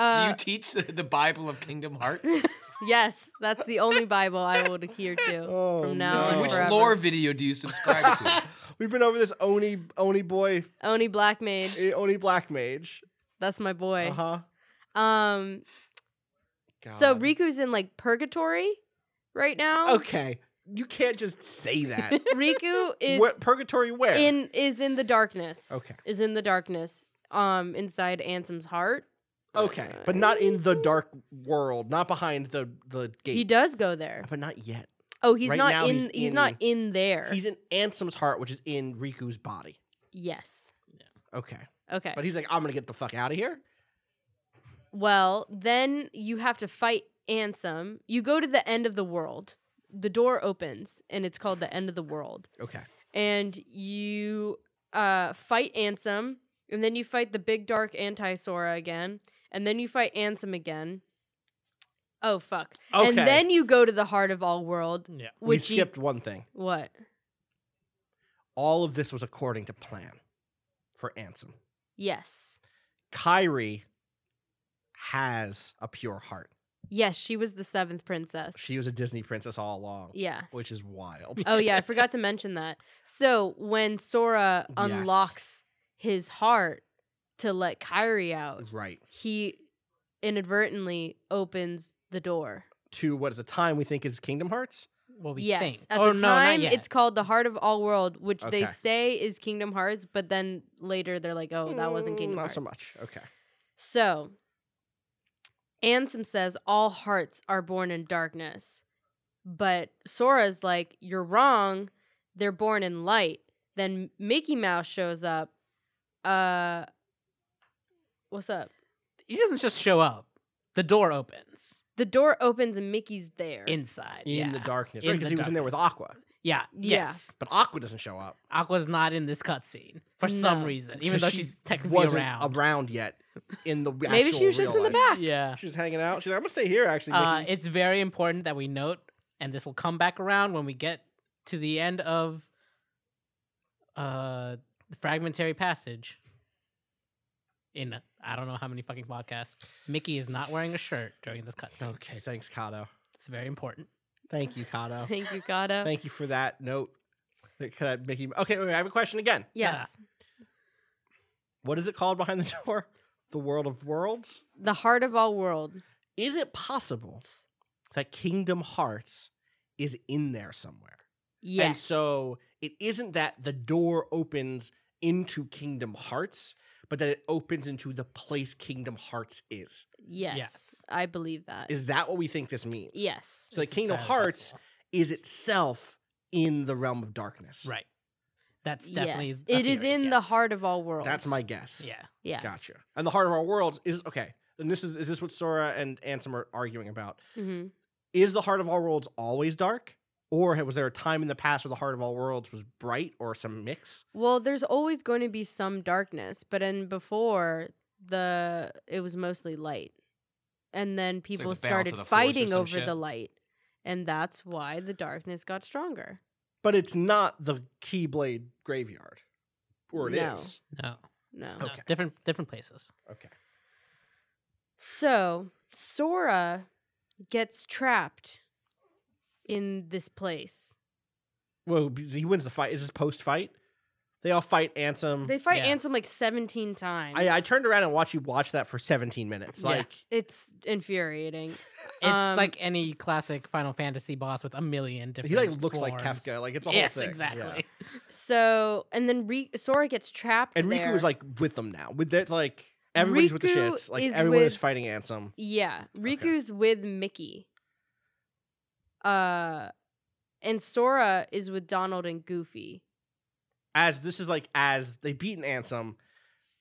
[SPEAKER 4] Uh,
[SPEAKER 2] you teach the, the Bible of Kingdom Hearts?
[SPEAKER 4] yes, that's the only Bible I will adhere to
[SPEAKER 1] Oh,
[SPEAKER 4] from now on.
[SPEAKER 2] Which
[SPEAKER 4] forever.
[SPEAKER 2] lore video do you subscribe to?
[SPEAKER 1] We've been over this Oni Oni boy
[SPEAKER 4] Oni Black Mage.
[SPEAKER 1] eh, Oni Black Mage.
[SPEAKER 4] That's my boy.
[SPEAKER 1] Uh huh.
[SPEAKER 4] Um, so Riku's in like purgatory right now.
[SPEAKER 1] Okay, you can't just say that.
[SPEAKER 4] Riku is
[SPEAKER 1] Where- purgatory where?
[SPEAKER 4] in is in the darkness.
[SPEAKER 1] Okay.
[SPEAKER 4] Is in the darkness. Um, inside Ansem's heart.
[SPEAKER 1] okay, but not in the dark world, not behind the the gate.
[SPEAKER 4] He does go there.
[SPEAKER 1] but not yet.
[SPEAKER 4] Oh, he's
[SPEAKER 1] Right now
[SPEAKER 4] not in,
[SPEAKER 1] he's
[SPEAKER 4] he's not
[SPEAKER 1] in-
[SPEAKER 4] in there.
[SPEAKER 1] He's in Ansem's heart, which is in Riku's body.
[SPEAKER 4] yes.
[SPEAKER 1] Okay,
[SPEAKER 4] Okay.
[SPEAKER 1] but he's like, I'm gonna get the fuck out of here.
[SPEAKER 4] Well, then you have to fight Ansem. You go to the end of the world. The door opens and it's called the end of the world.
[SPEAKER 1] Okay,
[SPEAKER 4] And you uh, fight Ansem, and then you fight the big dark anti Sora again, and then you fight Ansem again. Oh fuck! And
[SPEAKER 1] Okay.
[SPEAKER 4] then you go to the heart of all world,
[SPEAKER 3] yeah.
[SPEAKER 1] we
[SPEAKER 4] which you-
[SPEAKER 1] skipped one thing.
[SPEAKER 4] what?
[SPEAKER 1] All of this was according to plan for Ansem.
[SPEAKER 4] Yes,
[SPEAKER 1] Kyrie has a pure heart.
[SPEAKER 4] yes, she was the seventh princess.
[SPEAKER 1] She was a Disney princess all along,
[SPEAKER 4] yeah.
[SPEAKER 1] which is wild.
[SPEAKER 4] Oh yeah, I forgot to mention that. So when Sora
[SPEAKER 1] Yes.
[SPEAKER 4] unlocks his heart to let Kyrie out,
[SPEAKER 1] right.
[SPEAKER 4] he inadvertently opens the door.
[SPEAKER 1] To what at the time we think is Kingdom Hearts.
[SPEAKER 3] What we
[SPEAKER 4] yes,
[SPEAKER 3] think.
[SPEAKER 4] at
[SPEAKER 3] oh
[SPEAKER 4] the
[SPEAKER 3] no, not
[SPEAKER 4] time
[SPEAKER 3] yet.
[SPEAKER 4] it's called the Heart of All World, which
[SPEAKER 1] Okay.
[SPEAKER 4] they say is Kingdom Hearts, but then later they're like, "Oh, that wasn't
[SPEAKER 1] Mm,
[SPEAKER 4] Kingdom
[SPEAKER 1] Not
[SPEAKER 4] Hearts." Uh,
[SPEAKER 1] so much. Okay.
[SPEAKER 4] So, Ansem says all hearts are born in darkness. But Sora's like, you're wrong. They're born in light. Then Mickey Mouse shows up. Uh, what's up?
[SPEAKER 3] he doesn't just show up. The door opens
[SPEAKER 4] The door opens and Mickey's there.
[SPEAKER 3] inside.
[SPEAKER 1] In
[SPEAKER 3] yeah.
[SPEAKER 1] the darkness,
[SPEAKER 3] In
[SPEAKER 1] right? Because
[SPEAKER 3] the
[SPEAKER 1] he was in there with
[SPEAKER 3] darkness.
[SPEAKER 1] Aqua,
[SPEAKER 3] Yeah.
[SPEAKER 4] Yeah.
[SPEAKER 3] Yes.
[SPEAKER 1] but Aqua doesn't show up.
[SPEAKER 3] Aqua's not in this cutscene for some
[SPEAKER 4] No.
[SPEAKER 3] reason, even
[SPEAKER 1] 'cause
[SPEAKER 3] though
[SPEAKER 1] she
[SPEAKER 3] she's technically
[SPEAKER 1] wasn't
[SPEAKER 3] around.
[SPEAKER 1] yet. In the
[SPEAKER 4] Maybe she
[SPEAKER 1] actual
[SPEAKER 4] was just
[SPEAKER 1] real
[SPEAKER 4] in the
[SPEAKER 1] life.
[SPEAKER 4] back.
[SPEAKER 3] Yeah.
[SPEAKER 1] She's hanging out. She's like, I'm gonna stay here. Actually,
[SPEAKER 3] Uh,
[SPEAKER 1] Mickey."
[SPEAKER 3] it's very important that we note, and this will come back around when we get to the end of uh, the fragmentary passage. In I don't know how many fucking podcasts, Mickey is not wearing a shirt during this cutscene.
[SPEAKER 1] okay. Thanks, Kato.
[SPEAKER 3] It's very important.
[SPEAKER 1] Thank you, Kato.
[SPEAKER 4] Thank you, Gato.
[SPEAKER 1] Thank you for that note. That- that Mickey. Okay, wait, wait, I have a question again.
[SPEAKER 4] yes.
[SPEAKER 1] What is it called behind the door? The world of worlds.
[SPEAKER 4] The Heart of All World.
[SPEAKER 1] Is it possible that Kingdom Hearts is in there somewhere?
[SPEAKER 4] Yes.
[SPEAKER 1] And so it isn't that the door opens into Kingdom Hearts, but that it opens into the place Kingdom Hearts is.
[SPEAKER 4] Yes.
[SPEAKER 3] Yes.
[SPEAKER 4] I believe that.
[SPEAKER 1] Is that what we think this means?
[SPEAKER 4] yes.
[SPEAKER 1] So that
[SPEAKER 3] It's
[SPEAKER 1] Kingdom
[SPEAKER 3] entirely
[SPEAKER 1] Hearts
[SPEAKER 3] possible.
[SPEAKER 1] is itself in the realm of darkness.
[SPEAKER 3] right? That's definitely
[SPEAKER 4] yes.
[SPEAKER 3] a
[SPEAKER 4] It is
[SPEAKER 3] theory,
[SPEAKER 4] in the
[SPEAKER 3] yes.
[SPEAKER 4] heart of all worlds.
[SPEAKER 1] That's my guess.
[SPEAKER 3] Yeah.
[SPEAKER 4] Yes.
[SPEAKER 1] Gotcha. And the heart of our worlds is okay. And this is is this what Sora and Ansem are arguing about?
[SPEAKER 4] hmm
[SPEAKER 1] Is the heart of all worlds always dark? Or was there a time in the past where the heart of all worlds was bright or some mix?
[SPEAKER 4] Well, there's always going to be some darkness, but in before the it was mostly light, and then
[SPEAKER 2] like
[SPEAKER 4] people
[SPEAKER 2] the balance of
[SPEAKER 4] started
[SPEAKER 2] the force or
[SPEAKER 4] fighting
[SPEAKER 2] some
[SPEAKER 4] over
[SPEAKER 2] shit.
[SPEAKER 4] the light, and that's why the darkness got stronger.
[SPEAKER 1] But it's not the Keyblade graveyard. Or it is.
[SPEAKER 4] No.
[SPEAKER 3] No,
[SPEAKER 4] No,
[SPEAKER 3] no,
[SPEAKER 1] Okay.
[SPEAKER 3] different different places.
[SPEAKER 1] Okay.
[SPEAKER 4] so Sora gets trapped in this place.
[SPEAKER 1] Well, b- he wins the fight. Is this post fight? They all fight
[SPEAKER 2] Mm,
[SPEAKER 1] Ansem.
[SPEAKER 4] They fight
[SPEAKER 3] Yeah.
[SPEAKER 4] Ansem like 17 times.
[SPEAKER 1] I, I turned around and watched you watch that for 17 minutes.
[SPEAKER 3] Yeah.
[SPEAKER 1] Like,
[SPEAKER 4] it's infuriating.
[SPEAKER 3] It's
[SPEAKER 4] Um,
[SPEAKER 3] like any classic Final Fantasy boss with a million different.
[SPEAKER 1] he like looks like
[SPEAKER 3] forms.
[SPEAKER 1] Kafka. Like it's a whole
[SPEAKER 3] yes,
[SPEAKER 1] thing. Yeah.
[SPEAKER 3] exactly.
[SPEAKER 4] So, and then Re- Sora gets trapped.
[SPEAKER 1] And Riku
[SPEAKER 4] there.
[SPEAKER 1] is like with them now. With that, like everybody's with the
[SPEAKER 4] Riku
[SPEAKER 1] shits. Like
[SPEAKER 4] is
[SPEAKER 1] everyone is
[SPEAKER 4] with-
[SPEAKER 1] fighting Ansem.
[SPEAKER 4] Yeah, Riku's with Mickey. Uh and Sora is with Donald and Goofy.
[SPEAKER 1] As this is like as they beaten Ansem,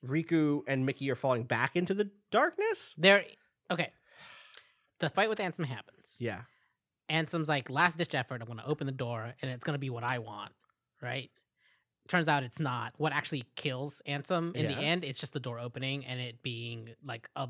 [SPEAKER 1] Riku and Mickey are falling back into the darkness.
[SPEAKER 3] There. Okay. The fight with Ansem happens.
[SPEAKER 1] Yeah.
[SPEAKER 3] Ansem's like last ditch effort. I'm gonna open the door, and it's gonna be what I want, right? Turns out it's not. What actually kills Ansem in
[SPEAKER 1] Yeah.
[SPEAKER 3] the end, it's just the door opening and it being like a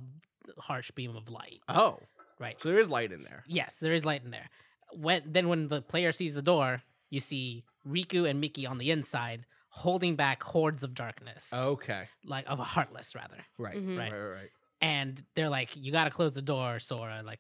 [SPEAKER 3] harsh beam of light,
[SPEAKER 1] Oh,
[SPEAKER 3] right?
[SPEAKER 1] so there is light in there.
[SPEAKER 3] Yes, there is light in there. When then when the player sees the door, you see Riku and Mickey on the inside holding back hordes of darkness.
[SPEAKER 1] Okay,
[SPEAKER 3] Like of a heartless rather.
[SPEAKER 1] right,
[SPEAKER 4] Mhm.
[SPEAKER 1] right,
[SPEAKER 3] Right.
[SPEAKER 1] right, right.
[SPEAKER 3] And they're like, You gotta close the door, Sora. Like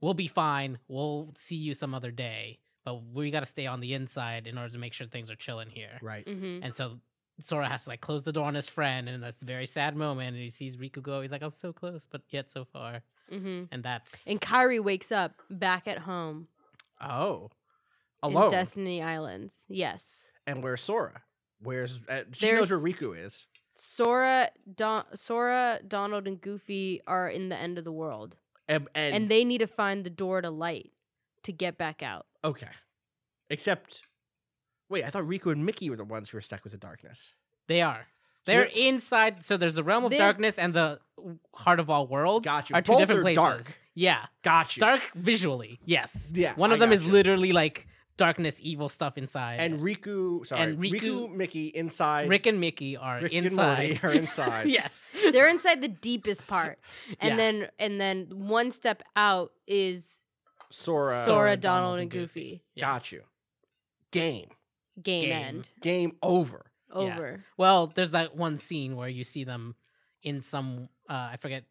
[SPEAKER 3] we'll be fine. We'll see you some other day. But we gotta stay on the inside in order to make sure things are chilling here.
[SPEAKER 1] right.
[SPEAKER 4] Mm-hmm.
[SPEAKER 3] And so Sora has to like close the door on his friend and that's a very sad moment and he sees Riku go, he's like, I'm so close, but yet so far.
[SPEAKER 4] Mm-hmm.
[SPEAKER 3] And that's
[SPEAKER 4] And Kyrie wakes up back at home
[SPEAKER 1] Oh, alone.
[SPEAKER 4] in Destiny Islands. Yes.
[SPEAKER 1] and where's Sora? Where's uh, she knows where
[SPEAKER 4] There's-
[SPEAKER 1] Riku is?
[SPEAKER 4] Sora, Don- Sora, Donald, and Goofy are in the end of the world,
[SPEAKER 1] And, and,
[SPEAKER 4] and, they need to find the door to light to get back out.
[SPEAKER 1] okay, except wait, I thought Riku and Mickey were the ones who were stuck with the darkness.
[SPEAKER 3] They are.
[SPEAKER 1] So
[SPEAKER 3] They're
[SPEAKER 1] they're-
[SPEAKER 3] inside. So there's the realm of
[SPEAKER 4] They're-
[SPEAKER 3] darkness and the heart of all worlds.
[SPEAKER 1] Got you.
[SPEAKER 3] Are two
[SPEAKER 1] Both
[SPEAKER 3] different
[SPEAKER 1] are
[SPEAKER 3] places.
[SPEAKER 1] dark.
[SPEAKER 3] Yeah,
[SPEAKER 1] Got you.
[SPEAKER 3] dark visually. Yes.
[SPEAKER 1] Yeah,
[SPEAKER 3] One of
[SPEAKER 1] I
[SPEAKER 3] them
[SPEAKER 1] got
[SPEAKER 3] is
[SPEAKER 1] you.
[SPEAKER 3] literally like darkness, evil stuff inside.
[SPEAKER 1] and Riku, sorry,
[SPEAKER 3] And
[SPEAKER 1] Riku,
[SPEAKER 3] Riku-
[SPEAKER 1] Mickey inside.
[SPEAKER 3] Rick and Mickey are
[SPEAKER 1] Rick and
[SPEAKER 3] inside.
[SPEAKER 1] Morty are inside.
[SPEAKER 3] yes.
[SPEAKER 4] They're inside the deepest part, and
[SPEAKER 3] Yeah.
[SPEAKER 4] then and then one step out is
[SPEAKER 1] Sora,
[SPEAKER 4] Sora, Donald, and Goofy.
[SPEAKER 3] Yeah.
[SPEAKER 1] got you. Game,
[SPEAKER 4] Game,
[SPEAKER 3] Game.
[SPEAKER 4] end
[SPEAKER 1] game over.
[SPEAKER 3] Yeah.
[SPEAKER 4] over.
[SPEAKER 3] Well, there's that one scene where you see them in some. Uh, I forget.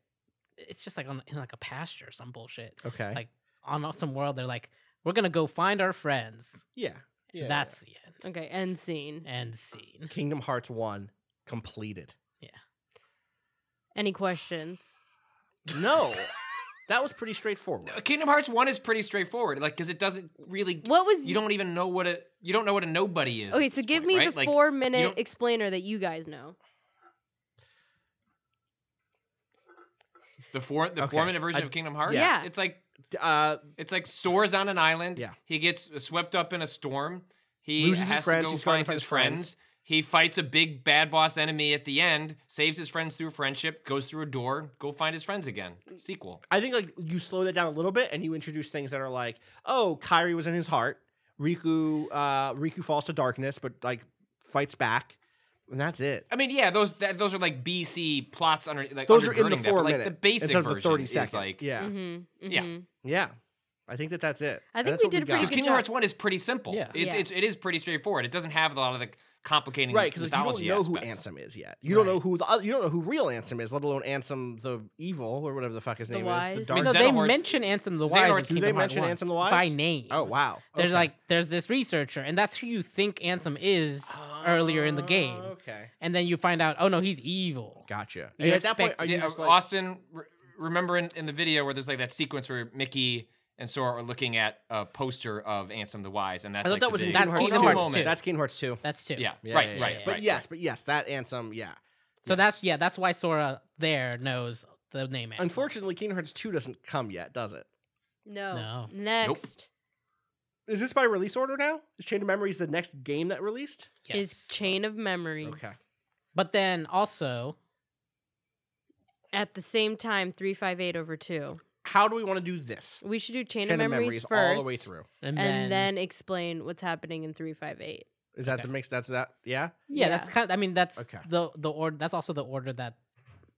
[SPEAKER 3] It's just like on in like a pasture, or some bullshit.
[SPEAKER 1] Okay,
[SPEAKER 3] Like on some world, they're like, "We're gonna go find our friends."
[SPEAKER 1] yeah, yeah.
[SPEAKER 3] That's the end.
[SPEAKER 4] Okay, end scene.
[SPEAKER 3] End scene.
[SPEAKER 1] Kingdom Hearts one completed.
[SPEAKER 4] Any questions?
[SPEAKER 1] No, that was pretty straightforward.
[SPEAKER 2] Kingdom Hearts One is pretty straightforward, like because it doesn't really.
[SPEAKER 4] What was
[SPEAKER 2] You don't even know what a you don't know what a nobody is.
[SPEAKER 4] Okay,
[SPEAKER 2] at
[SPEAKER 4] so
[SPEAKER 2] this
[SPEAKER 4] give
[SPEAKER 2] point,
[SPEAKER 4] me
[SPEAKER 2] right?
[SPEAKER 4] the
[SPEAKER 2] Like,
[SPEAKER 4] four
[SPEAKER 2] you
[SPEAKER 4] minute
[SPEAKER 2] don't-
[SPEAKER 4] explainer that you guys know.
[SPEAKER 2] the four the
[SPEAKER 1] Okay.
[SPEAKER 2] four minute version
[SPEAKER 1] I-
[SPEAKER 2] of Kingdom Hearts.
[SPEAKER 4] Yeah.
[SPEAKER 2] it's like
[SPEAKER 1] Uh,
[SPEAKER 2] It's like Sora's on an island.
[SPEAKER 1] Yeah.
[SPEAKER 2] He gets swept up in a storm. He
[SPEAKER 1] Loses his
[SPEAKER 2] has
[SPEAKER 1] friends,
[SPEAKER 2] to go
[SPEAKER 1] he's trying
[SPEAKER 2] find
[SPEAKER 1] to find
[SPEAKER 2] his
[SPEAKER 1] his friends.
[SPEAKER 2] friends. He fights a big bad boss enemy at the end, saves his friends through friendship, goes through a door, go find his friends again.
[SPEAKER 4] Mm.
[SPEAKER 2] Sequel.
[SPEAKER 1] I think like you slow that down a little bit and you introduce things that are like, oh, Kyrie was in his heart. Riku, uh, Riku falls to darkness, but like fights back, and that's it.
[SPEAKER 2] I mean, yeah, those that, those are like BC plots under like
[SPEAKER 1] Those are in the
[SPEAKER 2] undergirding that,
[SPEAKER 1] four
[SPEAKER 2] but, like
[SPEAKER 1] minute
[SPEAKER 2] the basic
[SPEAKER 1] instead of the
[SPEAKER 2] version
[SPEAKER 1] thirty
[SPEAKER 2] is
[SPEAKER 1] seconds.
[SPEAKER 2] like
[SPEAKER 1] yeah,
[SPEAKER 4] Mm-hmm,
[SPEAKER 2] Yeah.
[SPEAKER 1] yeah. I think that that's it.
[SPEAKER 4] I
[SPEAKER 1] And
[SPEAKER 4] think
[SPEAKER 1] that's
[SPEAKER 4] we
[SPEAKER 1] what
[SPEAKER 4] did a pretty
[SPEAKER 1] got.
[SPEAKER 2] Because
[SPEAKER 4] good
[SPEAKER 2] Kingdom
[SPEAKER 4] job.
[SPEAKER 2] Hearts One is pretty simple.
[SPEAKER 3] Yeah.
[SPEAKER 2] It,
[SPEAKER 4] Yeah.
[SPEAKER 2] It's, it is pretty straightforward. It doesn't have a lot of the complicating
[SPEAKER 1] right because
[SPEAKER 2] because
[SPEAKER 1] like, you don't know
[SPEAKER 2] aspects.
[SPEAKER 1] who Ansem is yet. You don't know who the, you don't know who real Ansem is, let alone Ansem the evil or whatever the fuck his
[SPEAKER 4] The
[SPEAKER 1] name
[SPEAKER 4] wise.
[SPEAKER 1] is. The
[SPEAKER 3] I
[SPEAKER 2] Dark
[SPEAKER 3] mean, no,
[SPEAKER 1] dark.
[SPEAKER 2] Zed-
[SPEAKER 3] they
[SPEAKER 2] Xehanort's-
[SPEAKER 3] mention Ansem the Wise.
[SPEAKER 2] Xehanort's-
[SPEAKER 3] in
[SPEAKER 2] Do
[SPEAKER 1] they
[SPEAKER 3] Kingdom Hearts
[SPEAKER 1] mention
[SPEAKER 3] once
[SPEAKER 1] Ansem the Wise?
[SPEAKER 3] by name?
[SPEAKER 1] oh wow,
[SPEAKER 3] There's
[SPEAKER 1] Okay.
[SPEAKER 3] like there's this researcher, and that's who you think Ansem is earlier in the game,
[SPEAKER 1] Oh, Okay,
[SPEAKER 3] and then you find out, oh no, he's evil.
[SPEAKER 1] gotcha.
[SPEAKER 3] You
[SPEAKER 1] And at that point,
[SPEAKER 3] expect-
[SPEAKER 1] are you
[SPEAKER 2] Yeah,
[SPEAKER 1] just like,
[SPEAKER 2] Austin, re- remember in, in the video where there's like that sequence where Mickey and Sora are looking at a poster of Ansem the Wise, and that's
[SPEAKER 1] I thought
[SPEAKER 2] like
[SPEAKER 1] that
[SPEAKER 2] the
[SPEAKER 1] was in
[SPEAKER 2] big-
[SPEAKER 3] That's
[SPEAKER 1] Kingdom Hearts
[SPEAKER 3] Kingdom
[SPEAKER 1] two.
[SPEAKER 3] Hearts
[SPEAKER 1] Moment.
[SPEAKER 3] two.
[SPEAKER 1] That's Kingdom Hearts two.
[SPEAKER 3] That's two.
[SPEAKER 2] Yeah,
[SPEAKER 1] Yeah,
[SPEAKER 2] right,
[SPEAKER 1] yeah, yeah,
[SPEAKER 2] right,
[SPEAKER 1] yeah.
[SPEAKER 2] right.
[SPEAKER 1] But
[SPEAKER 2] right.
[SPEAKER 1] yes, but yes, that Ansem, yeah.
[SPEAKER 3] So
[SPEAKER 1] Yes.
[SPEAKER 3] that's yeah, that's why Sora there knows the name. Ansem.
[SPEAKER 1] Unfortunately, Kingdom Hearts 2 doesn't come yet, does it?
[SPEAKER 4] No.
[SPEAKER 3] No.
[SPEAKER 4] Next
[SPEAKER 1] Is this by release order now? Is Chain of Memories the next game that released?
[SPEAKER 4] is Chain of Memories.
[SPEAKER 1] Okay.
[SPEAKER 3] But then also,
[SPEAKER 4] At the same time, three five eight over two.
[SPEAKER 1] How do we want to do this?
[SPEAKER 4] We should do Chain, of Memories, first,
[SPEAKER 1] all the way through.
[SPEAKER 4] and
[SPEAKER 3] and, then,
[SPEAKER 4] then explain what's happening in three five eight.
[SPEAKER 1] Is that the mix? That's that? Yeah?
[SPEAKER 3] yeah, that's kind. of I mean, that's
[SPEAKER 1] Okay.
[SPEAKER 3] the the order. That's also the order that,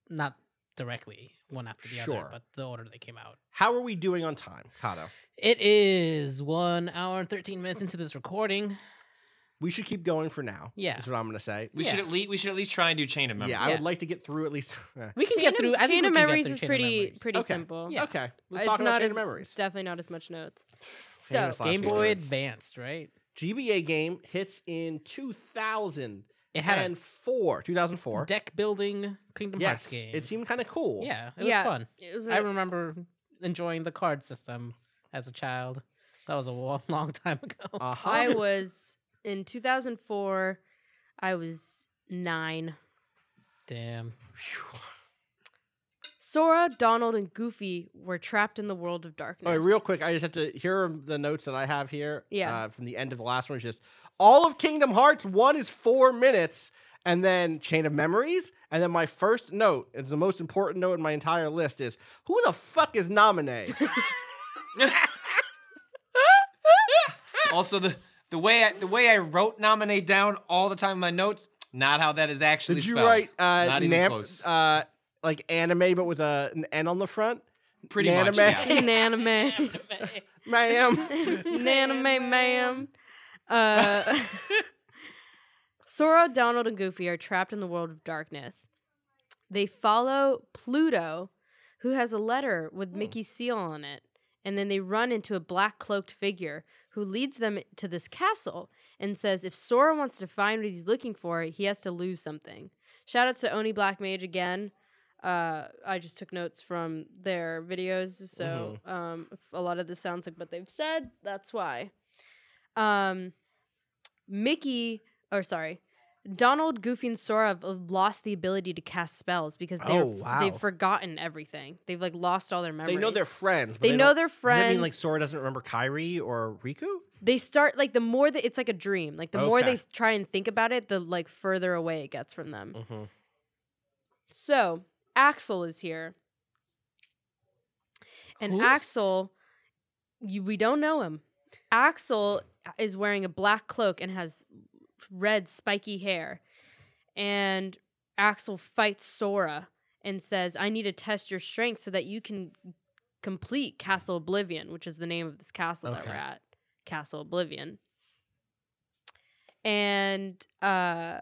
[SPEAKER 3] not directly one after the
[SPEAKER 1] Sure.
[SPEAKER 3] other, but the order they came out.
[SPEAKER 1] How are we doing on time, Kato?
[SPEAKER 3] It is one hour and thirteen minutes into this recording.
[SPEAKER 1] We should keep going for now.
[SPEAKER 3] Yeah.
[SPEAKER 1] Is what I'm going to say.
[SPEAKER 2] we should
[SPEAKER 3] Yeah.
[SPEAKER 2] at least we should at least try and do Chain of
[SPEAKER 1] Yeah,
[SPEAKER 2] Memories.
[SPEAKER 1] I would
[SPEAKER 3] Yeah.
[SPEAKER 1] like to get through at least.
[SPEAKER 3] We can
[SPEAKER 4] Chain
[SPEAKER 3] get
[SPEAKER 4] of-
[SPEAKER 3] through. I think
[SPEAKER 4] Chain
[SPEAKER 3] we
[SPEAKER 4] of
[SPEAKER 3] can get
[SPEAKER 4] Memories
[SPEAKER 3] through
[SPEAKER 4] is
[SPEAKER 3] Chain of
[SPEAKER 4] pretty
[SPEAKER 3] Memories.
[SPEAKER 4] pretty
[SPEAKER 1] Okay.
[SPEAKER 4] simple.
[SPEAKER 3] Yeah.
[SPEAKER 1] Okay. Let's
[SPEAKER 4] it's
[SPEAKER 1] talk about
[SPEAKER 4] not
[SPEAKER 1] Chain
[SPEAKER 4] as
[SPEAKER 1] of Memories.
[SPEAKER 4] it's definitely not as much notes. So
[SPEAKER 1] Famous last
[SPEAKER 3] Oh, Game
[SPEAKER 1] few
[SPEAKER 3] Boy
[SPEAKER 1] words.
[SPEAKER 3] Advanced, right?
[SPEAKER 1] GBA game hits in 2004.
[SPEAKER 3] It had a
[SPEAKER 1] 2004.
[SPEAKER 3] deck building Kingdom Hearts
[SPEAKER 1] Yes.
[SPEAKER 3] game.
[SPEAKER 1] It seemed kind of cool.
[SPEAKER 3] yeah, it was
[SPEAKER 4] Yeah.
[SPEAKER 3] fun.
[SPEAKER 4] it was
[SPEAKER 3] I
[SPEAKER 4] a-
[SPEAKER 3] remember enjoying the card system as a child. That was a wa- long time ago.
[SPEAKER 1] Uh-huh.
[SPEAKER 4] I was in 2004. I was nine.
[SPEAKER 3] Damn.
[SPEAKER 4] Sora, Donald, and Goofy were trapped in the world of darkness.
[SPEAKER 1] All right, real quick, I just have to. Here are the notes that I have here.
[SPEAKER 4] Yeah.
[SPEAKER 1] Uh, from the end of the last one is just all of Kingdom Hearts one is four minutes, and then Chain of Memories, and then my first note, and the most important note in my entire list is who the fuck is Nominee?
[SPEAKER 2] also, the the way I, the way I wrote nominate down all the time in my notes, not how that is actually
[SPEAKER 1] Did you
[SPEAKER 2] spelled.
[SPEAKER 1] write uh,
[SPEAKER 2] not even
[SPEAKER 1] nam-
[SPEAKER 2] close.
[SPEAKER 1] uh like anime but with a, an N on the front?
[SPEAKER 2] Pretty much.
[SPEAKER 1] naname?
[SPEAKER 2] Yeah.
[SPEAKER 4] Naname.
[SPEAKER 1] Ma'am.
[SPEAKER 4] Naname, ma'am. Uh, Sora, Donald, and Goofy are trapped in the world of darkness. They follow Pluto, who has a letter
[SPEAKER 1] Hmm.
[SPEAKER 4] with Mickey's seal on it, and then they run into a black cloaked figure who leads them to this castle and says if Sora wants to find what he's looking for, he has to lose something. Shout outs to Oni Black Mage again. Uh, I just took notes from their videos, so
[SPEAKER 1] Mm-hmm.
[SPEAKER 4] um, if a lot of this sounds like what they've said. That's why. Um, Mickey, or sorry, Donald, Goofy, and Sora have lost the ability to cast spells because they're,
[SPEAKER 1] Oh, wow.
[SPEAKER 4] they've forgotten everything. They've like lost all their memories.
[SPEAKER 1] They know they're friends. But
[SPEAKER 4] They
[SPEAKER 1] they
[SPEAKER 4] know
[SPEAKER 1] don't-
[SPEAKER 4] they're
[SPEAKER 1] Does that
[SPEAKER 4] friends.
[SPEAKER 1] mean like Sora doesn't remember Kyrie or Riku?
[SPEAKER 4] they start like the more that it's like a dream. Like the more
[SPEAKER 1] Okay.
[SPEAKER 4] they try and think about it, the like further away it gets from them.
[SPEAKER 1] Mhm.
[SPEAKER 4] So Axel is here, and
[SPEAKER 3] Who's?
[SPEAKER 4] Axel, you, we don't know him. Axel uh, is wearing a black cloak and has red spiky hair, and Axel fights Sora and says, "I need to test your strength so that you can complete Castle Oblivion, which is the name of this castle that we're
[SPEAKER 1] Okay.
[SPEAKER 4] at, Castle Oblivion." And uh,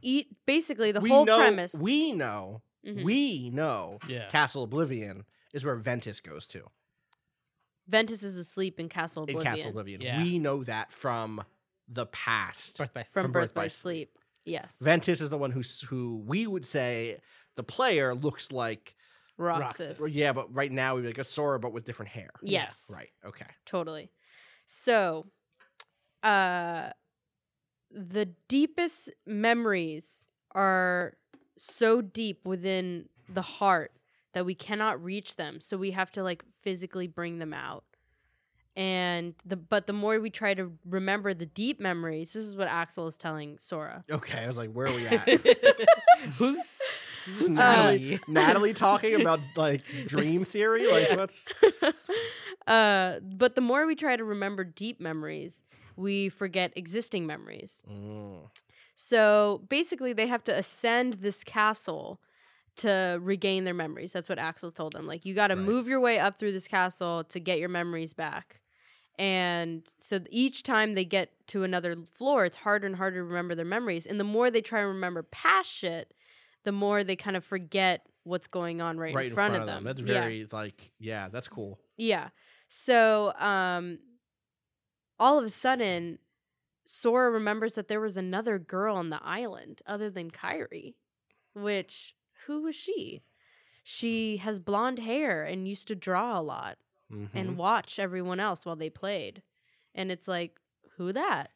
[SPEAKER 4] eat basically the
[SPEAKER 1] we
[SPEAKER 4] whole
[SPEAKER 1] know,
[SPEAKER 4] premise.
[SPEAKER 1] We know.
[SPEAKER 4] Mhm.
[SPEAKER 1] We know.
[SPEAKER 3] Yeah.
[SPEAKER 1] Castle Oblivion is where Ventus goes to
[SPEAKER 4] Ventus is asleep in Castle Oblivion,
[SPEAKER 1] in Castle Oblivion.
[SPEAKER 3] Yeah.
[SPEAKER 1] We know that from the past.
[SPEAKER 3] Birth by Sleep.
[SPEAKER 4] from,
[SPEAKER 1] from
[SPEAKER 4] Birth by, Sleep. Yes,
[SPEAKER 1] Ventus is the one who s- who we would say the player looks like.
[SPEAKER 4] Roxas.
[SPEAKER 3] Roxas.
[SPEAKER 1] Yeah, but right now we'd be like a Sora, but with different hair.
[SPEAKER 4] Yes.
[SPEAKER 1] Right. Okay.
[SPEAKER 4] totally so uh the deepest memories are so deep within the heart that we cannot reach them so we have to like physically bring them out and the but the more we try to remember the deep memories this is what axel is telling sora
[SPEAKER 1] Okay. I was like, where are we at?
[SPEAKER 3] Who's
[SPEAKER 1] Is
[SPEAKER 3] Natalie?
[SPEAKER 1] Natalie, Natalie talking about like dream theory? Like, what's
[SPEAKER 4] uh but the more we try to remember deep memories we forget existing memories
[SPEAKER 1] Mm.
[SPEAKER 4] So basically, they have to ascend this castle to regain their memories. That's what Axel told them. Like, you got to
[SPEAKER 1] Right.
[SPEAKER 4] move your way up through this castle to get your memories back. And so each time they get to another floor, it's harder and harder to remember their memories. And the more they try and remember past shit, the more they kind of forget what's going on right,
[SPEAKER 1] right,
[SPEAKER 4] in, front of them.
[SPEAKER 1] That's
[SPEAKER 4] Yeah.
[SPEAKER 1] very like, yeah, that's cool.
[SPEAKER 4] Yeah. So um all of a sudden Sora remembers that there was another girl on the island other than Kyrie, which who was she? She has blonde hair and used to draw a lot and watch everyone else while they played. And it's like, who that?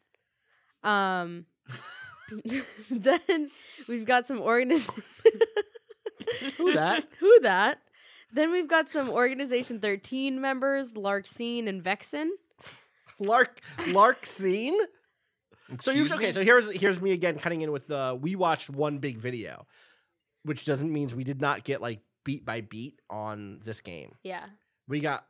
[SPEAKER 4] Um then we've got some organisms.
[SPEAKER 1] Who that?
[SPEAKER 4] Who that? Then we've got some Organization 13 members, Larkseen and Vexen.
[SPEAKER 1] Lark Lark scene. So you
[SPEAKER 2] Excuse
[SPEAKER 1] okay?
[SPEAKER 2] me?
[SPEAKER 1] So here's here's me again cutting in with the we watched one big video, which doesn't means we did not get like beat by beat on this game.
[SPEAKER 4] Yeah.
[SPEAKER 1] We got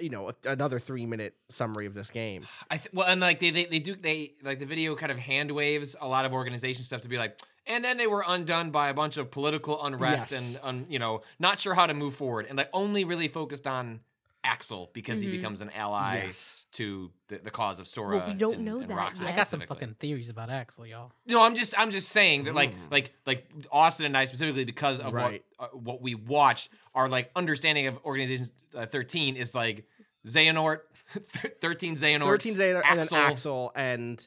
[SPEAKER 1] you know a, another three minute summary of this game.
[SPEAKER 2] I th- well, and like they, they they do they like the video kind of hand waves a lot of organization stuff to be like, and then they were undone by a bunch of political unrest
[SPEAKER 1] Yes.
[SPEAKER 2] and um, you know not sure how to move forward, and like only really focused on Axel because
[SPEAKER 4] Mhm.
[SPEAKER 2] he becomes an ally
[SPEAKER 1] Yes.
[SPEAKER 2] to the, the cause of Sora.
[SPEAKER 4] Well, we don't
[SPEAKER 2] and-
[SPEAKER 4] know
[SPEAKER 2] and
[SPEAKER 4] that
[SPEAKER 2] Roxas
[SPEAKER 4] yet.
[SPEAKER 3] I got some
[SPEAKER 2] specifically.
[SPEAKER 3] fucking theories about Axel, y'all.
[SPEAKER 2] No, I'm just I'm just saying that like like like Austin and I specifically because of
[SPEAKER 1] Hmm. Right.
[SPEAKER 2] what uh, what we watched our like understanding of organizations uh, 13 is like Xehanort 13 Xehanort
[SPEAKER 1] Thirteen Zeta and then
[SPEAKER 2] Axel,
[SPEAKER 1] Axel and.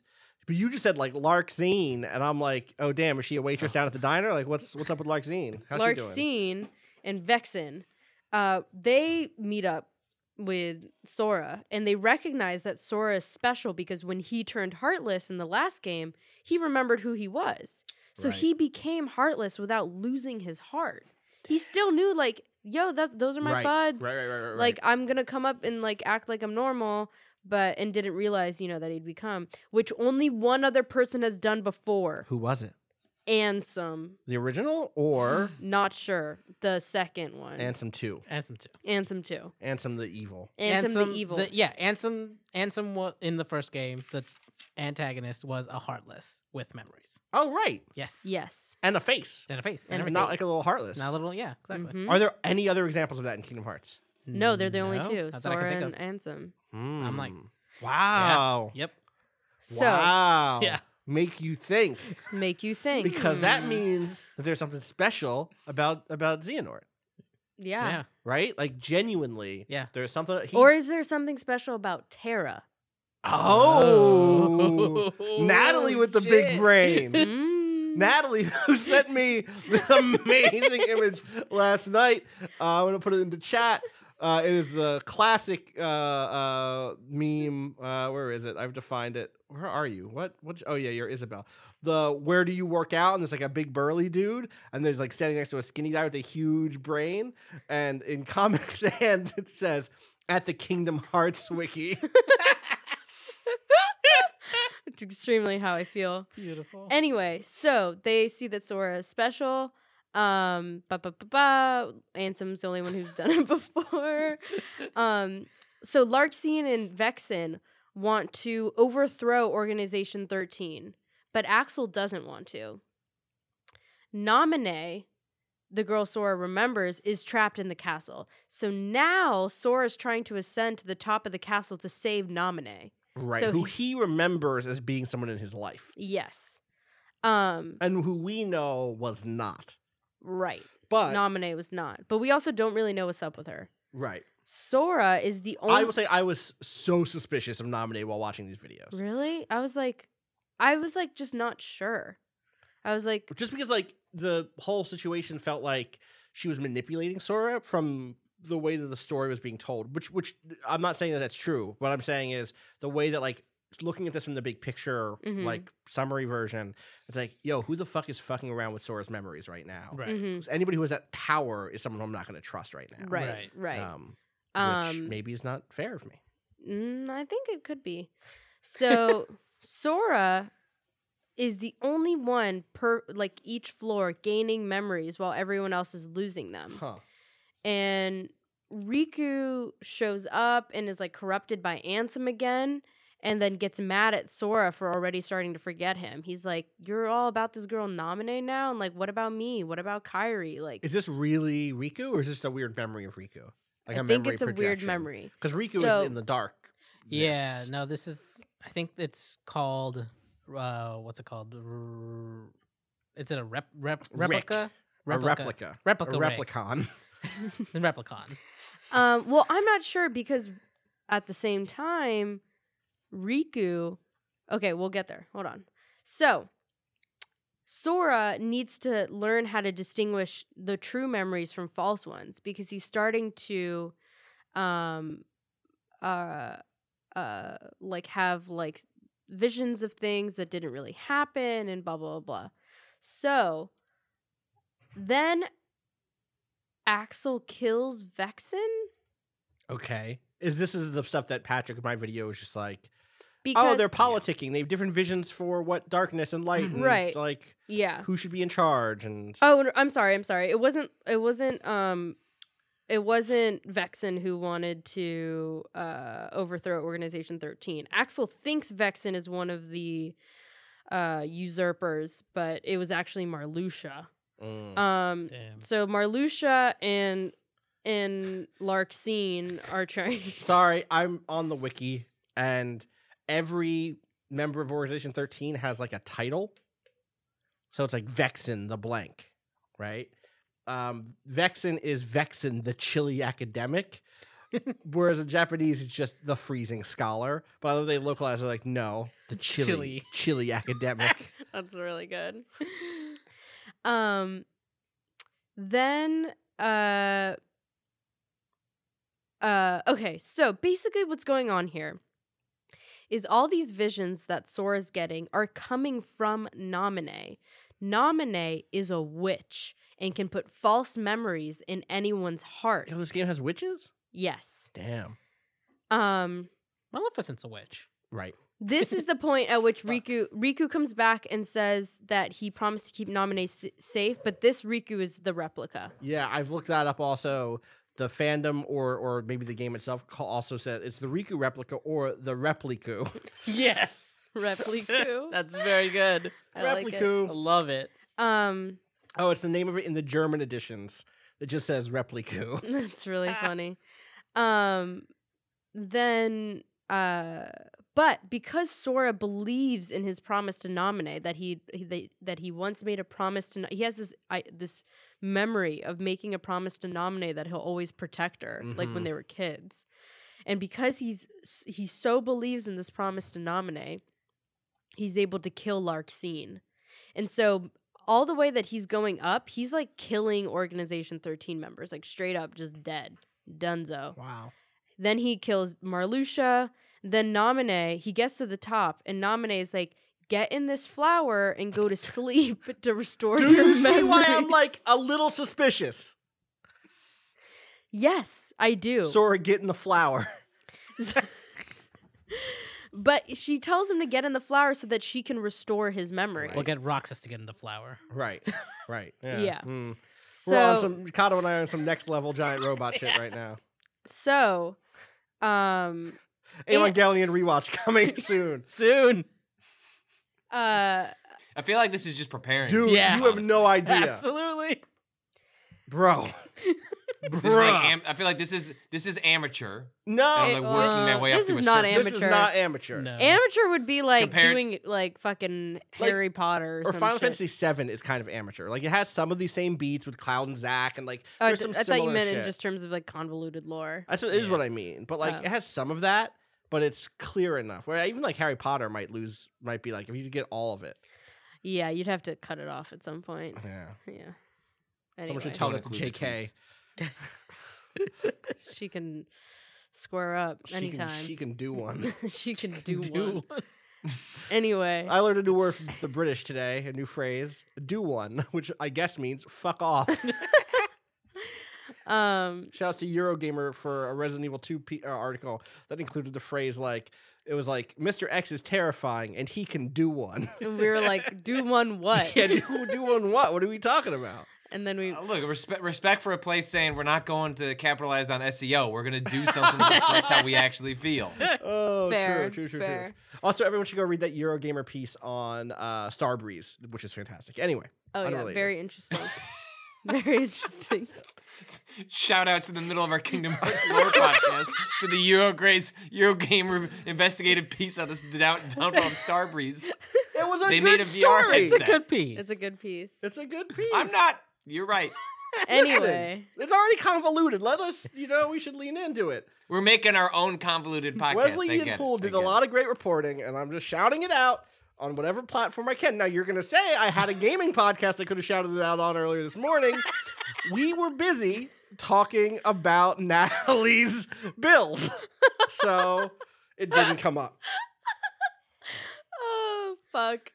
[SPEAKER 1] But you just said like Lark Zine, and I'm like, oh damn, is she a waitress down at the diner? Like, what's what's up with Lark Zine? How's she doing?
[SPEAKER 4] Larkseen and Vexen, uh, they meet up with Sora and they recognize that Sora is special because when he turned Heartless in the last game, he remembered who he was. So
[SPEAKER 1] Right.
[SPEAKER 4] he became Heartless without losing his heart. He still knew, like, yo, that, those are my
[SPEAKER 1] right.
[SPEAKER 4] buds.
[SPEAKER 1] Right, right, right, right, right.
[SPEAKER 4] like i'm gonna come up and like act like i'm normal but and didn't realize you know that he'd become which only one other person has done before
[SPEAKER 1] who was it?
[SPEAKER 4] and some.
[SPEAKER 1] The original or
[SPEAKER 4] Not sure. The second one.
[SPEAKER 1] Ansem 2?
[SPEAKER 3] Ansem too.
[SPEAKER 4] Ansem 2.
[SPEAKER 1] Ansem the Evil.
[SPEAKER 4] Ansem, the Evil.
[SPEAKER 3] yeah, Ansem. Ansem wa- in the first game, the antagonist was a heartless with memories.
[SPEAKER 1] Oh, right.
[SPEAKER 3] Yes.
[SPEAKER 4] yes.
[SPEAKER 1] And a face.
[SPEAKER 3] And a face.
[SPEAKER 4] And a
[SPEAKER 3] everything.
[SPEAKER 1] Not like a little heartless.
[SPEAKER 3] Not a little. Yeah. Exactly.
[SPEAKER 4] Mhm.
[SPEAKER 1] Are there any other examples of that in Kingdom Hearts?
[SPEAKER 4] No, they're the only
[SPEAKER 3] No,
[SPEAKER 4] two.
[SPEAKER 3] not that I can
[SPEAKER 4] Sora
[SPEAKER 3] think
[SPEAKER 4] and Ansem.
[SPEAKER 3] I'm like,
[SPEAKER 1] Hmm. wow.
[SPEAKER 3] Yep.
[SPEAKER 4] So
[SPEAKER 1] wow.
[SPEAKER 3] Yeah. Mm.
[SPEAKER 1] Make you think
[SPEAKER 4] make you think. Mm.
[SPEAKER 1] because that means that there's something special about about Xehanort,
[SPEAKER 4] Yeah.
[SPEAKER 3] Yeah.
[SPEAKER 1] right? Like genuinely,
[SPEAKER 3] Yeah.
[SPEAKER 1] There's something. He,
[SPEAKER 4] Or is there something special about Terra?
[SPEAKER 1] oh, Natalie with the big
[SPEAKER 3] Shit.
[SPEAKER 1] brain.
[SPEAKER 4] Mm.
[SPEAKER 1] Natalie, who sent me this amazing image last night, uh, I'm gonna put it into chat. Uh, it is the classic uh, uh, meme. Uh, where is it? I have to find it. Where are you? What? What? Oh yeah, you're Isabel. The where do you work out? And there's like a big burly dude, and there's like standing next to a skinny guy with a huge brain. And in Comic Sans, it says at the Kingdom Hearts wiki.
[SPEAKER 4] It's extremely how I feel.
[SPEAKER 3] Beautiful.
[SPEAKER 4] Anyway, so they see that Sora is special. Um, ba ba ba ba. Ansem's the only one who's done it before. Um, so Larksean and Vexen want to overthrow Organization 13, but Axel doesn't want to. Nominee, the girl Sora remembers, is trapped in the castle. So now Sora's trying to ascend to the top of the castle to save Nominee.
[SPEAKER 1] Right.
[SPEAKER 4] So
[SPEAKER 1] who he remembers as being someone in his life
[SPEAKER 4] Yes. Um,
[SPEAKER 1] and who we know was not.
[SPEAKER 4] right.
[SPEAKER 1] But
[SPEAKER 4] Nominee was not. But we also don't really know what's up with her.
[SPEAKER 1] right.
[SPEAKER 4] Sora is the only
[SPEAKER 1] I will say I was so suspicious of nominee while watching these videos.
[SPEAKER 4] Really? I was like I was like just not sure. I was like
[SPEAKER 1] Just because like the whole situation felt like she was manipulating Sora from the way that the story was being told, which which I'm not saying that that's true. What I'm saying is the way that like looking at this from the big picture
[SPEAKER 4] Mhm.
[SPEAKER 1] like summary version, it's like, yo, who the fuck is fucking around with Sora's memories right now?
[SPEAKER 3] Right.
[SPEAKER 4] mhm,
[SPEAKER 1] Anybody who has that power is someone I'm not going to trust right now.
[SPEAKER 4] right,
[SPEAKER 3] Right.
[SPEAKER 4] right.
[SPEAKER 1] Um,
[SPEAKER 4] Um,
[SPEAKER 1] which maybe is not fair of me.
[SPEAKER 4] mm, I think it could be. So Sora is the only one per like each floor gaining memories while everyone else is losing them.
[SPEAKER 1] Huh.
[SPEAKER 4] and Riku shows up and is like corrupted by Ansem again and then gets mad at Sora for already starting to forget him. He's like, You're all about this girl Naminé now? And like, what about me? What about Kairi? Like,
[SPEAKER 1] Is this really Riku or is this a weird memory of Riku? Like
[SPEAKER 4] I think it's a weird memory.
[SPEAKER 1] Because Riku
[SPEAKER 4] So-
[SPEAKER 1] is in the dark.
[SPEAKER 3] Yeah. No, this is. I think it's called. Uh, what's it called? R- Is it a rep, rep
[SPEAKER 1] A
[SPEAKER 3] replica?
[SPEAKER 1] replica.
[SPEAKER 3] Replica
[SPEAKER 1] A
[SPEAKER 3] Rick.
[SPEAKER 1] replicon.
[SPEAKER 3] The Replicon.
[SPEAKER 4] Um, well, I'm not sure because at the same time, Riku. Okay, we'll get there. Hold on. So, Sora needs to learn how to distinguish the true memories from false ones because he's starting to, um, uh, uh, like have like visions of things that didn't really happen and blah blah blah. blah. So, then Axel kills Vexen.
[SPEAKER 1] Okay. Is this is the stuff that Patrick in my video was just like,
[SPEAKER 4] Because
[SPEAKER 1] oh, they're politicking. They have different visions for what darkness and light, and
[SPEAKER 4] Right.
[SPEAKER 1] Like
[SPEAKER 4] yeah.
[SPEAKER 1] who should be in charge, and
[SPEAKER 4] Oh, and I'm sorry. I'm sorry. It wasn't. It wasn't. Um, it wasn't Vexen who wanted to uh, overthrow Organization 13. Axel thinks Vexen is one of the uh, usurpers, but it was actually Marluxia.
[SPEAKER 1] Mm.
[SPEAKER 4] Um,
[SPEAKER 3] Damn.
[SPEAKER 4] so Marluxia and and Larkseen are trying.
[SPEAKER 1] Sorry, I'm on the wiki, and every member of Organization 13 has like a title. So it's like Vexen the blank, right? Um, Vexen is Vexen the chilly academic, whereas in Japanese it's just the freezing scholar. But although they localize, they're like, no, the chilly, chilly,
[SPEAKER 3] Chilly.
[SPEAKER 1] academic.
[SPEAKER 4] That's really good. Um then uh uh okay, so basically what's going on here is all these visions that Sora's getting are coming from Nominee. Nominee is a witch and can put false memories in anyone's heart.
[SPEAKER 1] Yo, this game has witches.
[SPEAKER 4] Yes.
[SPEAKER 1] Damn.
[SPEAKER 4] Um
[SPEAKER 3] Maleficent's a witch.
[SPEAKER 1] Right.
[SPEAKER 4] This is the point at which Riku Riku comes back and says that he promised to keep Naminé s- safe, but this Riku is the replica.
[SPEAKER 1] Yeah, I've looked that up also. The fandom or or maybe the game itself ca- also said it's the Riku replica or the Repliku.
[SPEAKER 3] Yes.
[SPEAKER 4] Repliku.
[SPEAKER 3] That's very good.
[SPEAKER 4] I like it.
[SPEAKER 3] I love it.
[SPEAKER 4] Um,
[SPEAKER 1] Oh, it's the name of it in the German editions. It just says Repliku.
[SPEAKER 4] That's really funny. Um, then, uh, but because Sora believes in his promise to nominate that he, he they, that he once made a promise to, no- he has this I, this memory of making a promise to nominate that he'll always protect her, like when
[SPEAKER 1] Mhm.
[SPEAKER 4] they were kids, and because he's s- he so believes in this promise to nominate, he's able to kill Larkseen, and so all the way that he's going up, he's like killing Organization 13 members, like straight up, just dead. Dunzo.
[SPEAKER 1] Wow.
[SPEAKER 4] Then he kills Marluxia. Then Naminé, he gets to the top, and Naminé is like, get in this flower and go to sleep to restore
[SPEAKER 1] Do
[SPEAKER 4] your
[SPEAKER 1] you see why I'm
[SPEAKER 4] memories."
[SPEAKER 1] like a little suspicious?
[SPEAKER 4] Yes, I do.
[SPEAKER 1] Sora getting the flower.
[SPEAKER 4] but she tells him to get in the flower so that she can restore his memories.
[SPEAKER 3] We'll get Roxas to get in the flower.
[SPEAKER 1] Right. Right.
[SPEAKER 4] Yeah.
[SPEAKER 1] Mm.
[SPEAKER 4] so,
[SPEAKER 1] We're on some Kato and I are on some next level giant robot shit right now.
[SPEAKER 4] so, um, And-
[SPEAKER 1] Evangelion rewatch coming soon.
[SPEAKER 3] Soon.
[SPEAKER 4] uh,
[SPEAKER 2] I feel like this is just preparing.
[SPEAKER 1] Dude,
[SPEAKER 3] Yeah.
[SPEAKER 1] you have no idea.
[SPEAKER 3] Absolutely.
[SPEAKER 1] Bro.
[SPEAKER 2] This is
[SPEAKER 1] Bro.
[SPEAKER 2] like am- I feel like this is this is amateur.
[SPEAKER 1] no.
[SPEAKER 2] I'm like working my way up
[SPEAKER 4] this
[SPEAKER 2] to
[SPEAKER 4] is
[SPEAKER 2] a
[SPEAKER 4] not
[SPEAKER 2] certain-
[SPEAKER 1] this is
[SPEAKER 4] amateur.
[SPEAKER 1] not amateur.
[SPEAKER 3] No.
[SPEAKER 4] Amateur would be like
[SPEAKER 2] Compared-
[SPEAKER 4] doing like fucking
[SPEAKER 1] Like-
[SPEAKER 4] Harry Potter or,
[SPEAKER 1] Or
[SPEAKER 4] some
[SPEAKER 1] Final
[SPEAKER 4] shit.
[SPEAKER 1] Fantasy VII is kind of amateur. Like it has some of these same beats with Cloud and Zack, and like
[SPEAKER 4] Oh, I
[SPEAKER 1] there's
[SPEAKER 4] d-
[SPEAKER 1] some
[SPEAKER 4] I thought you
[SPEAKER 1] similar
[SPEAKER 4] meant in
[SPEAKER 1] shit.
[SPEAKER 4] just terms of like convoluted lore.
[SPEAKER 1] That's what, is
[SPEAKER 3] Yeah.
[SPEAKER 1] what I mean. But like
[SPEAKER 4] Oh.
[SPEAKER 1] it has some of that, but it's clear enough. Where even like Harry Potter might lose, might be like if you could get all of it.
[SPEAKER 4] Yeah, you'd have to cut it off at some point.
[SPEAKER 1] Yeah.
[SPEAKER 4] Yeah.
[SPEAKER 1] Someone
[SPEAKER 4] Anyway,
[SPEAKER 1] should tell
[SPEAKER 2] Don't
[SPEAKER 1] that to
[SPEAKER 2] include the
[SPEAKER 1] JK.
[SPEAKER 2] tweets.
[SPEAKER 4] she can square up
[SPEAKER 1] She can,
[SPEAKER 4] anytime.
[SPEAKER 1] she can do one.
[SPEAKER 4] She can do, one.
[SPEAKER 3] Do
[SPEAKER 4] Anyway,
[SPEAKER 1] I learned a new word from the British today, a new phrase, do one, which I guess means fuck off.
[SPEAKER 4] um,
[SPEAKER 1] Shouts to Eurogamer for a Resident Evil 2 P- uh, article that included the phrase like, it was like, Mr. X is terrifying and he can do one.
[SPEAKER 4] and we were like, do one what?
[SPEAKER 1] yeah, do, do one what? What are we talking about?
[SPEAKER 4] And then we oh,
[SPEAKER 2] Uh, Look, respect respect for a place saying we're not going to capitalize on SEO. We're gonna do something that reflects how we actually feel.
[SPEAKER 1] Oh,
[SPEAKER 4] Fair,
[SPEAKER 1] true, true, true,
[SPEAKER 4] fair.
[SPEAKER 1] true. Also, everyone should go read that Eurogamer piece on uh, Starbreeze, which is fantastic. Anyway,
[SPEAKER 4] oh yeah,
[SPEAKER 1] unrelated.
[SPEAKER 4] very interesting. very interesting.
[SPEAKER 2] Shout outs in the middle of our Kingdom Hearts lore podcast to the Eurograce Eurogamer investigative piece on this down, downfall of Starbreeze.
[SPEAKER 1] it was a
[SPEAKER 2] They
[SPEAKER 1] good
[SPEAKER 2] made a VR
[SPEAKER 1] story.
[SPEAKER 2] headset.
[SPEAKER 3] Good piece.
[SPEAKER 4] It's a good piece.
[SPEAKER 1] It's a good piece.
[SPEAKER 2] I'm not. You're right.
[SPEAKER 1] Listen,
[SPEAKER 4] Anyway,
[SPEAKER 1] it's already convoluted. Let us, you know, we should lean into it.
[SPEAKER 2] We're making our own convoluted podcast.
[SPEAKER 1] Wesley
[SPEAKER 2] I
[SPEAKER 1] Ian
[SPEAKER 2] get
[SPEAKER 1] Poole
[SPEAKER 2] it. I
[SPEAKER 1] did
[SPEAKER 2] get
[SPEAKER 1] a
[SPEAKER 2] it.
[SPEAKER 1] lot of great reporting, and I'm just shouting it out on whatever platform I can. Now, you're going to say I had a gaming podcast I could have shouted it out on earlier this morning. we were busy talking about Natalie's bills. So it didn't come up.
[SPEAKER 4] Oh fuck.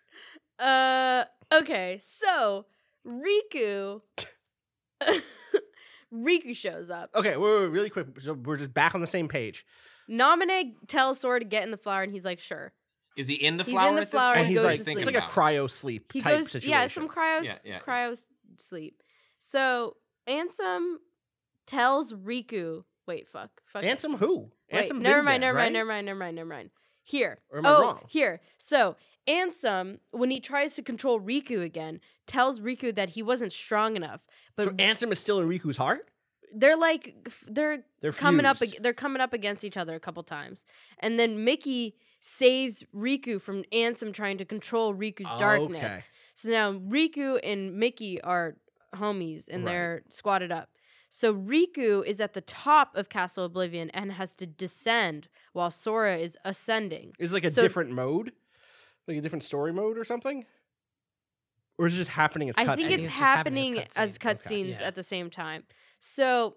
[SPEAKER 4] Uh okay, so Riku Riku shows up.
[SPEAKER 1] Okay, wait, wait, wait, really quick. So we're just back on the same page.
[SPEAKER 4] Naminé tells Sora to get in the flower and he's like, sure.
[SPEAKER 2] Is he in the
[SPEAKER 4] He's
[SPEAKER 2] flower?
[SPEAKER 4] in the
[SPEAKER 2] at this
[SPEAKER 4] flower
[SPEAKER 2] point?
[SPEAKER 1] and
[SPEAKER 4] and
[SPEAKER 1] he's
[SPEAKER 4] goes
[SPEAKER 1] like,
[SPEAKER 4] to
[SPEAKER 1] it's
[SPEAKER 4] sleep.
[SPEAKER 1] like a cryo sleep
[SPEAKER 4] He
[SPEAKER 1] type
[SPEAKER 4] goes
[SPEAKER 1] situation.
[SPEAKER 4] yeah, some
[SPEAKER 2] Yeah,
[SPEAKER 4] cryo
[SPEAKER 2] yeah, yeah.
[SPEAKER 4] cryo s- sleep. So Ansem tells Riku wait fuck. Fuck it.
[SPEAKER 1] And some who? And
[SPEAKER 4] Wait,
[SPEAKER 1] some
[SPEAKER 4] never
[SPEAKER 1] Big
[SPEAKER 4] mind,
[SPEAKER 1] Bang,
[SPEAKER 4] never
[SPEAKER 1] right?
[SPEAKER 4] mind, never mind, never mind, never mind. Here.
[SPEAKER 1] Or am I
[SPEAKER 4] oh,
[SPEAKER 1] wrong?
[SPEAKER 4] here. So Ansem, when he tries to control Riku again, tells Riku that he wasn't strong enough. But
[SPEAKER 1] So Ansem is still in Riku's heart?
[SPEAKER 4] they're like f- they're
[SPEAKER 1] They're
[SPEAKER 4] coming up
[SPEAKER 1] fused.
[SPEAKER 4] ag- they're coming up against each other a couple times and then mickey saves riku from ansem trying to control riku's
[SPEAKER 1] Oh, Okay.
[SPEAKER 4] darkness so now riku and mickey are homies and
[SPEAKER 1] Right.
[SPEAKER 4] they're squatted up so riku is at the top of castle oblivion and has to descend while sora is ascending
[SPEAKER 1] Is it like a
[SPEAKER 4] So-
[SPEAKER 1] different mode, like a different story mode or something, or is it just happening as?
[SPEAKER 4] I think
[SPEAKER 1] cutscenes?
[SPEAKER 4] it's,
[SPEAKER 3] it's just happening
[SPEAKER 4] happening
[SPEAKER 3] as
[SPEAKER 4] as
[SPEAKER 3] cutscenes.
[SPEAKER 4] cutscenes
[SPEAKER 3] Okay. Yeah.
[SPEAKER 4] at the same time. So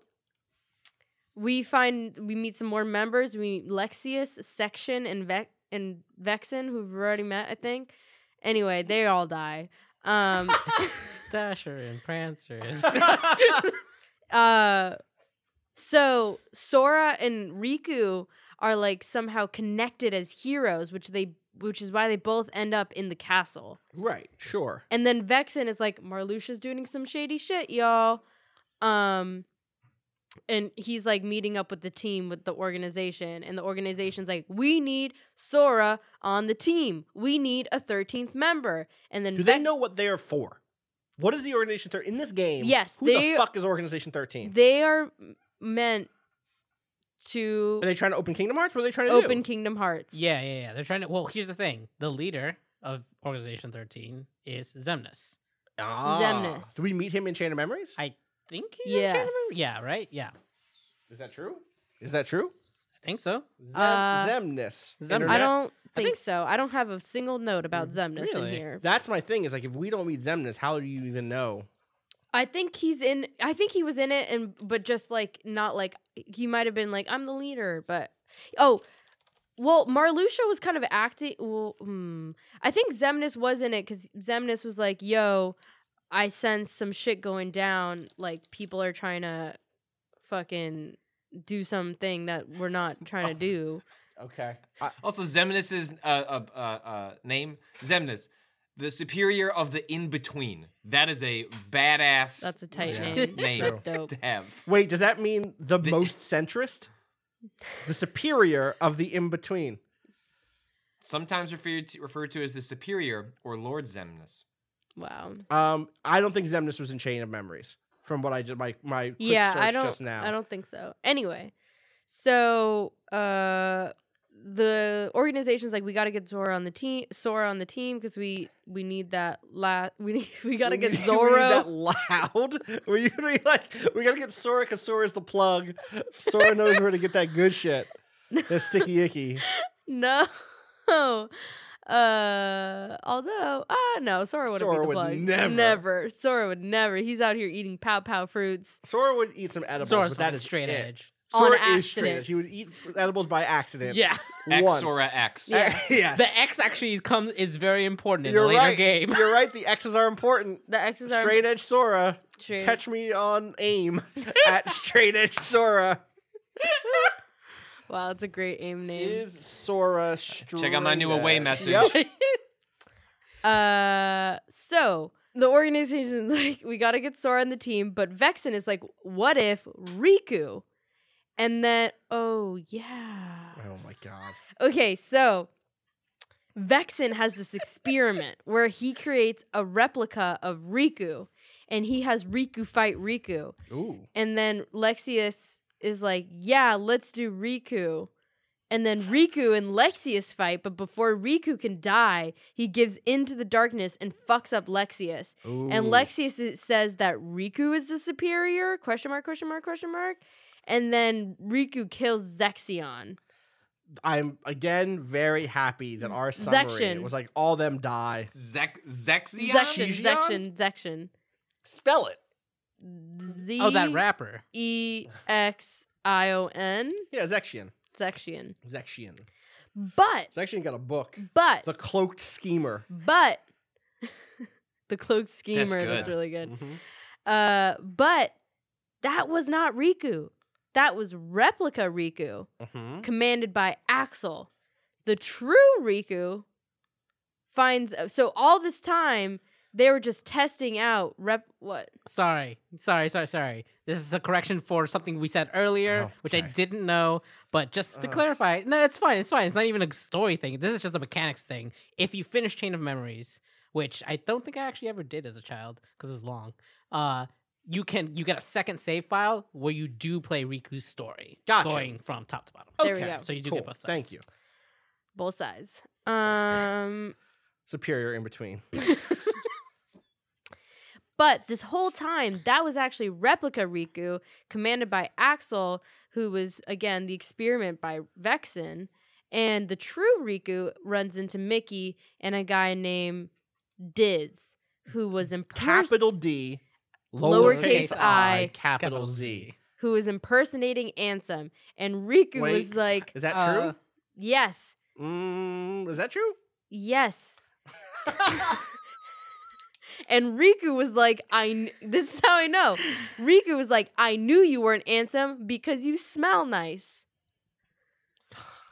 [SPEAKER 4] we find we meet some more members. We meet Lexius, Section, and Vex and Vexen, who've already met, I think. Anyway, they all die. Um,
[SPEAKER 3] Dasher and Prancer. and-
[SPEAKER 4] uh, so Sora and Riku are like somehow connected as heroes, which they which is why they both end up in the castle.
[SPEAKER 1] Right. Sure.
[SPEAKER 4] And then Vexen is like, Marluxia's doing some shady shit, y'all. Um and he's like meeting up with the team with the organization, and the organization's like, We need Sora on the team. We need a thirteenth member. And then
[SPEAKER 1] Do they know what they are for? What is the organization thir- in this game?
[SPEAKER 4] Yes,
[SPEAKER 1] Who
[SPEAKER 4] they-
[SPEAKER 1] the fuck is Organization Thirteen?
[SPEAKER 4] they are meant to
[SPEAKER 1] Are they trying to open Kingdom Hearts? What are they trying to
[SPEAKER 4] open
[SPEAKER 1] do?
[SPEAKER 4] Kingdom Hearts.
[SPEAKER 3] Yeah, yeah, yeah. They're trying to. Well, here's the thing: the leader of Organization 13 is Zemnis.
[SPEAKER 1] Ah.
[SPEAKER 4] Xemnas.
[SPEAKER 1] Do we meet him in Chain of Memories?
[SPEAKER 3] I think. he's in Chain of Memory? Yeah.
[SPEAKER 4] Yes.
[SPEAKER 3] Right. Yeah.
[SPEAKER 1] Is that true? Is that true?
[SPEAKER 3] I think so.
[SPEAKER 1] Zem-
[SPEAKER 4] Uh,
[SPEAKER 1] Zemnis.
[SPEAKER 3] Zemnis.
[SPEAKER 1] Internet.
[SPEAKER 4] I don't think,
[SPEAKER 3] think-
[SPEAKER 4] so. I don't have a single note about
[SPEAKER 1] Mm,
[SPEAKER 4] Zemnis in
[SPEAKER 3] Really?
[SPEAKER 4] here.
[SPEAKER 1] That's my thing. Is like if we don't meet Zemnis, how do you even know?
[SPEAKER 4] I think he's in. I think he was in it, and but just like not like he might have been like I'm the leader, but oh, well, Marluxia was kind of acting. Well, hmm. I think Zemnis was in it because Zemnis was like, "Yo, I sense some shit going down. Like people are trying to fucking do something that we're not trying to do."
[SPEAKER 1] Okay.
[SPEAKER 2] Uh, Also, Zemnis's uh, uh, uh, uh, name, Zemnis, the superior of the in between. That is a badass.
[SPEAKER 4] That's a tight
[SPEAKER 1] Yeah.
[SPEAKER 4] name.
[SPEAKER 2] name
[SPEAKER 4] That's dope.
[SPEAKER 2] to have.
[SPEAKER 1] Wait, does that mean the, most centrist? The superior of the in between.
[SPEAKER 2] Sometimes referred to, referred to as the superior or Lord Zemnis.
[SPEAKER 4] Wow.
[SPEAKER 1] Um, I don't think Zemnis was in Chain of Memories. From what I just my my quick
[SPEAKER 4] yeah,
[SPEAKER 1] search
[SPEAKER 4] I don't.
[SPEAKER 1] just now.
[SPEAKER 4] I don't think so. Anyway, so uh, the organization's like, we got to get Zora on the team. Sora on the team because we we need that. La- we need, we got to
[SPEAKER 1] We
[SPEAKER 4] get
[SPEAKER 1] need- We
[SPEAKER 4] Zoro.
[SPEAKER 1] need that loud. Were you gonna be like, we gotta get Sora because Sora's the plug. Sora knows where to get that good shit. That sticky icky.
[SPEAKER 4] no. Uh, although ah no, Sora would
[SPEAKER 1] Sora
[SPEAKER 4] have
[SPEAKER 1] would
[SPEAKER 4] plug.
[SPEAKER 1] never.
[SPEAKER 4] never. Sora would never. He's out here eating pow pow fruits.
[SPEAKER 1] Sora would eat some edibles.
[SPEAKER 3] Sora's
[SPEAKER 1] but that
[SPEAKER 3] fucking
[SPEAKER 1] is
[SPEAKER 3] straight
[SPEAKER 1] it.
[SPEAKER 3] edge.
[SPEAKER 4] On
[SPEAKER 1] Sora is straight
[SPEAKER 4] accident.
[SPEAKER 1] edge. He would eat edibles by accident.
[SPEAKER 3] Yeah.
[SPEAKER 2] X
[SPEAKER 1] Once.
[SPEAKER 2] Sora X.
[SPEAKER 4] Yeah.
[SPEAKER 1] yes.
[SPEAKER 3] The X actually comes is very important in
[SPEAKER 1] You're
[SPEAKER 3] the later
[SPEAKER 1] right.
[SPEAKER 3] game.
[SPEAKER 1] You're right. The X's are important.
[SPEAKER 4] The X's are
[SPEAKER 1] Straight edge Sora.
[SPEAKER 4] Straight-
[SPEAKER 1] Catch me on aim at straight edge Sora.
[SPEAKER 4] Wow, it's a great aim name.
[SPEAKER 1] Is Sora straight?
[SPEAKER 2] Check out my new away
[SPEAKER 1] edge?
[SPEAKER 2] message.
[SPEAKER 1] Yep.
[SPEAKER 4] Uh, so the organization's like, we got to get Sora on the team, but Vexen is like, what if Riku? And then, oh yeah.
[SPEAKER 1] Oh my god.
[SPEAKER 4] Okay, so Vexen has this experiment where he creates a replica of Riku, and he has Riku fight Riku.
[SPEAKER 1] Ooh.
[SPEAKER 4] And then Lexius is like, yeah, let's do Riku. And then Riku and Lexius fight, but before Riku can die, he gives into the darkness and fucks up Lexius. And Lexius is- says that Riku is the superior? Question mark, question mark, question mark. And then Riku kills Zexion.
[SPEAKER 1] I'm again very happy that our
[SPEAKER 4] Z-
[SPEAKER 1] summary
[SPEAKER 4] Zection.
[SPEAKER 1] was like all them die.
[SPEAKER 2] Zek Zexion?
[SPEAKER 4] Zexion,
[SPEAKER 1] Zexion?
[SPEAKER 4] Zexion, Zexion.
[SPEAKER 1] Spell it.
[SPEAKER 4] Z
[SPEAKER 3] Oh, that rapper.
[SPEAKER 4] E X I O N.
[SPEAKER 1] Yeah, Zexion.
[SPEAKER 4] Zexion.
[SPEAKER 1] Zexion.
[SPEAKER 4] But,
[SPEAKER 1] Zexion got a book.
[SPEAKER 4] but,
[SPEAKER 1] The Cloaked Schemer.
[SPEAKER 4] But the cloaked schemer that's,
[SPEAKER 2] good.
[SPEAKER 4] really good.
[SPEAKER 1] Mhm.
[SPEAKER 4] Uh, but that was not Riku. That was replica Riku,
[SPEAKER 1] Mhm.
[SPEAKER 4] commanded by Axel. The true Riku finds uh, so all this time they were just testing out rep what
[SPEAKER 3] Sorry, sorry, sorry, sorry. This is a correction for something we said earlier,
[SPEAKER 1] Oh,
[SPEAKER 3] which I
[SPEAKER 1] okay. Uh.
[SPEAKER 3] didn't know. But just to
[SPEAKER 1] Ugh.
[SPEAKER 3] clarify, no, it's fine. It's fine. It's not even a story thing. This is just a mechanics thing. If you finish Chain of Memories, which I don't think I actually ever did as a child because it was long, uh, you can you get a second save file where you do play Riku's story,
[SPEAKER 1] Gotcha.
[SPEAKER 3] going from top to bottom.
[SPEAKER 4] There we
[SPEAKER 1] Okay.
[SPEAKER 4] go.
[SPEAKER 3] So you do
[SPEAKER 1] Cool.
[SPEAKER 3] get both sides.
[SPEAKER 1] Thank you.
[SPEAKER 4] both sides. Um
[SPEAKER 1] Superior in between.
[SPEAKER 4] But this whole time, that was actually replica Riku, commanded by Axel, who was, again, the experiment by Vexen. And the true Riku runs into Mickey and a guy named Diz, who was imperson-
[SPEAKER 1] Capital D.
[SPEAKER 4] Lowercase I,
[SPEAKER 1] Capital Z.
[SPEAKER 4] who was impersonating Ansem. And Riku
[SPEAKER 1] Wait.
[SPEAKER 4] was like,
[SPEAKER 1] Is that
[SPEAKER 3] Uh,
[SPEAKER 4] Yes,
[SPEAKER 1] true? Mm, is that true?
[SPEAKER 4] yes. And Riku was like, I. Kn- this is how I know. Riku was like, I knew you weren't Ansem because you smell nice.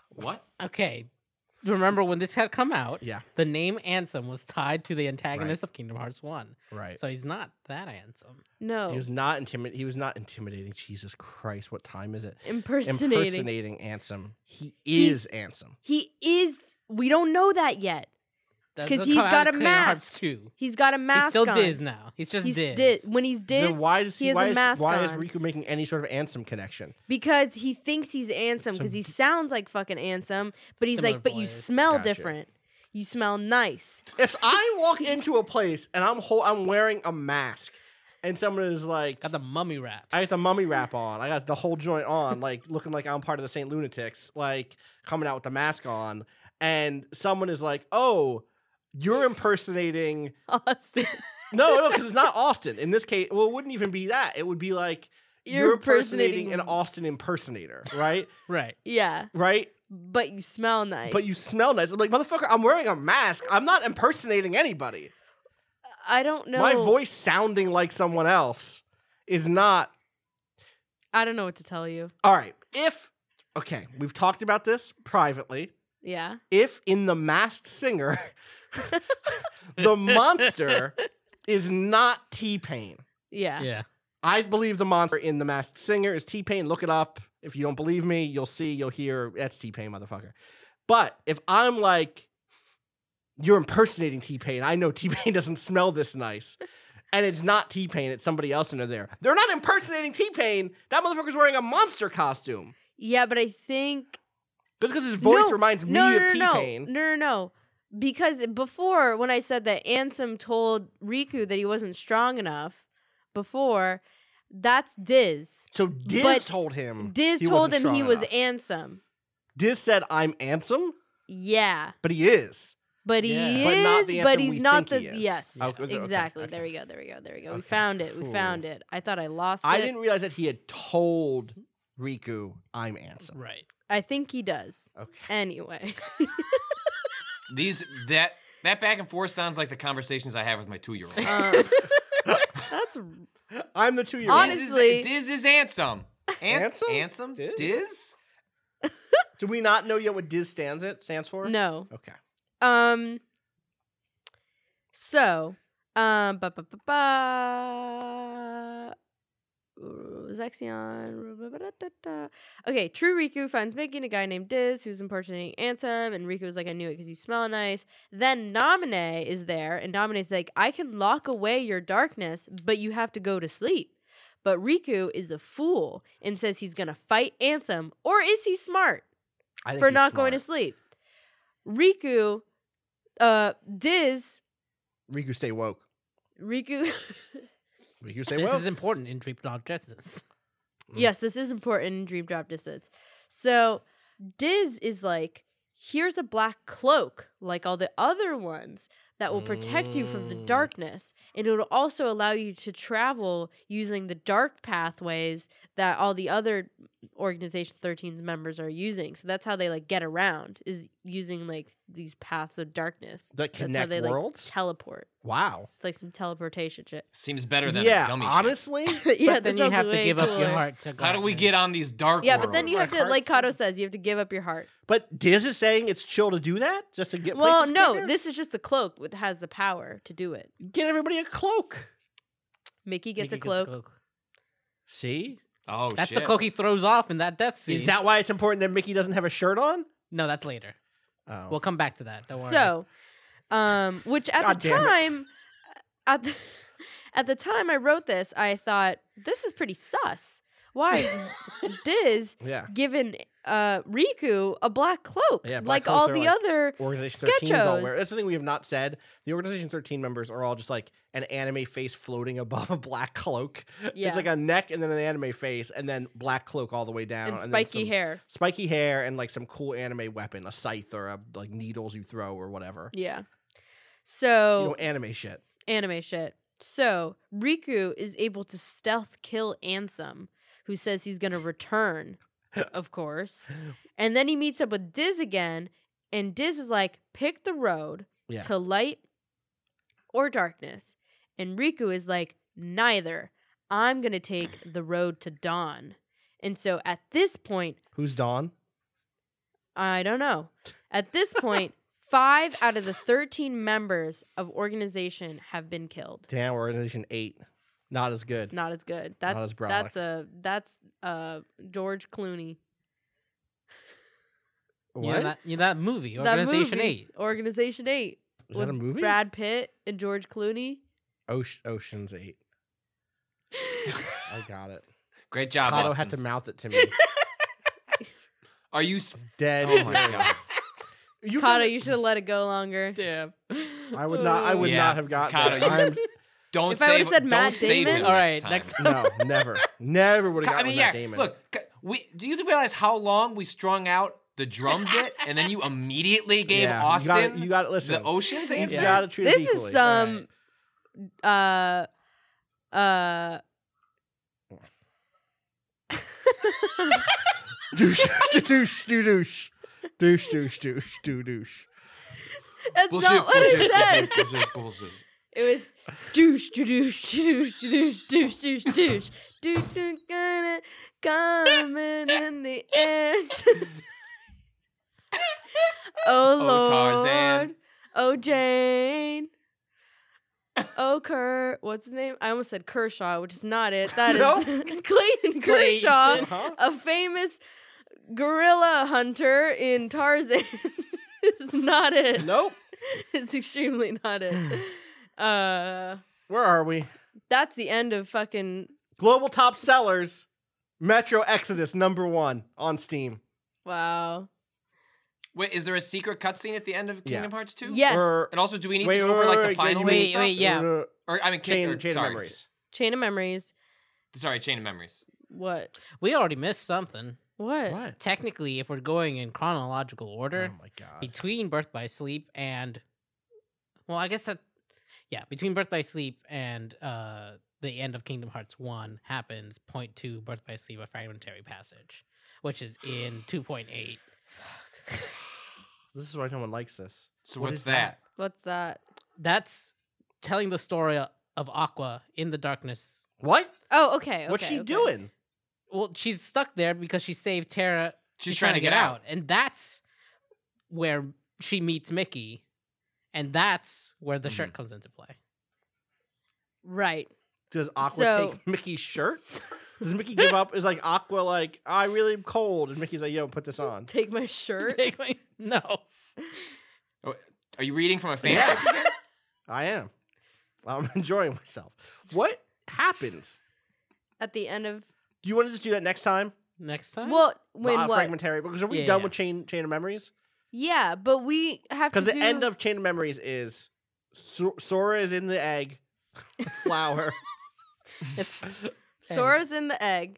[SPEAKER 2] What?
[SPEAKER 3] Okay. Remember when this had come out?
[SPEAKER 1] Yeah.
[SPEAKER 3] The name Ansem was tied to the antagonist of Kingdom Hearts One,
[SPEAKER 1] Right.
[SPEAKER 3] so he's not that Ansem.
[SPEAKER 4] No.
[SPEAKER 1] He was not intimidating. He was not intimidating. Jesus Christ, what time is it?
[SPEAKER 4] impersonating.
[SPEAKER 1] Impersonating Ansem. He is Ansem.
[SPEAKER 4] He is. We don't know that yet.
[SPEAKER 3] That-
[SPEAKER 4] 'Cause
[SPEAKER 3] that's
[SPEAKER 4] he's
[SPEAKER 3] come out
[SPEAKER 4] got
[SPEAKER 3] in
[SPEAKER 4] a
[SPEAKER 3] Kingdom Hearts
[SPEAKER 4] mask.
[SPEAKER 3] Two.
[SPEAKER 4] He's got a mask
[SPEAKER 3] He's still
[SPEAKER 4] on.
[SPEAKER 3] Diz now. He's just
[SPEAKER 4] He's
[SPEAKER 3] Diz.
[SPEAKER 4] Diz. When he's Diz,
[SPEAKER 1] then why does
[SPEAKER 4] he,
[SPEAKER 1] he,
[SPEAKER 4] has
[SPEAKER 1] why,
[SPEAKER 4] a
[SPEAKER 1] is,
[SPEAKER 4] mask
[SPEAKER 1] why
[SPEAKER 4] on.
[SPEAKER 1] is Riku making any sort of Ansem connection?
[SPEAKER 4] because he thinks he's Ansem
[SPEAKER 1] So
[SPEAKER 4] because he
[SPEAKER 1] d-
[SPEAKER 4] sounds like fucking Ansem, but he's
[SPEAKER 3] Similar
[SPEAKER 4] like, but you
[SPEAKER 3] voice.
[SPEAKER 4] smell
[SPEAKER 1] Gotcha.
[SPEAKER 4] different. You smell nice.
[SPEAKER 1] If I walk into a place and I'm whole, I'm wearing a mask, and someone is like,
[SPEAKER 3] Got the mummy wraps.
[SPEAKER 1] I got the mummy wrap on. I got the whole joint on, like looking like I'm part of the Saint Lunatics, like coming out with the mask on. And someone is like, "Oh, you're impersonating."
[SPEAKER 4] Awesome.
[SPEAKER 1] No, no, because it's not Austin in this case. Well, it wouldn't even be that. It would be like you're, impersonating an Austin impersonator, right?
[SPEAKER 3] right.
[SPEAKER 4] Yeah,
[SPEAKER 1] right?
[SPEAKER 4] but you smell nice.
[SPEAKER 1] But you smell nice. I'm like, motherfucker, I'm wearing a mask. I'm not impersonating anybody.
[SPEAKER 4] I don't know.
[SPEAKER 1] My voice sounding like someone else is not
[SPEAKER 4] I don't know what to tell you.
[SPEAKER 1] all right. If okay, we've talked about this privately.
[SPEAKER 4] Yeah.
[SPEAKER 1] if in the masked singer the monster is not t-pain
[SPEAKER 4] Yeah.
[SPEAKER 3] Yeah.
[SPEAKER 1] i believe the monster in the masked singer is t-pain look it up if you don't believe me you'll see you'll hear that's t-pain motherfucker but if i'm like you're impersonating t-pain i know t-pain doesn't smell this nice and it's not t-pain it's somebody else in there they're not impersonating t-pain that motherfucker's wearing a monster costume
[SPEAKER 4] Yeah, but I think
[SPEAKER 1] just because his voice
[SPEAKER 4] No,
[SPEAKER 1] reminds me
[SPEAKER 4] no,
[SPEAKER 1] of
[SPEAKER 4] no, no,
[SPEAKER 1] t-pain
[SPEAKER 4] No, no, no, no. Because before, when I said that Ansem told Riku that he wasn't strong enough, before, that's Diz.
[SPEAKER 1] so diz
[SPEAKER 4] But
[SPEAKER 1] told him
[SPEAKER 4] Diz
[SPEAKER 1] Mm. he
[SPEAKER 4] told
[SPEAKER 1] wasn't
[SPEAKER 4] him he
[SPEAKER 1] strong
[SPEAKER 4] was
[SPEAKER 1] enough.
[SPEAKER 4] Ansem.
[SPEAKER 1] Diz said I'm Ansem,
[SPEAKER 4] Yeah,
[SPEAKER 1] but he is.
[SPEAKER 4] but he
[SPEAKER 3] Yeah.
[SPEAKER 4] is,
[SPEAKER 1] But
[SPEAKER 4] but,
[SPEAKER 1] not the Ansem
[SPEAKER 4] he's
[SPEAKER 1] we
[SPEAKER 4] not
[SPEAKER 1] think he
[SPEAKER 4] the
[SPEAKER 1] is.
[SPEAKER 4] yes,
[SPEAKER 1] Oh, okay, okay,
[SPEAKER 4] exactly.
[SPEAKER 1] okay.
[SPEAKER 4] There we go. There we go. There we go. We
[SPEAKER 1] Okay.
[SPEAKER 4] found it. We
[SPEAKER 1] Cool.
[SPEAKER 4] found it. I thought I lost
[SPEAKER 1] I
[SPEAKER 4] it.
[SPEAKER 1] didn't realize that he had told Riku I'm Ansem.
[SPEAKER 3] Right.
[SPEAKER 4] I think he does.
[SPEAKER 1] Okay.
[SPEAKER 4] Anyway,
[SPEAKER 2] These that that back and forth sounds like the conversations I have with my two year old.
[SPEAKER 4] um, that's
[SPEAKER 1] I'm the two year old.
[SPEAKER 4] Honest- Honestly-
[SPEAKER 2] Diz is Ansem. Ans-
[SPEAKER 1] Ansem?
[SPEAKER 2] Ansem?
[SPEAKER 1] Diz?
[SPEAKER 2] Diz?
[SPEAKER 1] Do we not know yet what Diz stands it stands for?
[SPEAKER 4] no.
[SPEAKER 1] Okay.
[SPEAKER 4] Um. So, um, ba ba ba ba. Zexion. ba- ba- da- da- da. Okay, True Riku finds Mickey and a guy named Diz who's impersonating Ansem, and Riku is like, I knew it because you smell nice. Then Nominee is there, and Nominee's like, I can lock away your darkness, but you have to go to sleep. But Riku is a fool and says he's gonna fight Ansem, or is he smart?
[SPEAKER 1] I think
[SPEAKER 4] for
[SPEAKER 1] he's
[SPEAKER 4] not going to
[SPEAKER 1] smart.
[SPEAKER 4] sleep. Riku, uh, Diz,
[SPEAKER 1] Riku stay woke.
[SPEAKER 4] Riku.
[SPEAKER 1] Riku stay
[SPEAKER 3] This
[SPEAKER 1] woke.
[SPEAKER 3] is important in Dream Dog Justice. Mm.
[SPEAKER 4] yes, this is important in Dream Drop Distance. So Diz is like, here's a black cloak, like all the other ones, that will protect you from the
[SPEAKER 1] Mm.
[SPEAKER 4] darkness. And it'll also allow you to travel using the dark pathways that all the other organization 13's members are using. So that's how they like get around is using like these paths of darkness.
[SPEAKER 1] That
[SPEAKER 4] that's how
[SPEAKER 1] connect
[SPEAKER 4] they
[SPEAKER 1] worlds?
[SPEAKER 4] like teleport.
[SPEAKER 1] wow.
[SPEAKER 4] It's like some teleportation shit.
[SPEAKER 2] Seems better than
[SPEAKER 1] yeah.
[SPEAKER 2] a dummy shit.
[SPEAKER 1] honestly,
[SPEAKER 4] yeah,
[SPEAKER 3] but then
[SPEAKER 4] that
[SPEAKER 3] you
[SPEAKER 4] sounds
[SPEAKER 3] have to
[SPEAKER 4] way
[SPEAKER 3] give up your
[SPEAKER 4] cooler.
[SPEAKER 3] heart to God.
[SPEAKER 2] How do we get on these dark
[SPEAKER 4] Yeah, but then you have
[SPEAKER 2] worlds?
[SPEAKER 4] to, like Kato says, you have to give up your heart.
[SPEAKER 1] but Diz is saying it's chill to do that just to get.
[SPEAKER 4] Well,
[SPEAKER 1] places
[SPEAKER 4] no,
[SPEAKER 1] quicker?
[SPEAKER 4] this is just a cloak that has the power to do it.
[SPEAKER 1] get everybody a cloak.
[SPEAKER 4] Mickey gets
[SPEAKER 3] Mickey
[SPEAKER 4] a cloak.
[SPEAKER 1] See,
[SPEAKER 2] Oh,
[SPEAKER 3] That's
[SPEAKER 2] shit.
[SPEAKER 3] the cloak he throws off in that death scene.
[SPEAKER 1] is that why it's important that Mickey doesn't have a shirt on?
[SPEAKER 3] No, that's later.
[SPEAKER 1] Oh,
[SPEAKER 3] We'll come back to that. Don't worry.
[SPEAKER 4] So, um, which at
[SPEAKER 1] God
[SPEAKER 4] the
[SPEAKER 1] damn it.
[SPEAKER 4] time, uh, at the, at the time I wrote this, I thought this is pretty sus. Why is Diz
[SPEAKER 1] yeah.
[SPEAKER 4] giving uh, Riku a black cloak
[SPEAKER 1] Yeah, black
[SPEAKER 4] like
[SPEAKER 1] cloaks
[SPEAKER 4] all
[SPEAKER 1] are
[SPEAKER 4] the
[SPEAKER 1] like-
[SPEAKER 4] other?
[SPEAKER 1] Organization 13 is all wear.
[SPEAKER 4] Skechos.
[SPEAKER 1] That's the thing we have not said. The Organization 13 members are all just like an anime face floating above a black cloak.
[SPEAKER 4] Yeah,
[SPEAKER 1] It's like a neck and then an anime face and then black cloak all the way down.
[SPEAKER 4] and
[SPEAKER 1] then
[SPEAKER 4] spiky
[SPEAKER 1] some
[SPEAKER 4] hair.
[SPEAKER 1] Spiky hair and like some cool anime weapon, a scythe or a, like needles you throw or whatever.
[SPEAKER 4] Yeah.
[SPEAKER 1] You
[SPEAKER 4] So
[SPEAKER 1] know, anime shit.
[SPEAKER 4] anime shit. So Riku is able to stealth kill Ansem, who says he's gonna return, of course. And then he meets up with Diz again, and Diz is like, pick the road
[SPEAKER 1] Yeah.
[SPEAKER 4] to light or darkness. And Riku is like, neither. I'm gonna take the road to dawn. And so at this point,
[SPEAKER 1] Who's Dawn?
[SPEAKER 4] I don't know. At this point, five out of the 13 members of organization have been killed.
[SPEAKER 1] Damn, we're in edition eight. Not as good.
[SPEAKER 4] Not as good. That's
[SPEAKER 1] as broad.
[SPEAKER 4] that's a that's uh George Clooney.
[SPEAKER 3] You know that, you know that movie,
[SPEAKER 4] That
[SPEAKER 3] Organization
[SPEAKER 4] movie,
[SPEAKER 3] Eight.
[SPEAKER 4] Organization Eight.
[SPEAKER 1] Is that a
[SPEAKER 4] with
[SPEAKER 1] movie?
[SPEAKER 4] Brad Pitt and George Clooney.
[SPEAKER 1] Oce- Ocean's Eight. I got it.
[SPEAKER 2] Great job,
[SPEAKER 1] Kato
[SPEAKER 2] Austin.
[SPEAKER 1] had to mouth it to me.
[SPEAKER 2] Are you? s-
[SPEAKER 1] Dead.
[SPEAKER 2] Oh my
[SPEAKER 1] serious.
[SPEAKER 2] God.
[SPEAKER 1] You
[SPEAKER 4] Kato,
[SPEAKER 1] can-
[SPEAKER 4] you should have let it go longer.
[SPEAKER 3] Damn.
[SPEAKER 1] I would not. I would
[SPEAKER 2] Yeah,
[SPEAKER 1] not have gotten.
[SPEAKER 2] Kato,
[SPEAKER 1] it.
[SPEAKER 2] you-
[SPEAKER 1] I'm-
[SPEAKER 2] Don't
[SPEAKER 4] If I would've
[SPEAKER 2] save.
[SPEAKER 4] said
[SPEAKER 2] don't
[SPEAKER 4] Matt
[SPEAKER 2] save
[SPEAKER 4] Damon-
[SPEAKER 2] him
[SPEAKER 3] All
[SPEAKER 2] next
[SPEAKER 3] right,
[SPEAKER 2] time.
[SPEAKER 3] next
[SPEAKER 1] no, never, never would have
[SPEAKER 2] I
[SPEAKER 1] gotten
[SPEAKER 2] mean,
[SPEAKER 1] that
[SPEAKER 2] yeah.
[SPEAKER 1] Damon.
[SPEAKER 2] Look, c- we do you realize how long we strung out the drum bit, and then you immediately gave
[SPEAKER 1] Yeah, you
[SPEAKER 2] Austin
[SPEAKER 1] gotta- You got to listen.
[SPEAKER 2] the Ocean's
[SPEAKER 1] you
[SPEAKER 2] answer?
[SPEAKER 1] got to treat
[SPEAKER 4] this
[SPEAKER 1] it equally.
[SPEAKER 4] is um, some uh uh
[SPEAKER 1] douche, douche, doo douche, douche, douche, douche, doo douche.
[SPEAKER 4] that's not what it said. It was douche doo douche doo douche doo douche douche douche douche douche gonna coming in the air. tonight. oh
[SPEAKER 2] Oh,
[SPEAKER 4] Lord.
[SPEAKER 2] Tarzan.
[SPEAKER 4] Oh Jane. Oh Kerr, what's his name? I almost said Kershaw, which is not it. That is Clayton Kershaw, a famous gorilla hunter in Tarzan. is not it
[SPEAKER 1] Nope.
[SPEAKER 4] it's extremely not it. Uh,
[SPEAKER 1] Where are we?
[SPEAKER 4] that's the end of fucking.
[SPEAKER 1] Global top sellers. Metro Exodus number one on Steam.
[SPEAKER 4] Wow.
[SPEAKER 2] Wait, is there a secret cutscene at the end of Kingdom Hearts 2?
[SPEAKER 4] Yes.
[SPEAKER 1] Or-
[SPEAKER 2] And also, do we need
[SPEAKER 1] Wait,
[SPEAKER 2] to go
[SPEAKER 1] wait,
[SPEAKER 2] over like
[SPEAKER 1] wait,
[SPEAKER 2] the
[SPEAKER 1] wait,
[SPEAKER 2] final
[SPEAKER 1] you
[SPEAKER 3] wait,
[SPEAKER 2] wait, stuff?
[SPEAKER 3] wait, yeah.
[SPEAKER 1] Uh,
[SPEAKER 2] Or I mean,
[SPEAKER 1] Chain,
[SPEAKER 2] chain, or,
[SPEAKER 1] chain
[SPEAKER 2] sorry.
[SPEAKER 1] of memories.
[SPEAKER 4] Chain of memories.
[SPEAKER 2] Sorry, chain of memories.
[SPEAKER 4] What?
[SPEAKER 3] We already missed something.
[SPEAKER 4] What?
[SPEAKER 1] What?
[SPEAKER 3] Technically, if we're going in chronological order,
[SPEAKER 1] Oh my god.
[SPEAKER 3] between Birth by Sleep and, well, I guess that, yeah, between Birth by Sleep and uh, the end of Kingdom Hearts One happens. Point two, Birth by Sleep, a fragmentary passage, which is in two point eight.
[SPEAKER 1] This is why no one likes this.
[SPEAKER 2] So
[SPEAKER 1] What
[SPEAKER 2] what's
[SPEAKER 1] is
[SPEAKER 2] that?
[SPEAKER 1] that?
[SPEAKER 4] What's that?
[SPEAKER 3] That's telling the story of Aqua in the darkness
[SPEAKER 1] What?
[SPEAKER 4] Oh, okay. okay
[SPEAKER 1] What's she
[SPEAKER 4] okay.
[SPEAKER 1] doing?
[SPEAKER 3] well she's stuck there because she saved Tara.
[SPEAKER 2] She's, trying, to get, out.
[SPEAKER 3] and that's where she meets Mickey, and that's where the
[SPEAKER 2] Mm.
[SPEAKER 3] shirt comes into play.
[SPEAKER 4] Right.
[SPEAKER 1] Does Aqua
[SPEAKER 4] So-
[SPEAKER 1] take Mickey's shirt? Does Mickey give up? Is like Aqua like I really am cold, and Mickey's like, "Yo, put this on."
[SPEAKER 4] Take my shirt.
[SPEAKER 3] Take my- no,
[SPEAKER 2] Are you reading from a fan?
[SPEAKER 1] Yeah.
[SPEAKER 2] fiction?
[SPEAKER 1] I am. I'm enjoying myself. What happens?
[SPEAKER 4] At the end of.
[SPEAKER 1] Do you want to just do that next time?
[SPEAKER 3] next time.
[SPEAKER 4] Well,
[SPEAKER 1] The
[SPEAKER 4] when
[SPEAKER 1] odd
[SPEAKER 4] what?
[SPEAKER 1] fragmentary? Because are we
[SPEAKER 3] Yeah,
[SPEAKER 1] done
[SPEAKER 3] yeah.
[SPEAKER 1] with chain chain of memories?
[SPEAKER 4] Yeah, but we have to.
[SPEAKER 1] Because the
[SPEAKER 4] do-
[SPEAKER 1] end of chain of memories is So- Sora is in the egg flower.
[SPEAKER 3] it's
[SPEAKER 4] Sora's in the egg.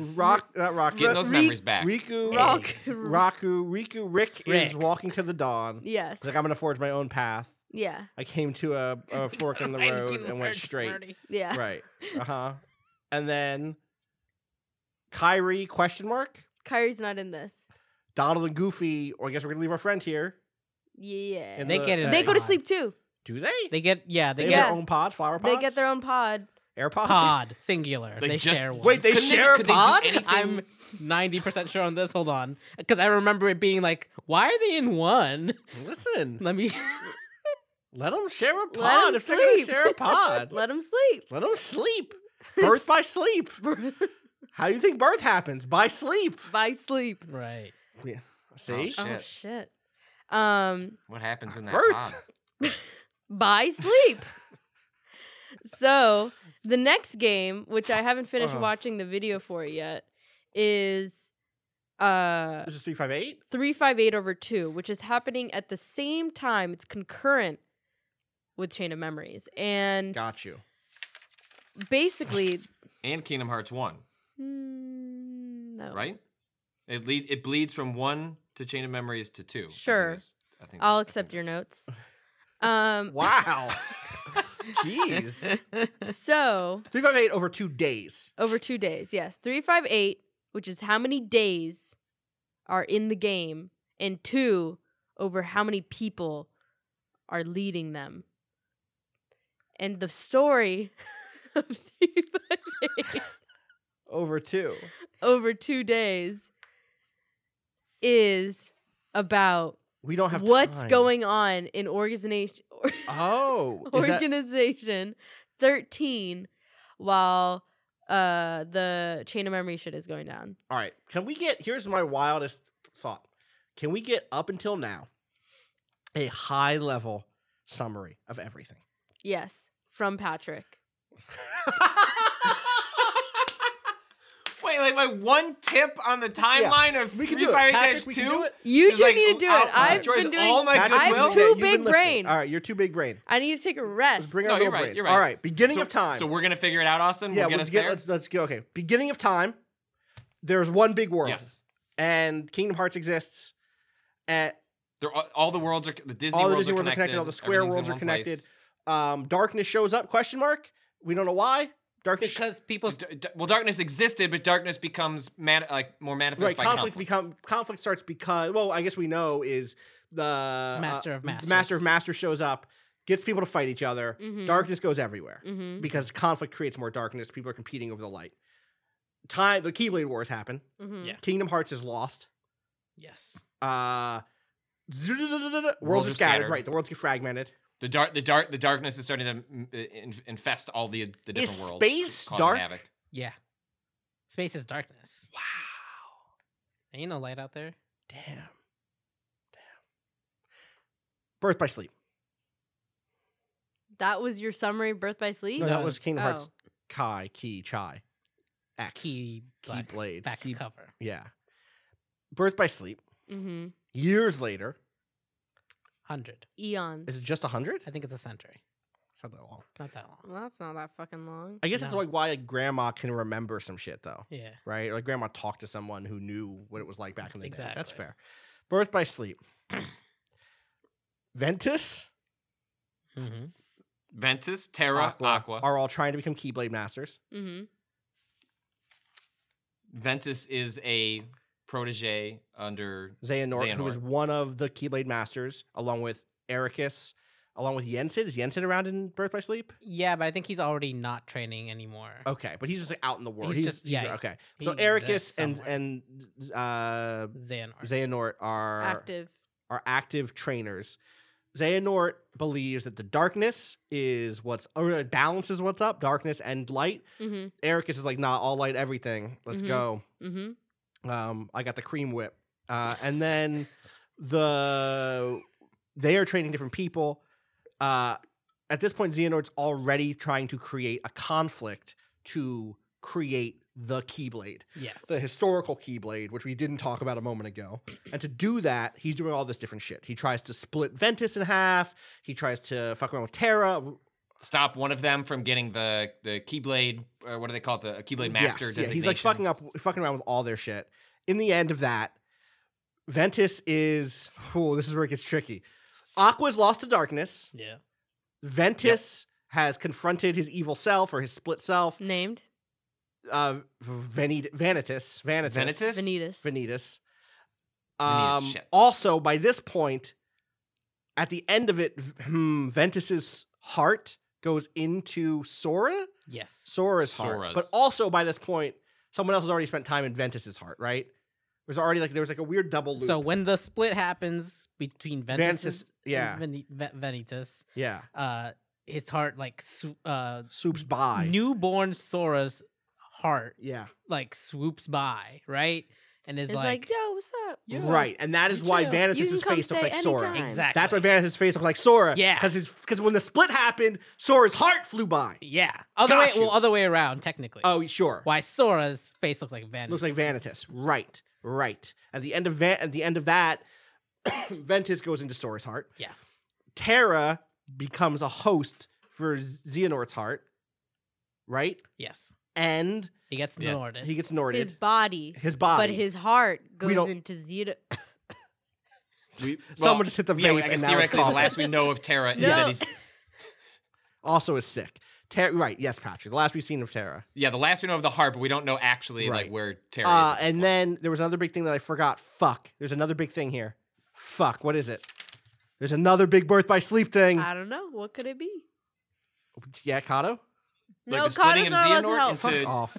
[SPEAKER 1] Rock, not Rock.
[SPEAKER 2] Getting those memories back.
[SPEAKER 1] Riku,
[SPEAKER 4] Rock.
[SPEAKER 1] Raku, Riku, Rick, is
[SPEAKER 3] Rick.
[SPEAKER 1] walking to the dawn.
[SPEAKER 4] Yes.
[SPEAKER 1] He's like I'm gonna forge my own path.
[SPEAKER 4] Yeah.
[SPEAKER 1] I came to a, a fork in the
[SPEAKER 3] Right,
[SPEAKER 1] road
[SPEAKER 3] King
[SPEAKER 1] and went
[SPEAKER 3] March
[SPEAKER 1] straight.
[SPEAKER 3] Marty.
[SPEAKER 4] Yeah.
[SPEAKER 1] Right. Uh huh. And then Kyrie question mark
[SPEAKER 4] Kyrie's not in this.
[SPEAKER 1] Donald and Goofy. Or I guess we're gonna leave our friend here.
[SPEAKER 4] Yeah.
[SPEAKER 1] in
[SPEAKER 3] They
[SPEAKER 1] the
[SPEAKER 3] get it
[SPEAKER 1] egg.
[SPEAKER 4] They go to
[SPEAKER 3] pod.
[SPEAKER 4] sleep too.
[SPEAKER 1] Do they?
[SPEAKER 3] They get yeah,
[SPEAKER 1] They have
[SPEAKER 3] they get
[SPEAKER 4] Yeah.
[SPEAKER 1] their own pod, flower pods.
[SPEAKER 4] They get their own pod.
[SPEAKER 1] AirPods.
[SPEAKER 3] pod singular.
[SPEAKER 2] They
[SPEAKER 3] They,
[SPEAKER 2] just-
[SPEAKER 3] share one.
[SPEAKER 1] Wait, they
[SPEAKER 2] Couldn't
[SPEAKER 1] share
[SPEAKER 2] could
[SPEAKER 1] a
[SPEAKER 2] do
[SPEAKER 1] pod?
[SPEAKER 2] anything?
[SPEAKER 3] I'm ninety percent sure on this. Hold on, because I remember it being like, why are they in one?
[SPEAKER 1] Listen,
[SPEAKER 3] Let me.
[SPEAKER 1] let them share a pod.
[SPEAKER 4] Let 'em
[SPEAKER 1] if they're gonna
[SPEAKER 4] sleep.
[SPEAKER 1] share a pod,
[SPEAKER 4] Let them sleep.
[SPEAKER 1] let them sleep. Birth by sleep. How do you think birth happens? By sleep.
[SPEAKER 4] By sleep.
[SPEAKER 3] right.
[SPEAKER 1] See,
[SPEAKER 2] Oh,
[SPEAKER 4] Oh
[SPEAKER 2] Shit.
[SPEAKER 4] shit. Um
[SPEAKER 2] What happens in that
[SPEAKER 1] Birth.
[SPEAKER 2] pod?
[SPEAKER 4] by sleep. so the next game, which I haven't finished
[SPEAKER 2] Uh-huh.
[SPEAKER 1] Ugh.
[SPEAKER 4] watching the video for yet, is uh
[SPEAKER 1] this is three five eight.
[SPEAKER 4] three five eight over two, which is happening at the same time. It's concurrent with Chain of Memories. And
[SPEAKER 1] Got you.
[SPEAKER 4] basically
[SPEAKER 2] And Kingdom Hearts 1,
[SPEAKER 4] mm, no.
[SPEAKER 2] right? It lead it bleeds from 1 to chain of memories to 2. I think
[SPEAKER 4] Sure.
[SPEAKER 2] is- I think
[SPEAKER 4] I'll
[SPEAKER 2] I think
[SPEAKER 4] accept your
[SPEAKER 2] that's-
[SPEAKER 4] notes. Um
[SPEAKER 1] Wow. Jeez.
[SPEAKER 4] so
[SPEAKER 1] Three five eight over two days.
[SPEAKER 4] Over two days, yes. Three, five, eight, which is how many days are in the game, and two over how many people are leading them. And the story of three, five, eight
[SPEAKER 1] Over two.
[SPEAKER 4] over two days is about
[SPEAKER 1] We don't have
[SPEAKER 4] what's
[SPEAKER 1] time.
[SPEAKER 4] going on in organization
[SPEAKER 1] Oh, is that-
[SPEAKER 4] organization 13 while uh the chain of memory shit is going down.
[SPEAKER 1] all right. Can we get? Here's my wildest thought. Can we get up until now a high level summary of everything?
[SPEAKER 4] Yes, from Patrick.
[SPEAKER 2] Wait, like my one tip on the timeline of
[SPEAKER 1] We can
[SPEAKER 2] Free
[SPEAKER 1] do it.
[SPEAKER 2] Fire
[SPEAKER 1] Patrick,
[SPEAKER 2] Guys
[SPEAKER 1] we
[SPEAKER 2] Two.
[SPEAKER 1] can do it.
[SPEAKER 4] You
[SPEAKER 2] Just,
[SPEAKER 4] two
[SPEAKER 2] like,
[SPEAKER 4] need to do
[SPEAKER 2] out-
[SPEAKER 4] it. I've
[SPEAKER 2] destroys
[SPEAKER 4] been doing
[SPEAKER 2] all my
[SPEAKER 1] Patrick,
[SPEAKER 4] I'm
[SPEAKER 1] you've been
[SPEAKER 2] goodwill.
[SPEAKER 4] too
[SPEAKER 1] lifting.
[SPEAKER 4] big brain.
[SPEAKER 1] All right, you're too big brain.
[SPEAKER 4] I need to take a rest.
[SPEAKER 1] Let's bring
[SPEAKER 2] No,
[SPEAKER 1] our
[SPEAKER 2] you're
[SPEAKER 1] little
[SPEAKER 2] right,
[SPEAKER 1] brains.
[SPEAKER 2] you're right.
[SPEAKER 1] All right, beginning
[SPEAKER 2] so,
[SPEAKER 1] of time.
[SPEAKER 2] So we're gonna figure it out, Austin.
[SPEAKER 1] yeah,
[SPEAKER 2] we'll get
[SPEAKER 1] let's
[SPEAKER 2] us there.
[SPEAKER 1] let's, let's go. Okay, beginning of time. There's one big world,
[SPEAKER 2] yes,
[SPEAKER 1] and Kingdom Hearts exists. At
[SPEAKER 2] They're, all, all the worlds are the Disney
[SPEAKER 1] all the
[SPEAKER 2] worlds
[SPEAKER 1] Disney
[SPEAKER 2] are
[SPEAKER 1] worlds are
[SPEAKER 2] connected.
[SPEAKER 1] connected. All the Square
[SPEAKER 2] everything's in
[SPEAKER 1] worlds are
[SPEAKER 2] one place.
[SPEAKER 1] connected. Um, darkness shows up? Question mark. We don't know why. Darkness.
[SPEAKER 3] because people.
[SPEAKER 2] D- d- well, darkness existed, but darkness becomes man- like more manifest
[SPEAKER 1] right
[SPEAKER 2] by
[SPEAKER 1] conflict
[SPEAKER 2] conflict.
[SPEAKER 1] become conflict starts because well i guess we know is the uh,
[SPEAKER 3] Master of
[SPEAKER 1] the master
[SPEAKER 3] Masters.
[SPEAKER 1] of masters shows up gets people to fight each other
[SPEAKER 4] Mhm.
[SPEAKER 1] darkness goes everywhere
[SPEAKER 4] Mhm.
[SPEAKER 1] because conflict creates more darkness people are competing over the light time the keyblade wars happen
[SPEAKER 4] Mhm.
[SPEAKER 3] Yeah.
[SPEAKER 1] kingdom hearts is lost
[SPEAKER 3] yes.
[SPEAKER 1] uh worlds,
[SPEAKER 2] Worlds
[SPEAKER 1] are
[SPEAKER 2] are
[SPEAKER 1] scattered.
[SPEAKER 2] scattered.
[SPEAKER 1] right the worlds get fragmented
[SPEAKER 2] the dark, the dark, the darkness is starting to mm, in- infest all the the different
[SPEAKER 1] Is
[SPEAKER 2] worlds.
[SPEAKER 1] space
[SPEAKER 2] causing
[SPEAKER 1] dark?
[SPEAKER 2] Havoc.
[SPEAKER 3] Yeah. Space is darkness.
[SPEAKER 1] wow
[SPEAKER 3] Ain't no light out there.
[SPEAKER 1] damn damn birth by sleep
[SPEAKER 4] That was your summary of Birth by Sleep?
[SPEAKER 1] no, that
[SPEAKER 3] No.
[SPEAKER 1] was kingdom
[SPEAKER 4] Oh.
[SPEAKER 1] hearts kai ki chai x
[SPEAKER 3] Key,
[SPEAKER 1] Key
[SPEAKER 3] black,
[SPEAKER 1] blade.
[SPEAKER 3] back
[SPEAKER 1] Key-
[SPEAKER 3] cover.
[SPEAKER 1] Yeah. Birth by Sleep.
[SPEAKER 4] Mhm.
[SPEAKER 1] Years later,
[SPEAKER 3] Hundred.
[SPEAKER 4] Eons.
[SPEAKER 1] is it just 100?
[SPEAKER 3] I think it's a century.
[SPEAKER 1] It's not that long.
[SPEAKER 3] Not that long.
[SPEAKER 4] Well, that's not that fucking long.
[SPEAKER 1] I guess that's
[SPEAKER 3] No.
[SPEAKER 1] like why like, grandma can remember some shit though,
[SPEAKER 3] Yeah.
[SPEAKER 1] right? Like grandma talked to someone who knew what it was like back in the day. That's
[SPEAKER 3] Exactly.
[SPEAKER 1] fair. Birth by Sleep. Ventus,
[SPEAKER 3] Mm-hmm.
[SPEAKER 2] Ventus, Terra, Aqua,
[SPEAKER 1] are all trying to become Keyblade Masters.
[SPEAKER 4] Mm-hmm.
[SPEAKER 2] Ventus is a protege under
[SPEAKER 1] Xehanort, who is
[SPEAKER 2] Xehanort.
[SPEAKER 1] one of the Keyblade Masters, along with Ericus, along with Yensid. Is Yensid around in Birth by Sleep?
[SPEAKER 3] Yeah, but I think he's already not training anymore.
[SPEAKER 1] Okay, but he's just like, out in the world.
[SPEAKER 3] He's
[SPEAKER 1] He's,
[SPEAKER 3] just-
[SPEAKER 1] he's-
[SPEAKER 3] yeah,
[SPEAKER 1] okay. Oh, So
[SPEAKER 3] he
[SPEAKER 1] Ericus
[SPEAKER 3] exists
[SPEAKER 1] and
[SPEAKER 3] somewhere.
[SPEAKER 1] and uh,
[SPEAKER 3] Xehanort.
[SPEAKER 1] Xehanort are
[SPEAKER 4] Active.
[SPEAKER 1] are active trainers. Xehanort believes that the darkness is what's or it balances what's up, darkness and light.
[SPEAKER 4] Mm-hmm.
[SPEAKER 1] Ericus is like, nah, all light, everything. Let's
[SPEAKER 4] Mhm.
[SPEAKER 1] go.
[SPEAKER 4] Mm-hmm.
[SPEAKER 1] Um, I got the cream whip, uh, and then the they are training different people. Uh, at this point, Xehanort's already trying to create a conflict to create the Keyblade
[SPEAKER 3] yes.
[SPEAKER 1] the historical Keyblade, which we didn't talk about a moment ago. And to do that, he's doing all this different shit. He tries to split Ventus in half. He tries to fuck around with Terra.
[SPEAKER 2] stop one of them from getting the the Keyblade. Or what do they call it? The Keyblade Master.
[SPEAKER 1] Yes,
[SPEAKER 2] designation.
[SPEAKER 1] he's like fucking up, fucking around with all their shit. In the end of that, Ventus is. Oh, this is where it gets tricky. Aqua's lost to darkness.
[SPEAKER 3] yeah.
[SPEAKER 1] Ventus has confronted his evil self or his split self.
[SPEAKER 4] Named
[SPEAKER 1] Uh, Venid- Vanitas. Vanitas.
[SPEAKER 2] Venitus.
[SPEAKER 4] Vanitas.
[SPEAKER 1] Vanitas.
[SPEAKER 2] Vanitas,
[SPEAKER 1] Um,
[SPEAKER 2] shit.
[SPEAKER 1] also, by this point, at the end of it, v- hmm, Ventus's heart goes into Sora.
[SPEAKER 3] Yes.
[SPEAKER 1] Sora's heart.
[SPEAKER 2] Sora's.
[SPEAKER 1] But also by this point, someone else has already spent time in Ventus's heart, right? There's already like there was like a weird double loop.
[SPEAKER 3] So when the split happens between Ventus,
[SPEAKER 1] Ventus-
[SPEAKER 3] and
[SPEAKER 1] yeah.
[SPEAKER 3] Veni- Ve- Venitus,
[SPEAKER 1] yeah,
[SPEAKER 3] uh, his heart like sw- uh,
[SPEAKER 1] swoops by.
[SPEAKER 3] newborn Sora's heart
[SPEAKER 1] yeah,
[SPEAKER 3] like swoops by, right? And is
[SPEAKER 4] It's like,
[SPEAKER 3] like,
[SPEAKER 4] yo, what's up?
[SPEAKER 1] right. And that is why
[SPEAKER 4] chill. You can
[SPEAKER 1] Vanitus's
[SPEAKER 4] come
[SPEAKER 1] face looks
[SPEAKER 4] stay
[SPEAKER 1] like Sora.
[SPEAKER 4] anytime.
[SPEAKER 3] exactly.
[SPEAKER 1] That's why Vanitus's face looks like Sora.
[SPEAKER 3] Yeah.
[SPEAKER 1] because because when the split happened, Sora's heart flew by.
[SPEAKER 3] Yeah. Other
[SPEAKER 1] Got
[SPEAKER 3] way,
[SPEAKER 1] you.
[SPEAKER 3] well, other way around technically.
[SPEAKER 1] Oh, sure.
[SPEAKER 3] why Sora's face looks like Vanitas?
[SPEAKER 1] Looks like Vanitas. Right. Right. At the end of Van- at the end of that, Ventus goes into Sora's heart.
[SPEAKER 3] Yeah.
[SPEAKER 1] Terra becomes a host for Xehanort's heart. Right?
[SPEAKER 3] yes.
[SPEAKER 1] And
[SPEAKER 3] He gets
[SPEAKER 2] Yeah.
[SPEAKER 3] Norded.
[SPEAKER 1] he gets Norded.
[SPEAKER 4] His
[SPEAKER 1] His,
[SPEAKER 4] body,
[SPEAKER 1] body.
[SPEAKER 4] But his heart
[SPEAKER 1] We
[SPEAKER 4] goes
[SPEAKER 1] don't-
[SPEAKER 4] into Zeta.
[SPEAKER 2] We,
[SPEAKER 1] Someone just hit the
[SPEAKER 2] yeah,
[SPEAKER 1] vape
[SPEAKER 2] I guess
[SPEAKER 1] and now it's
[SPEAKER 2] theoretically, the
[SPEAKER 1] called.
[SPEAKER 2] last we know of Terra is
[SPEAKER 4] No.
[SPEAKER 2] that he's
[SPEAKER 1] also is sick. Ter- right, yes, Patrick. The last we've seen of Terra.
[SPEAKER 2] yeah. The last we know of the heart, but we don't know actually
[SPEAKER 1] Right.
[SPEAKER 2] like where Terra
[SPEAKER 1] Uh,
[SPEAKER 2] is. at this
[SPEAKER 1] and
[SPEAKER 2] point.
[SPEAKER 1] then there was another big thing that I forgot. Fuck. There's another big thing here. Fuck. What is it? There's another big birth by sleep thing.
[SPEAKER 4] I don't know. What could it be?
[SPEAKER 1] yeah, Kato?
[SPEAKER 2] Like
[SPEAKER 4] no,
[SPEAKER 2] the splitting
[SPEAKER 4] Kata's
[SPEAKER 2] of
[SPEAKER 4] not allowed to
[SPEAKER 2] Xehanort
[SPEAKER 4] help.
[SPEAKER 1] Fuck
[SPEAKER 2] into-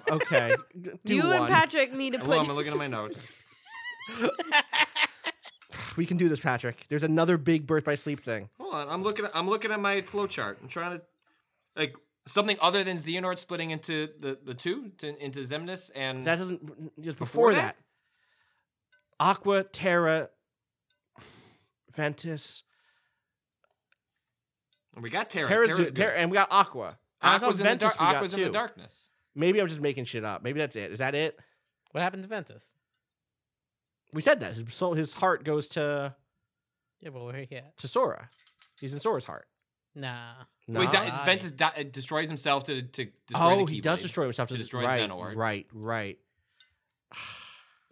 [SPEAKER 2] Dude.
[SPEAKER 1] off. Okay. Do
[SPEAKER 4] you
[SPEAKER 1] one.
[SPEAKER 4] and Patrick need to put
[SPEAKER 2] Hello, I'm looking at my notes.
[SPEAKER 1] We can do this, Patrick. There's another big birth by sleep thing.
[SPEAKER 2] Hold on, I'm looking. At, I'm looking at my flow chart. I'm trying to like something other than Xehanort splitting into the the two to, into Zemnis and
[SPEAKER 1] That doesn't. Just before,
[SPEAKER 2] Mm. Before
[SPEAKER 1] that?
[SPEAKER 2] that?
[SPEAKER 1] Aqua, Terra, Ventus,
[SPEAKER 2] and we got Terra.
[SPEAKER 1] Terra's,
[SPEAKER 2] Terra's
[SPEAKER 1] good-
[SPEAKER 2] good.
[SPEAKER 1] Terra, and we got Aqua. And I thought
[SPEAKER 2] Aqua's in the
[SPEAKER 1] Ventus
[SPEAKER 2] dark.
[SPEAKER 1] we got
[SPEAKER 2] Aqua's in the
[SPEAKER 1] too.
[SPEAKER 2] darkness.
[SPEAKER 1] Maybe I'm just making shit up. Maybe that's it. Is that it?
[SPEAKER 3] What happened to Ventus?
[SPEAKER 1] We said that his soul, his heart goes to
[SPEAKER 3] Yeah, but we're here.
[SPEAKER 1] to Sora. He's in Sora's heart.
[SPEAKER 3] Nah.
[SPEAKER 2] Well, he
[SPEAKER 1] Nah.
[SPEAKER 2] di-
[SPEAKER 3] Nah.
[SPEAKER 2] Ventus di- uh, destroys himself to to destroy
[SPEAKER 1] oh,
[SPEAKER 2] the
[SPEAKER 1] he does
[SPEAKER 2] Keyblade.
[SPEAKER 1] destroy himself
[SPEAKER 2] To destroy
[SPEAKER 1] right,
[SPEAKER 2] Xehanort.
[SPEAKER 1] Right, right.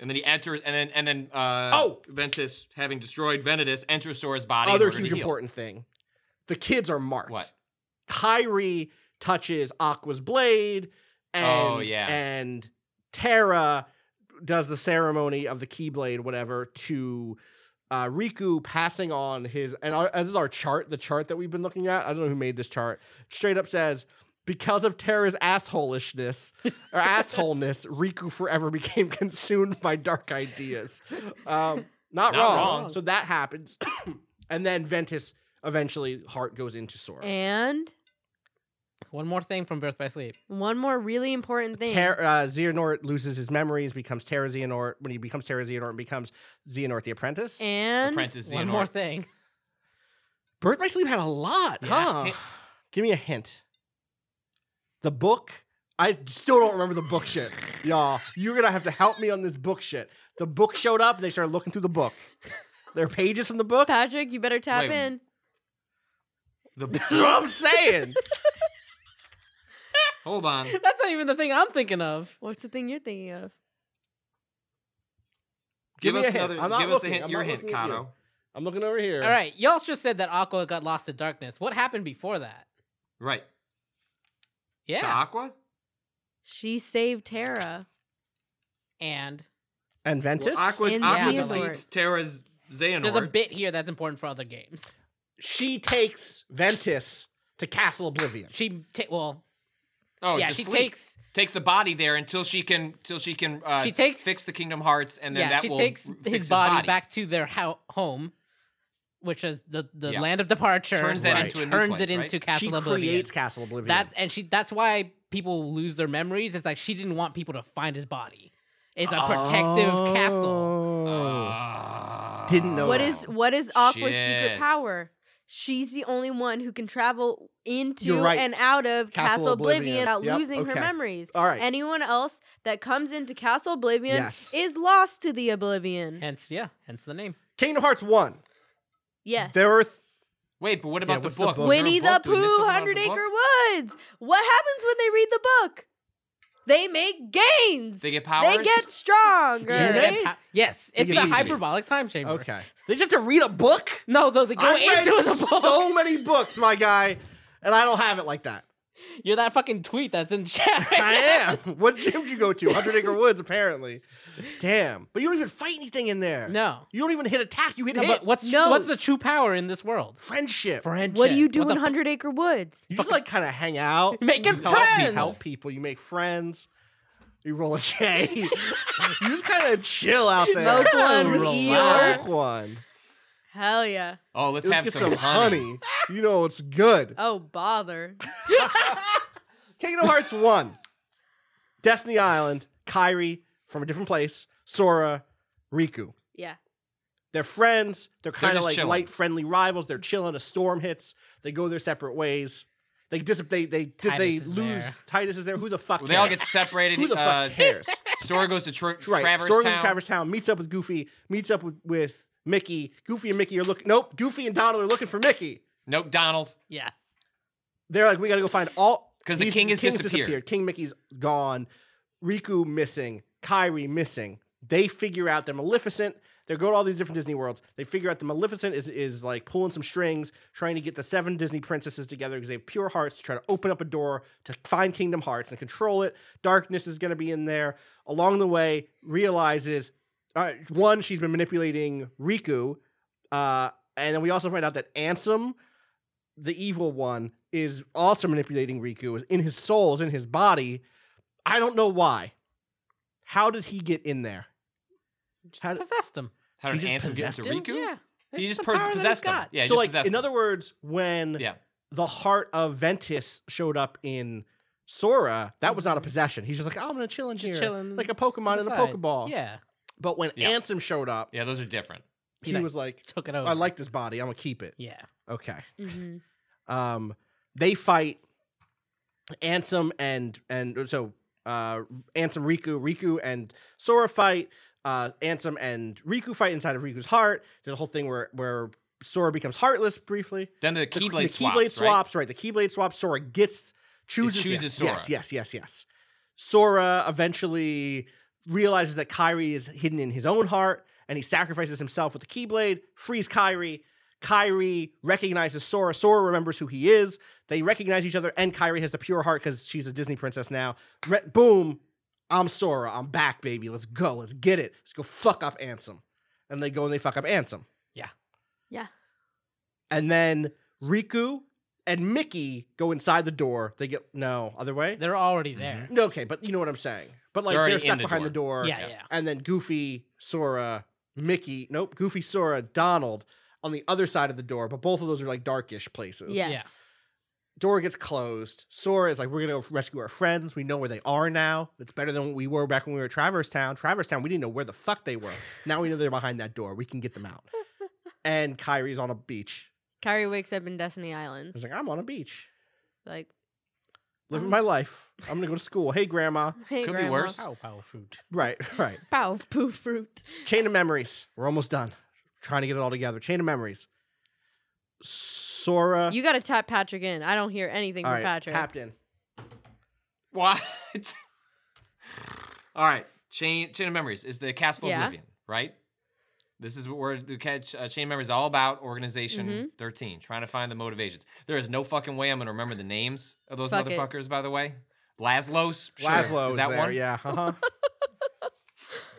[SPEAKER 2] and then he enters, and then and then uh,
[SPEAKER 1] Oh!
[SPEAKER 2] Ventus, having destroyed Venatus, enters Sora's body. in
[SPEAKER 1] Other
[SPEAKER 2] order to
[SPEAKER 1] huge
[SPEAKER 2] heal.
[SPEAKER 1] important thing: the kids are marked.
[SPEAKER 2] What?
[SPEAKER 1] Kyrie touches Aqua's blade, and
[SPEAKER 2] Oh, yeah.
[SPEAKER 1] and Terra does the ceremony of the Keyblade, whatever, to uh, Riku passing on his. And our, this is our chart, the chart that we've been looking at. I don't know who made this chart. Straight up says. Because of Terra's assholishness or assholeness, Riku forever became consumed by dark ideas. Um, not,
[SPEAKER 2] Not
[SPEAKER 1] wrong.
[SPEAKER 2] wrong.
[SPEAKER 1] So that happens, and then Ventus eventually heart goes into Sora.
[SPEAKER 4] And
[SPEAKER 3] One more thing from Birth by Sleep.
[SPEAKER 4] one more really important thing.
[SPEAKER 1] Ter- uh, Xehanort loses his memories, becomes Terra Xehanort. When he becomes Terra Xehanort, and becomes Xehanort the Apprentice.
[SPEAKER 4] and
[SPEAKER 2] Apprentice
[SPEAKER 3] One
[SPEAKER 2] Xehanort.
[SPEAKER 3] more thing.
[SPEAKER 1] Birth by Sleep had a lot,
[SPEAKER 2] Yeah.
[SPEAKER 1] huh? Give me a hint. The book. I still don't remember the book shit, y'all. You're gonna have to help me on this book shit. The book showed up. They started looking through the book. There are pages from the book. That's
[SPEAKER 4] Patrick, you better tap
[SPEAKER 2] Wait.
[SPEAKER 4] in.
[SPEAKER 2] The,
[SPEAKER 1] what I'm saying.
[SPEAKER 2] hold on.
[SPEAKER 3] That's not even the thing I'm thinking of.
[SPEAKER 4] What's the thing you're thinking of?
[SPEAKER 1] Give
[SPEAKER 2] Give,
[SPEAKER 1] me a
[SPEAKER 2] us
[SPEAKER 1] hint.
[SPEAKER 2] another.
[SPEAKER 1] I'm not
[SPEAKER 2] Give us a
[SPEAKER 1] looking.
[SPEAKER 2] hint.
[SPEAKER 1] I'm
[SPEAKER 2] your
[SPEAKER 1] not
[SPEAKER 2] hint,
[SPEAKER 1] looking at you.
[SPEAKER 2] Kato.
[SPEAKER 1] I'm looking over here.
[SPEAKER 3] All right, y'all just said that Aqua got lost to darkness. What happened before that?
[SPEAKER 2] Right. To
[SPEAKER 3] Yeah.
[SPEAKER 2] Aqua.
[SPEAKER 4] She saved Tara.
[SPEAKER 3] And
[SPEAKER 1] And Ventus.
[SPEAKER 2] Well, Aqua,
[SPEAKER 4] In
[SPEAKER 2] Aqua
[SPEAKER 4] Xehanort.
[SPEAKER 2] deletes Terra's Xehanort.
[SPEAKER 3] there's a bit here that's important for other games.
[SPEAKER 1] she takes Ventus to Castle Oblivion.
[SPEAKER 3] She ta- well,
[SPEAKER 2] Oh,
[SPEAKER 3] yeah,
[SPEAKER 2] to
[SPEAKER 3] she
[SPEAKER 2] sleep.
[SPEAKER 3] takes
[SPEAKER 2] takes the body there until she can till she can uh,
[SPEAKER 3] She takes-
[SPEAKER 2] fix the Kingdom Hearts, and then
[SPEAKER 3] yeah,
[SPEAKER 2] that
[SPEAKER 3] she
[SPEAKER 2] will
[SPEAKER 3] takes
[SPEAKER 2] r-
[SPEAKER 3] his,
[SPEAKER 2] fix
[SPEAKER 3] body, back to their ho- home, which is the the
[SPEAKER 2] Yeah.
[SPEAKER 3] land of departure.
[SPEAKER 2] Turns that
[SPEAKER 1] Right.
[SPEAKER 2] into a new
[SPEAKER 3] turns
[SPEAKER 2] place,
[SPEAKER 3] it
[SPEAKER 2] right?
[SPEAKER 3] into Castle
[SPEAKER 1] she
[SPEAKER 3] Oblivion.
[SPEAKER 1] creates Castle Oblivion.
[SPEAKER 3] That's and she. That's why people lose their memories. It's like she didn't want people to find his body. It's a protective
[SPEAKER 1] Oh.
[SPEAKER 3] castle.
[SPEAKER 2] Ah.
[SPEAKER 1] Didn't know.
[SPEAKER 4] What
[SPEAKER 1] that.
[SPEAKER 4] is what is Aqua's
[SPEAKER 2] Shit.
[SPEAKER 4] secret power? She's the only one who can travel into
[SPEAKER 1] You're right.
[SPEAKER 4] and out of
[SPEAKER 1] Castle
[SPEAKER 4] Castle, Oblivion,
[SPEAKER 1] Oblivion.
[SPEAKER 4] without
[SPEAKER 1] Yep,
[SPEAKER 4] losing her
[SPEAKER 1] okay.
[SPEAKER 4] memories.
[SPEAKER 1] All right.
[SPEAKER 4] Anyone else that comes into Castle Oblivion
[SPEAKER 1] Yes.
[SPEAKER 4] is lost to the Oblivion.
[SPEAKER 3] Hence, yeah, hence the name.
[SPEAKER 1] Kingdom Hearts one?
[SPEAKER 4] yes.
[SPEAKER 1] There were th-
[SPEAKER 2] Wait, but what about the
[SPEAKER 1] what's the
[SPEAKER 2] book?
[SPEAKER 1] book?
[SPEAKER 2] Was there a
[SPEAKER 4] Winnie the
[SPEAKER 2] book? Did we miss
[SPEAKER 4] Pooh,
[SPEAKER 2] something about the
[SPEAKER 4] Hundred Acre
[SPEAKER 2] book?
[SPEAKER 4] Woods. What happens when they read the book? They make gains.
[SPEAKER 2] They get
[SPEAKER 4] They
[SPEAKER 2] powers?
[SPEAKER 4] get stronger.
[SPEAKER 1] Do they?
[SPEAKER 3] And pa- yes, it's
[SPEAKER 1] get
[SPEAKER 3] the
[SPEAKER 1] easy.
[SPEAKER 3] hyperbolic time chamber.
[SPEAKER 1] okay. They just have to read a book.
[SPEAKER 3] No, though they go
[SPEAKER 1] I read
[SPEAKER 3] into the book.
[SPEAKER 1] so many books, my guy, and I don't have it like that.
[SPEAKER 3] You're that fucking tweet that's in chat. right
[SPEAKER 1] I
[SPEAKER 3] now.
[SPEAKER 1] am. What gym did you go to? Hundred Acre Woods, apparently. Damn. But you don't even fight anything in there.
[SPEAKER 3] No.
[SPEAKER 1] You don't even hit attack. You hit
[SPEAKER 3] No,
[SPEAKER 1] hit.
[SPEAKER 3] but what's
[SPEAKER 4] No.
[SPEAKER 3] what's the true power in this world?
[SPEAKER 1] friendship?
[SPEAKER 3] Friendship.
[SPEAKER 4] What do you do
[SPEAKER 3] What
[SPEAKER 4] in
[SPEAKER 3] the
[SPEAKER 4] Hundred Acre Woods?
[SPEAKER 1] you just like kind of hang out.
[SPEAKER 3] Making
[SPEAKER 1] you help pe-
[SPEAKER 3] friends.
[SPEAKER 1] help people. You make friends. You roll a J. you just kind of chill out there.
[SPEAKER 4] Smoke one with
[SPEAKER 1] Smoke
[SPEAKER 4] Eeyore.
[SPEAKER 1] one.
[SPEAKER 4] Hell yeah.
[SPEAKER 2] Oh, let's,
[SPEAKER 1] Let's
[SPEAKER 2] have
[SPEAKER 1] get
[SPEAKER 2] some,
[SPEAKER 1] some honey. You know it's good.
[SPEAKER 4] Oh bother.
[SPEAKER 1] Kingdom Hearts 1. Destiny Island, Kyrie from a different place, Sora, Riku.
[SPEAKER 4] Yeah.
[SPEAKER 1] They're friends. They're kind of
[SPEAKER 2] just
[SPEAKER 1] like
[SPEAKER 2] chilling.
[SPEAKER 1] light friendly rivals. They're chilling. A storm hits. They go their separate ways. They dis- they they did
[SPEAKER 3] Titus
[SPEAKER 1] they
[SPEAKER 3] is
[SPEAKER 1] lose
[SPEAKER 3] there.
[SPEAKER 1] Titus is there. Who the fuck
[SPEAKER 2] Well, they all
[SPEAKER 1] cares?
[SPEAKER 2] get separated.
[SPEAKER 1] Who the
[SPEAKER 2] uh,
[SPEAKER 1] fuck cares?
[SPEAKER 2] Sora goes to tra-
[SPEAKER 1] right.
[SPEAKER 2] Traverse
[SPEAKER 1] Sora goes
[SPEAKER 2] Town.
[SPEAKER 1] to Traverse Town, meets up with Goofy, meets up with, with Mickey. Goofy and Mickey are looking nope, Goofy and Donald are looking for Mickey.
[SPEAKER 2] Nope, Donald.
[SPEAKER 3] Yes.
[SPEAKER 1] They're like, we got to go find all
[SPEAKER 2] 'Cause the
[SPEAKER 1] he's-
[SPEAKER 2] king has
[SPEAKER 1] king's
[SPEAKER 2] disappeared.
[SPEAKER 1] King Mickey's gone. Riku missing. Kyrie missing. They figure out they're Maleficent. They go to all these different Disney worlds. They figure out the Maleficent is is like pulling some strings, trying to get the seven Disney princesses together because they have pure hearts to try to open up a door to find Kingdom Hearts and control it. Darkness is going to be in there. Along the way, realizes uh, one she's been manipulating Riku, uh, and then we also find out that Ansem the evil one is also manipulating Riku is in his soul, is in his body. I don't know why. How did he get in there?
[SPEAKER 3] Just
[SPEAKER 1] How d-
[SPEAKER 3] possessed him.
[SPEAKER 2] How
[SPEAKER 1] He
[SPEAKER 2] did
[SPEAKER 1] just
[SPEAKER 2] Ansem get to
[SPEAKER 1] possessed him?
[SPEAKER 2] Riku?
[SPEAKER 3] Yeah.
[SPEAKER 2] He
[SPEAKER 3] It's
[SPEAKER 2] just
[SPEAKER 3] the
[SPEAKER 2] pos-
[SPEAKER 3] power that he's
[SPEAKER 2] possessed him.
[SPEAKER 3] got.
[SPEAKER 2] Yeah, he
[SPEAKER 1] so
[SPEAKER 2] just
[SPEAKER 1] like
[SPEAKER 2] possessed
[SPEAKER 1] in
[SPEAKER 2] him.
[SPEAKER 1] other words, when
[SPEAKER 2] yeah,
[SPEAKER 1] the heart of Ventus showed up in Sora, that was not a possession. He's just like, oh, I'm gonna chill in
[SPEAKER 3] Mm-hmm. Just
[SPEAKER 1] here,
[SPEAKER 3] chilling
[SPEAKER 1] like a Pokemon in a
[SPEAKER 3] Inside.
[SPEAKER 1] Pokeball.
[SPEAKER 3] Yeah.
[SPEAKER 1] But when
[SPEAKER 2] Yeah.
[SPEAKER 1] Ansem showed up,
[SPEAKER 2] yeah, those are different.
[SPEAKER 1] he
[SPEAKER 3] Like,
[SPEAKER 1] was like,
[SPEAKER 3] Took it over.
[SPEAKER 1] I like this body. I'm gonna keep it.
[SPEAKER 3] Yeah.
[SPEAKER 1] Okay.
[SPEAKER 4] Mm-hmm.
[SPEAKER 1] Um, they fight Ansem and and so uh Ansem Riku, Riku and Sora fight. Uh, Ansem and Riku fight inside of Riku's heart. There's a whole thing where where Sora becomes heartless briefly.
[SPEAKER 2] Then the
[SPEAKER 1] The-
[SPEAKER 2] Keyblade
[SPEAKER 1] the
[SPEAKER 2] swaps.
[SPEAKER 1] Keyblade
[SPEAKER 2] right?
[SPEAKER 1] swaps, right? The Keyblade swaps. Sora gets chooses.
[SPEAKER 2] chooses
[SPEAKER 1] yes,
[SPEAKER 2] Sora.
[SPEAKER 1] Yes, yes, yes, yes. Sora eventually realizes that Kyrie is hidden in his own heart, and he sacrifices himself with the Keyblade, frees Kyrie. Kyrie recognizes Sora. Sora remembers who he is. They recognize each other, and Kyrie has the pure heart because she's a Disney princess now. Re- boom! I'm Sora. I'm back, baby. Let's go. Let's get it. Let's go fuck up Ansem. And they go and they fuck up Ansem.
[SPEAKER 4] Yeah.
[SPEAKER 1] And then Riku and Mickey go inside the door. They get no other way.
[SPEAKER 3] They're already there.
[SPEAKER 1] No, okay, but you know what I'm saying. But like
[SPEAKER 2] They're
[SPEAKER 1] they're,
[SPEAKER 2] already in
[SPEAKER 1] stuck
[SPEAKER 2] the
[SPEAKER 1] behind the door.
[SPEAKER 3] Yeah, yeah.
[SPEAKER 1] And then Goofy, Sora, Mickey. Nope, Goofy, Sora, Donald on the other side of the door. But both of those are like darkish places.
[SPEAKER 4] Yes.
[SPEAKER 1] Door gets closed. Sora is like, we're gonna go rescue our friends. We know where they are now. It's better than what we were back when we were at Traverse Town. Traverse Town, we didn't know where the fuck they were. now we know they're behind that door. We can get them out. and Kyrie's on a beach.
[SPEAKER 4] Kyrie wakes up in Destiny Islands.
[SPEAKER 1] He's like, "Ah, I'm on a beach.
[SPEAKER 4] like,
[SPEAKER 1] living
[SPEAKER 4] Um,
[SPEAKER 1] my life. I'm gonna go to school. Hey, grandma.
[SPEAKER 4] hey,
[SPEAKER 2] Could be
[SPEAKER 4] grandma.
[SPEAKER 2] worse.
[SPEAKER 3] Pow pow fruit.
[SPEAKER 1] Right, right.
[SPEAKER 4] Pow, poo fruit.
[SPEAKER 1] Chain of memories. We're almost done. Trying to get it all together. Chain of memories. Sora.
[SPEAKER 4] You got to tap Patrick in. I don't hear anything
[SPEAKER 1] all
[SPEAKER 4] from
[SPEAKER 1] right,
[SPEAKER 4] Patrick.
[SPEAKER 1] tapped in.
[SPEAKER 2] What? All right, chain chain of memories is the Castle
[SPEAKER 4] Yeah.
[SPEAKER 2] Oblivion, right? This is what we're the catch uh, chain of memories is all about. Organization
[SPEAKER 4] Mhm.
[SPEAKER 2] thirteen, trying to find the motivations. There is no fucking way I'm gonna remember the names of those
[SPEAKER 4] Fuck it.
[SPEAKER 2] motherfuckers. By the way, Laszlo's, sure.
[SPEAKER 1] Laszlo
[SPEAKER 2] is
[SPEAKER 1] is
[SPEAKER 2] that
[SPEAKER 1] there.
[SPEAKER 2] one?
[SPEAKER 1] Yeah. Uh-huh.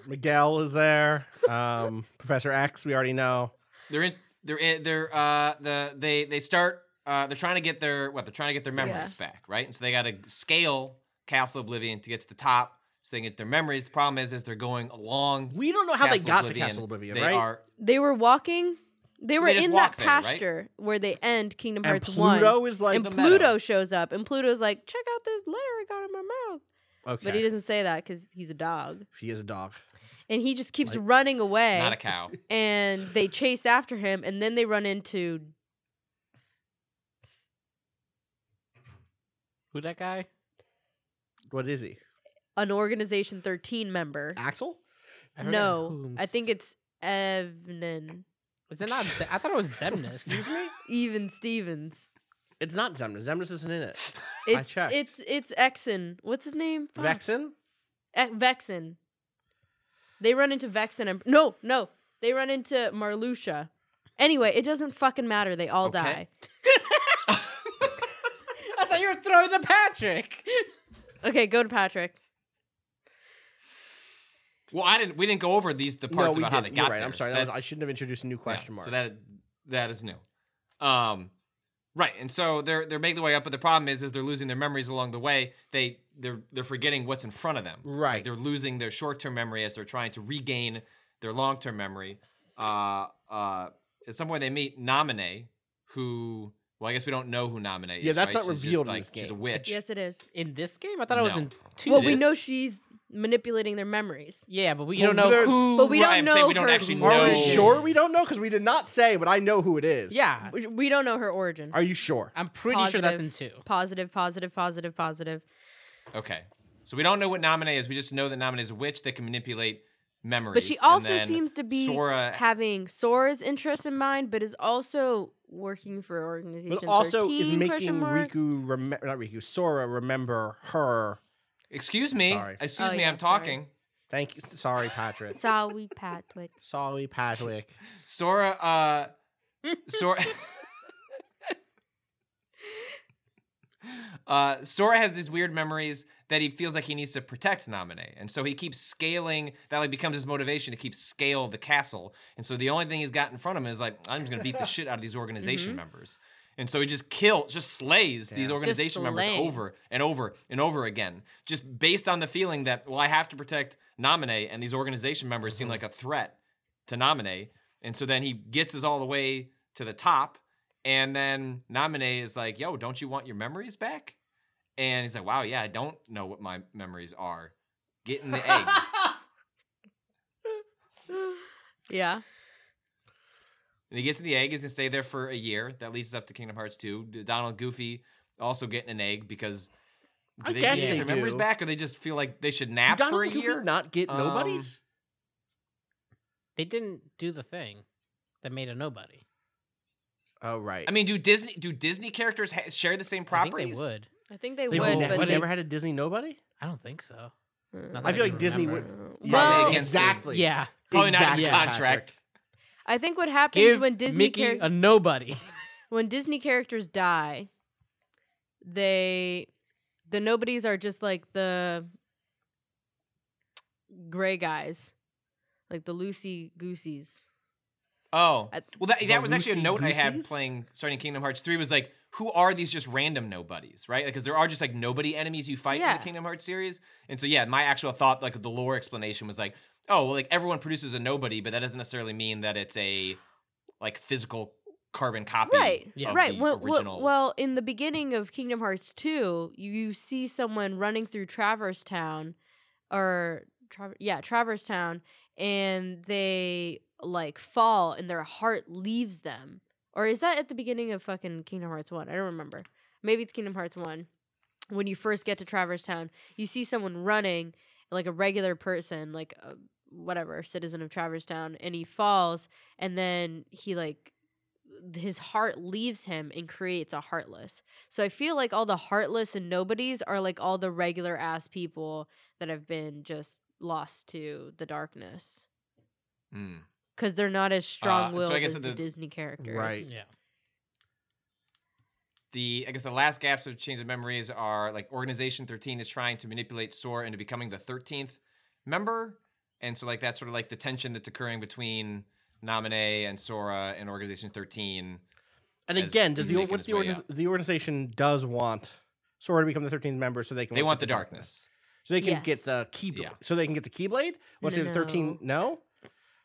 [SPEAKER 1] Miguel is there. Um, Professor X, we already know.
[SPEAKER 2] They're in. They're in. They're uh the they they start. Uh, they're trying to get their what? They're trying to get their memories
[SPEAKER 4] Yeah.
[SPEAKER 2] back, right? And so they got to scale Castle Oblivion to get to the top, so they can get their memories. The problem is, as they're going along,
[SPEAKER 1] We don't know how they
[SPEAKER 2] Castle
[SPEAKER 1] got to Castle Oblivion,
[SPEAKER 2] they
[SPEAKER 1] right?
[SPEAKER 2] Are,
[SPEAKER 4] They were walking. They were
[SPEAKER 2] just
[SPEAKER 4] in that
[SPEAKER 2] walked there, right?
[SPEAKER 4] pasture where they end Kingdom
[SPEAKER 1] and
[SPEAKER 4] Hearts
[SPEAKER 1] Pluto
[SPEAKER 4] 1.
[SPEAKER 1] is like
[SPEAKER 4] and
[SPEAKER 2] the
[SPEAKER 4] Pluto
[SPEAKER 2] meadow.
[SPEAKER 4] shows up, and Pluto's like, check out this letter I got in my mouth.
[SPEAKER 1] okay.
[SPEAKER 4] But he doesn't say that because he's a dog.
[SPEAKER 1] She is a dog.
[SPEAKER 4] And he just keeps
[SPEAKER 1] Like-
[SPEAKER 4] running away.
[SPEAKER 2] not a cow.
[SPEAKER 4] and they chase after him, and then they run into
[SPEAKER 3] Who that guy?
[SPEAKER 1] What is he?
[SPEAKER 4] an Organization 13 member.
[SPEAKER 1] Axel?
[SPEAKER 3] I forget
[SPEAKER 4] no,
[SPEAKER 3] whom.
[SPEAKER 4] I think it's Evan,
[SPEAKER 3] Is it not? Ze- I thought it was Zemnis.
[SPEAKER 1] Excuse me?
[SPEAKER 4] even Stevens.
[SPEAKER 1] It's not Zemnis. Zemnis isn't in it.
[SPEAKER 4] It's,
[SPEAKER 1] checked.
[SPEAKER 4] It's it's Exon. What's his name? Fuck.
[SPEAKER 1] Vexen?
[SPEAKER 4] E- Vexen. They run into Vexen and no, no, they run into Marluxia. Anyway, it doesn't fucking matter. They all
[SPEAKER 2] Okay.
[SPEAKER 4] die.
[SPEAKER 3] I thought you were throwing to Patrick.
[SPEAKER 4] Okay, go to Patrick.
[SPEAKER 2] Well, I didn't. We didn't go over these the parts
[SPEAKER 1] we
[SPEAKER 2] about how they
[SPEAKER 1] didn't.
[SPEAKER 2] got
[SPEAKER 1] You're right.
[SPEAKER 2] there.
[SPEAKER 1] I'm
[SPEAKER 2] so
[SPEAKER 1] sorry. That was,
[SPEAKER 2] that's-
[SPEAKER 1] I shouldn't have introduced a new
[SPEAKER 2] yeah,
[SPEAKER 1] question mark.
[SPEAKER 2] So that that is new. Um, right. And so they're they're making their way up, but the problem is is they're losing their memories along the way. They they're they're forgetting what's in front of them. Like,
[SPEAKER 1] Right.
[SPEAKER 2] they're losing their short term memory as they're trying to regain their long term memory. Uh, uh, at some point they meet Nominee, who well I guess we don't know who Nominee is.
[SPEAKER 1] Yeah, that's
[SPEAKER 2] right?
[SPEAKER 1] not
[SPEAKER 2] She's just,
[SPEAKER 1] revealed in
[SPEAKER 2] like,
[SPEAKER 1] this
[SPEAKER 2] She's a
[SPEAKER 1] game.
[SPEAKER 2] witch.
[SPEAKER 4] Yes, it is.
[SPEAKER 3] In this game, I thought it was
[SPEAKER 2] No.
[SPEAKER 3] in two.
[SPEAKER 4] Well,
[SPEAKER 2] It
[SPEAKER 4] we
[SPEAKER 2] is?
[SPEAKER 4] know she's manipulating their memories.
[SPEAKER 3] Yeah, but we
[SPEAKER 1] Well,
[SPEAKER 3] don't know
[SPEAKER 1] there's-
[SPEAKER 3] who.
[SPEAKER 4] But we
[SPEAKER 2] Right,
[SPEAKER 4] don't
[SPEAKER 2] I'm
[SPEAKER 4] know.
[SPEAKER 2] saying we don't
[SPEAKER 4] her
[SPEAKER 2] actually know.
[SPEAKER 1] Are we
[SPEAKER 4] origin.
[SPEAKER 1] sure we don't know? Because we did not say, but I know who it is.
[SPEAKER 3] Yeah,
[SPEAKER 4] We- We don't know her origin.
[SPEAKER 1] Are you sure?
[SPEAKER 3] I'm pretty sure that's in two.
[SPEAKER 4] Positive, positive, positive, positive.
[SPEAKER 2] Okay. So we don't know what Nominee is. We just know that Nominee is a witch that can manipulate memories.
[SPEAKER 4] But she
[SPEAKER 2] And
[SPEAKER 4] also
[SPEAKER 2] then
[SPEAKER 4] seems to be
[SPEAKER 2] Sora
[SPEAKER 4] having Sora's interests in mind, but is also working for organization.
[SPEAKER 1] But also
[SPEAKER 4] 13,
[SPEAKER 1] is making
[SPEAKER 4] question mark.
[SPEAKER 1] Riku rem- not Riku Sora remember her.
[SPEAKER 2] Excuse me.
[SPEAKER 1] Sorry.
[SPEAKER 2] Excuse
[SPEAKER 4] Oh,
[SPEAKER 2] me.
[SPEAKER 4] yeah,
[SPEAKER 2] I'm
[SPEAKER 4] sorry.
[SPEAKER 2] talking.
[SPEAKER 1] Thank you. Sorry, Patrick.
[SPEAKER 4] Sorry, Patrick.
[SPEAKER 1] sorry, Patrick.
[SPEAKER 2] Sora. Uh, Sora. Uh, Sora has these weird memories that he feels like he needs to protect Nominee, and so he keeps scaling. That like becomes his motivation to keep scale the castle, and so the only thing he's got in front of him is like, I'm just gonna beat the shit out of these organization members. And so he just kills, just slays these organization members
[SPEAKER 4] slaying.
[SPEAKER 2] over and over and over again, just based on the feeling that, well, I have to protect Nominee, and these organization members seem like a threat to Nominee. And so then he gets us all the way to the top, and then Nominee is like, yo, don't you want your memories back? And he's like, wow, yeah, I don't know what my memories are. Get in the egg.
[SPEAKER 4] Yeah.
[SPEAKER 2] And he gets in the egg. He's gonna stay there for a year. That leads us up to Kingdom Hearts 2. D- Donald Goofy also getting an egg because
[SPEAKER 1] I
[SPEAKER 2] do they
[SPEAKER 1] guess
[SPEAKER 2] get
[SPEAKER 1] they
[SPEAKER 2] their memories
[SPEAKER 1] do.
[SPEAKER 2] back, or they just feel like they should
[SPEAKER 1] Did
[SPEAKER 2] nap
[SPEAKER 1] Donald
[SPEAKER 2] for a
[SPEAKER 1] Goofy
[SPEAKER 2] year?
[SPEAKER 1] not get
[SPEAKER 2] Um,
[SPEAKER 1] nobodies?
[SPEAKER 3] They didn't do the thing that made a nobody.
[SPEAKER 1] Oh right.
[SPEAKER 2] I mean, do Disney do Disney characters ha- share the same
[SPEAKER 3] I
[SPEAKER 2] properties?
[SPEAKER 3] think they would.
[SPEAKER 4] I think they,
[SPEAKER 1] they
[SPEAKER 4] would,
[SPEAKER 1] would,
[SPEAKER 4] but
[SPEAKER 1] but
[SPEAKER 4] they,
[SPEAKER 1] never had a Disney nobody.
[SPEAKER 3] I don't think so.
[SPEAKER 4] Mm.
[SPEAKER 3] Not that
[SPEAKER 1] I feel
[SPEAKER 3] can
[SPEAKER 1] like Disney would.
[SPEAKER 3] remember.
[SPEAKER 4] Well-
[SPEAKER 1] Yeah,
[SPEAKER 2] Against it.
[SPEAKER 1] exactly.
[SPEAKER 3] Yeah.
[SPEAKER 2] Probably
[SPEAKER 1] Exactly,
[SPEAKER 2] not in
[SPEAKER 1] Patrick.
[SPEAKER 2] contract.
[SPEAKER 4] I think what happens
[SPEAKER 3] Give
[SPEAKER 4] when Disney
[SPEAKER 3] Mickey
[SPEAKER 4] characters.
[SPEAKER 3] a nobody.
[SPEAKER 4] when Disney characters die, they the nobodies are just like the gray guys, like the Lucy Gooseys.
[SPEAKER 2] Oh,
[SPEAKER 4] At-
[SPEAKER 2] well, that,
[SPEAKER 1] The
[SPEAKER 2] that was actually a
[SPEAKER 1] Loosey
[SPEAKER 2] note I had
[SPEAKER 1] Gooseys?
[SPEAKER 2] playing starting Kingdom Hearts 3 was like, who are these just random nobodies, right? Because there are just like nobody enemies you fight in
[SPEAKER 4] Yeah.
[SPEAKER 2] the Kingdom Hearts series. And so, yeah, my actual thought, like the lore explanation was like, oh, well, like everyone produces a nobody, but that doesn't necessarily mean that it's a like physical carbon copy.
[SPEAKER 4] Right,
[SPEAKER 3] Yeah.
[SPEAKER 2] of
[SPEAKER 4] right.
[SPEAKER 2] the
[SPEAKER 4] Well, well,
[SPEAKER 2] original-
[SPEAKER 4] well, in the beginning of Kingdom Hearts 2, you, you see someone running through Traverse Town, or Traver- yeah, Traverse Town, and they like fall and their heart leaves them. Or is that at the beginning of fucking Kingdom Hearts 1? I don't remember. Maybe it's Kingdom Hearts 1. When you first get to Traverse Town, you see someone running like a regular person, like a, whatever, citizen of Traverse Town, and he falls and then he like his heart leaves him and creates a heartless. So I feel like all the heartless and nobodies are like all the regular ass people that have been just lost to the darkness
[SPEAKER 2] Hmm.
[SPEAKER 4] because they're not
[SPEAKER 1] Uh,
[SPEAKER 4] as strong willed
[SPEAKER 2] so I guess
[SPEAKER 4] as the,
[SPEAKER 2] the-
[SPEAKER 4] Disney characters.
[SPEAKER 1] Right.
[SPEAKER 3] yeah.
[SPEAKER 2] the I guess the last gaps of change of memories are like Organization 13 is trying to manipulate Sora into becoming the 13th member, and so like that's sort of like the tension that's occurring between Nominee and Sora and Organization 13.
[SPEAKER 1] And
[SPEAKER 2] As
[SPEAKER 1] again, does the
[SPEAKER 2] making
[SPEAKER 1] what's
[SPEAKER 2] his
[SPEAKER 1] the
[SPEAKER 2] way
[SPEAKER 1] organiz-
[SPEAKER 2] up.
[SPEAKER 1] the organization does want Sora to become the thirteenth member so they can
[SPEAKER 2] They
[SPEAKER 1] work
[SPEAKER 2] want the
[SPEAKER 1] with
[SPEAKER 2] darkness.
[SPEAKER 1] so they can
[SPEAKER 4] Yes.
[SPEAKER 1] get the keyblade
[SPEAKER 2] Yeah.
[SPEAKER 1] so they can get the keyblade. What's
[SPEAKER 4] No,
[SPEAKER 1] it thirteen? No.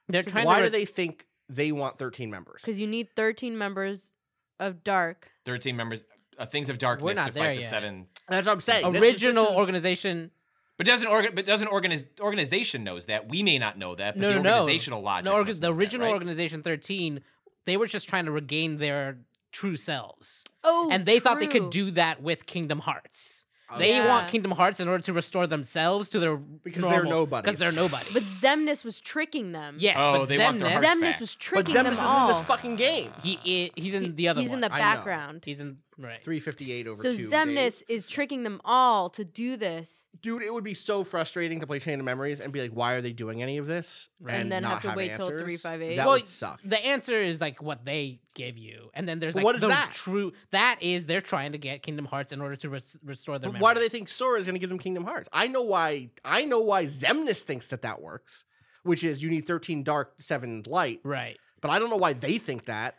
[SPEAKER 3] They're trying
[SPEAKER 1] Why
[SPEAKER 3] to
[SPEAKER 1] do
[SPEAKER 3] re-
[SPEAKER 1] they think they want thirteen members?
[SPEAKER 4] Because you need 13 members of dark.
[SPEAKER 2] 13 members uh, things of darkness
[SPEAKER 3] not
[SPEAKER 2] to
[SPEAKER 3] there
[SPEAKER 2] fight the
[SPEAKER 3] yet.
[SPEAKER 2] seven.
[SPEAKER 1] That's what I'm saying. This is- this
[SPEAKER 3] original
[SPEAKER 1] is-
[SPEAKER 3] organization.
[SPEAKER 2] But doesn't orga- but doesn't organiz- organization knows that. We may not know that, but
[SPEAKER 3] No,
[SPEAKER 2] the
[SPEAKER 3] no, no.
[SPEAKER 2] organizational logic.
[SPEAKER 3] No, orga-
[SPEAKER 2] must
[SPEAKER 3] the
[SPEAKER 2] know that,
[SPEAKER 3] original
[SPEAKER 2] right?
[SPEAKER 3] organization 13. They were just trying to regain their true selves,
[SPEAKER 4] Oh,
[SPEAKER 3] and they thought they could do that with Kingdom Hearts. They
[SPEAKER 4] Yeah.
[SPEAKER 3] want Kingdom Hearts in order to restore themselves to their
[SPEAKER 1] Because they're
[SPEAKER 3] Because
[SPEAKER 1] nobodies.
[SPEAKER 3] they're nobody.
[SPEAKER 4] But Zemnis was tricking them.
[SPEAKER 3] yes,
[SPEAKER 2] Oh,
[SPEAKER 3] but
[SPEAKER 2] they
[SPEAKER 3] Zemnis,
[SPEAKER 2] want their hearts
[SPEAKER 4] Zemnis
[SPEAKER 2] back.
[SPEAKER 4] was
[SPEAKER 1] But
[SPEAKER 4] tricking
[SPEAKER 1] Zemus
[SPEAKER 4] them
[SPEAKER 1] is in
[SPEAKER 4] all.
[SPEAKER 1] this fucking game.
[SPEAKER 3] he i- he's in the other
[SPEAKER 4] Ah. He's
[SPEAKER 3] one.
[SPEAKER 4] in the
[SPEAKER 1] I know.
[SPEAKER 4] background.
[SPEAKER 3] he's in right.
[SPEAKER 1] Three fifty eight over
[SPEAKER 4] So
[SPEAKER 1] two.
[SPEAKER 4] Zemnis
[SPEAKER 1] days.
[SPEAKER 4] is tricking them all to do this
[SPEAKER 1] dude, it would be so frustrating to play Chain of Memories and be like, why are they doing any of this?
[SPEAKER 3] Right.
[SPEAKER 4] And then
[SPEAKER 1] not
[SPEAKER 4] have to wait till
[SPEAKER 1] answers.
[SPEAKER 4] 358.
[SPEAKER 1] That
[SPEAKER 3] Well,
[SPEAKER 1] would suck.
[SPEAKER 3] The answer is like what they give you, and then there's
[SPEAKER 1] But
[SPEAKER 3] like
[SPEAKER 1] what is
[SPEAKER 3] the
[SPEAKER 1] that?
[SPEAKER 3] true. That is they're trying to get Kingdom Hearts in order to res- restore their.
[SPEAKER 1] But why do they
[SPEAKER 3] memories.
[SPEAKER 1] think Sora is going to give them Kingdom Hearts? I know why. I know why Zemnis thinks that that works, which is you need thirteen dark, seven light.
[SPEAKER 3] Right.
[SPEAKER 1] But I don't know why they think that.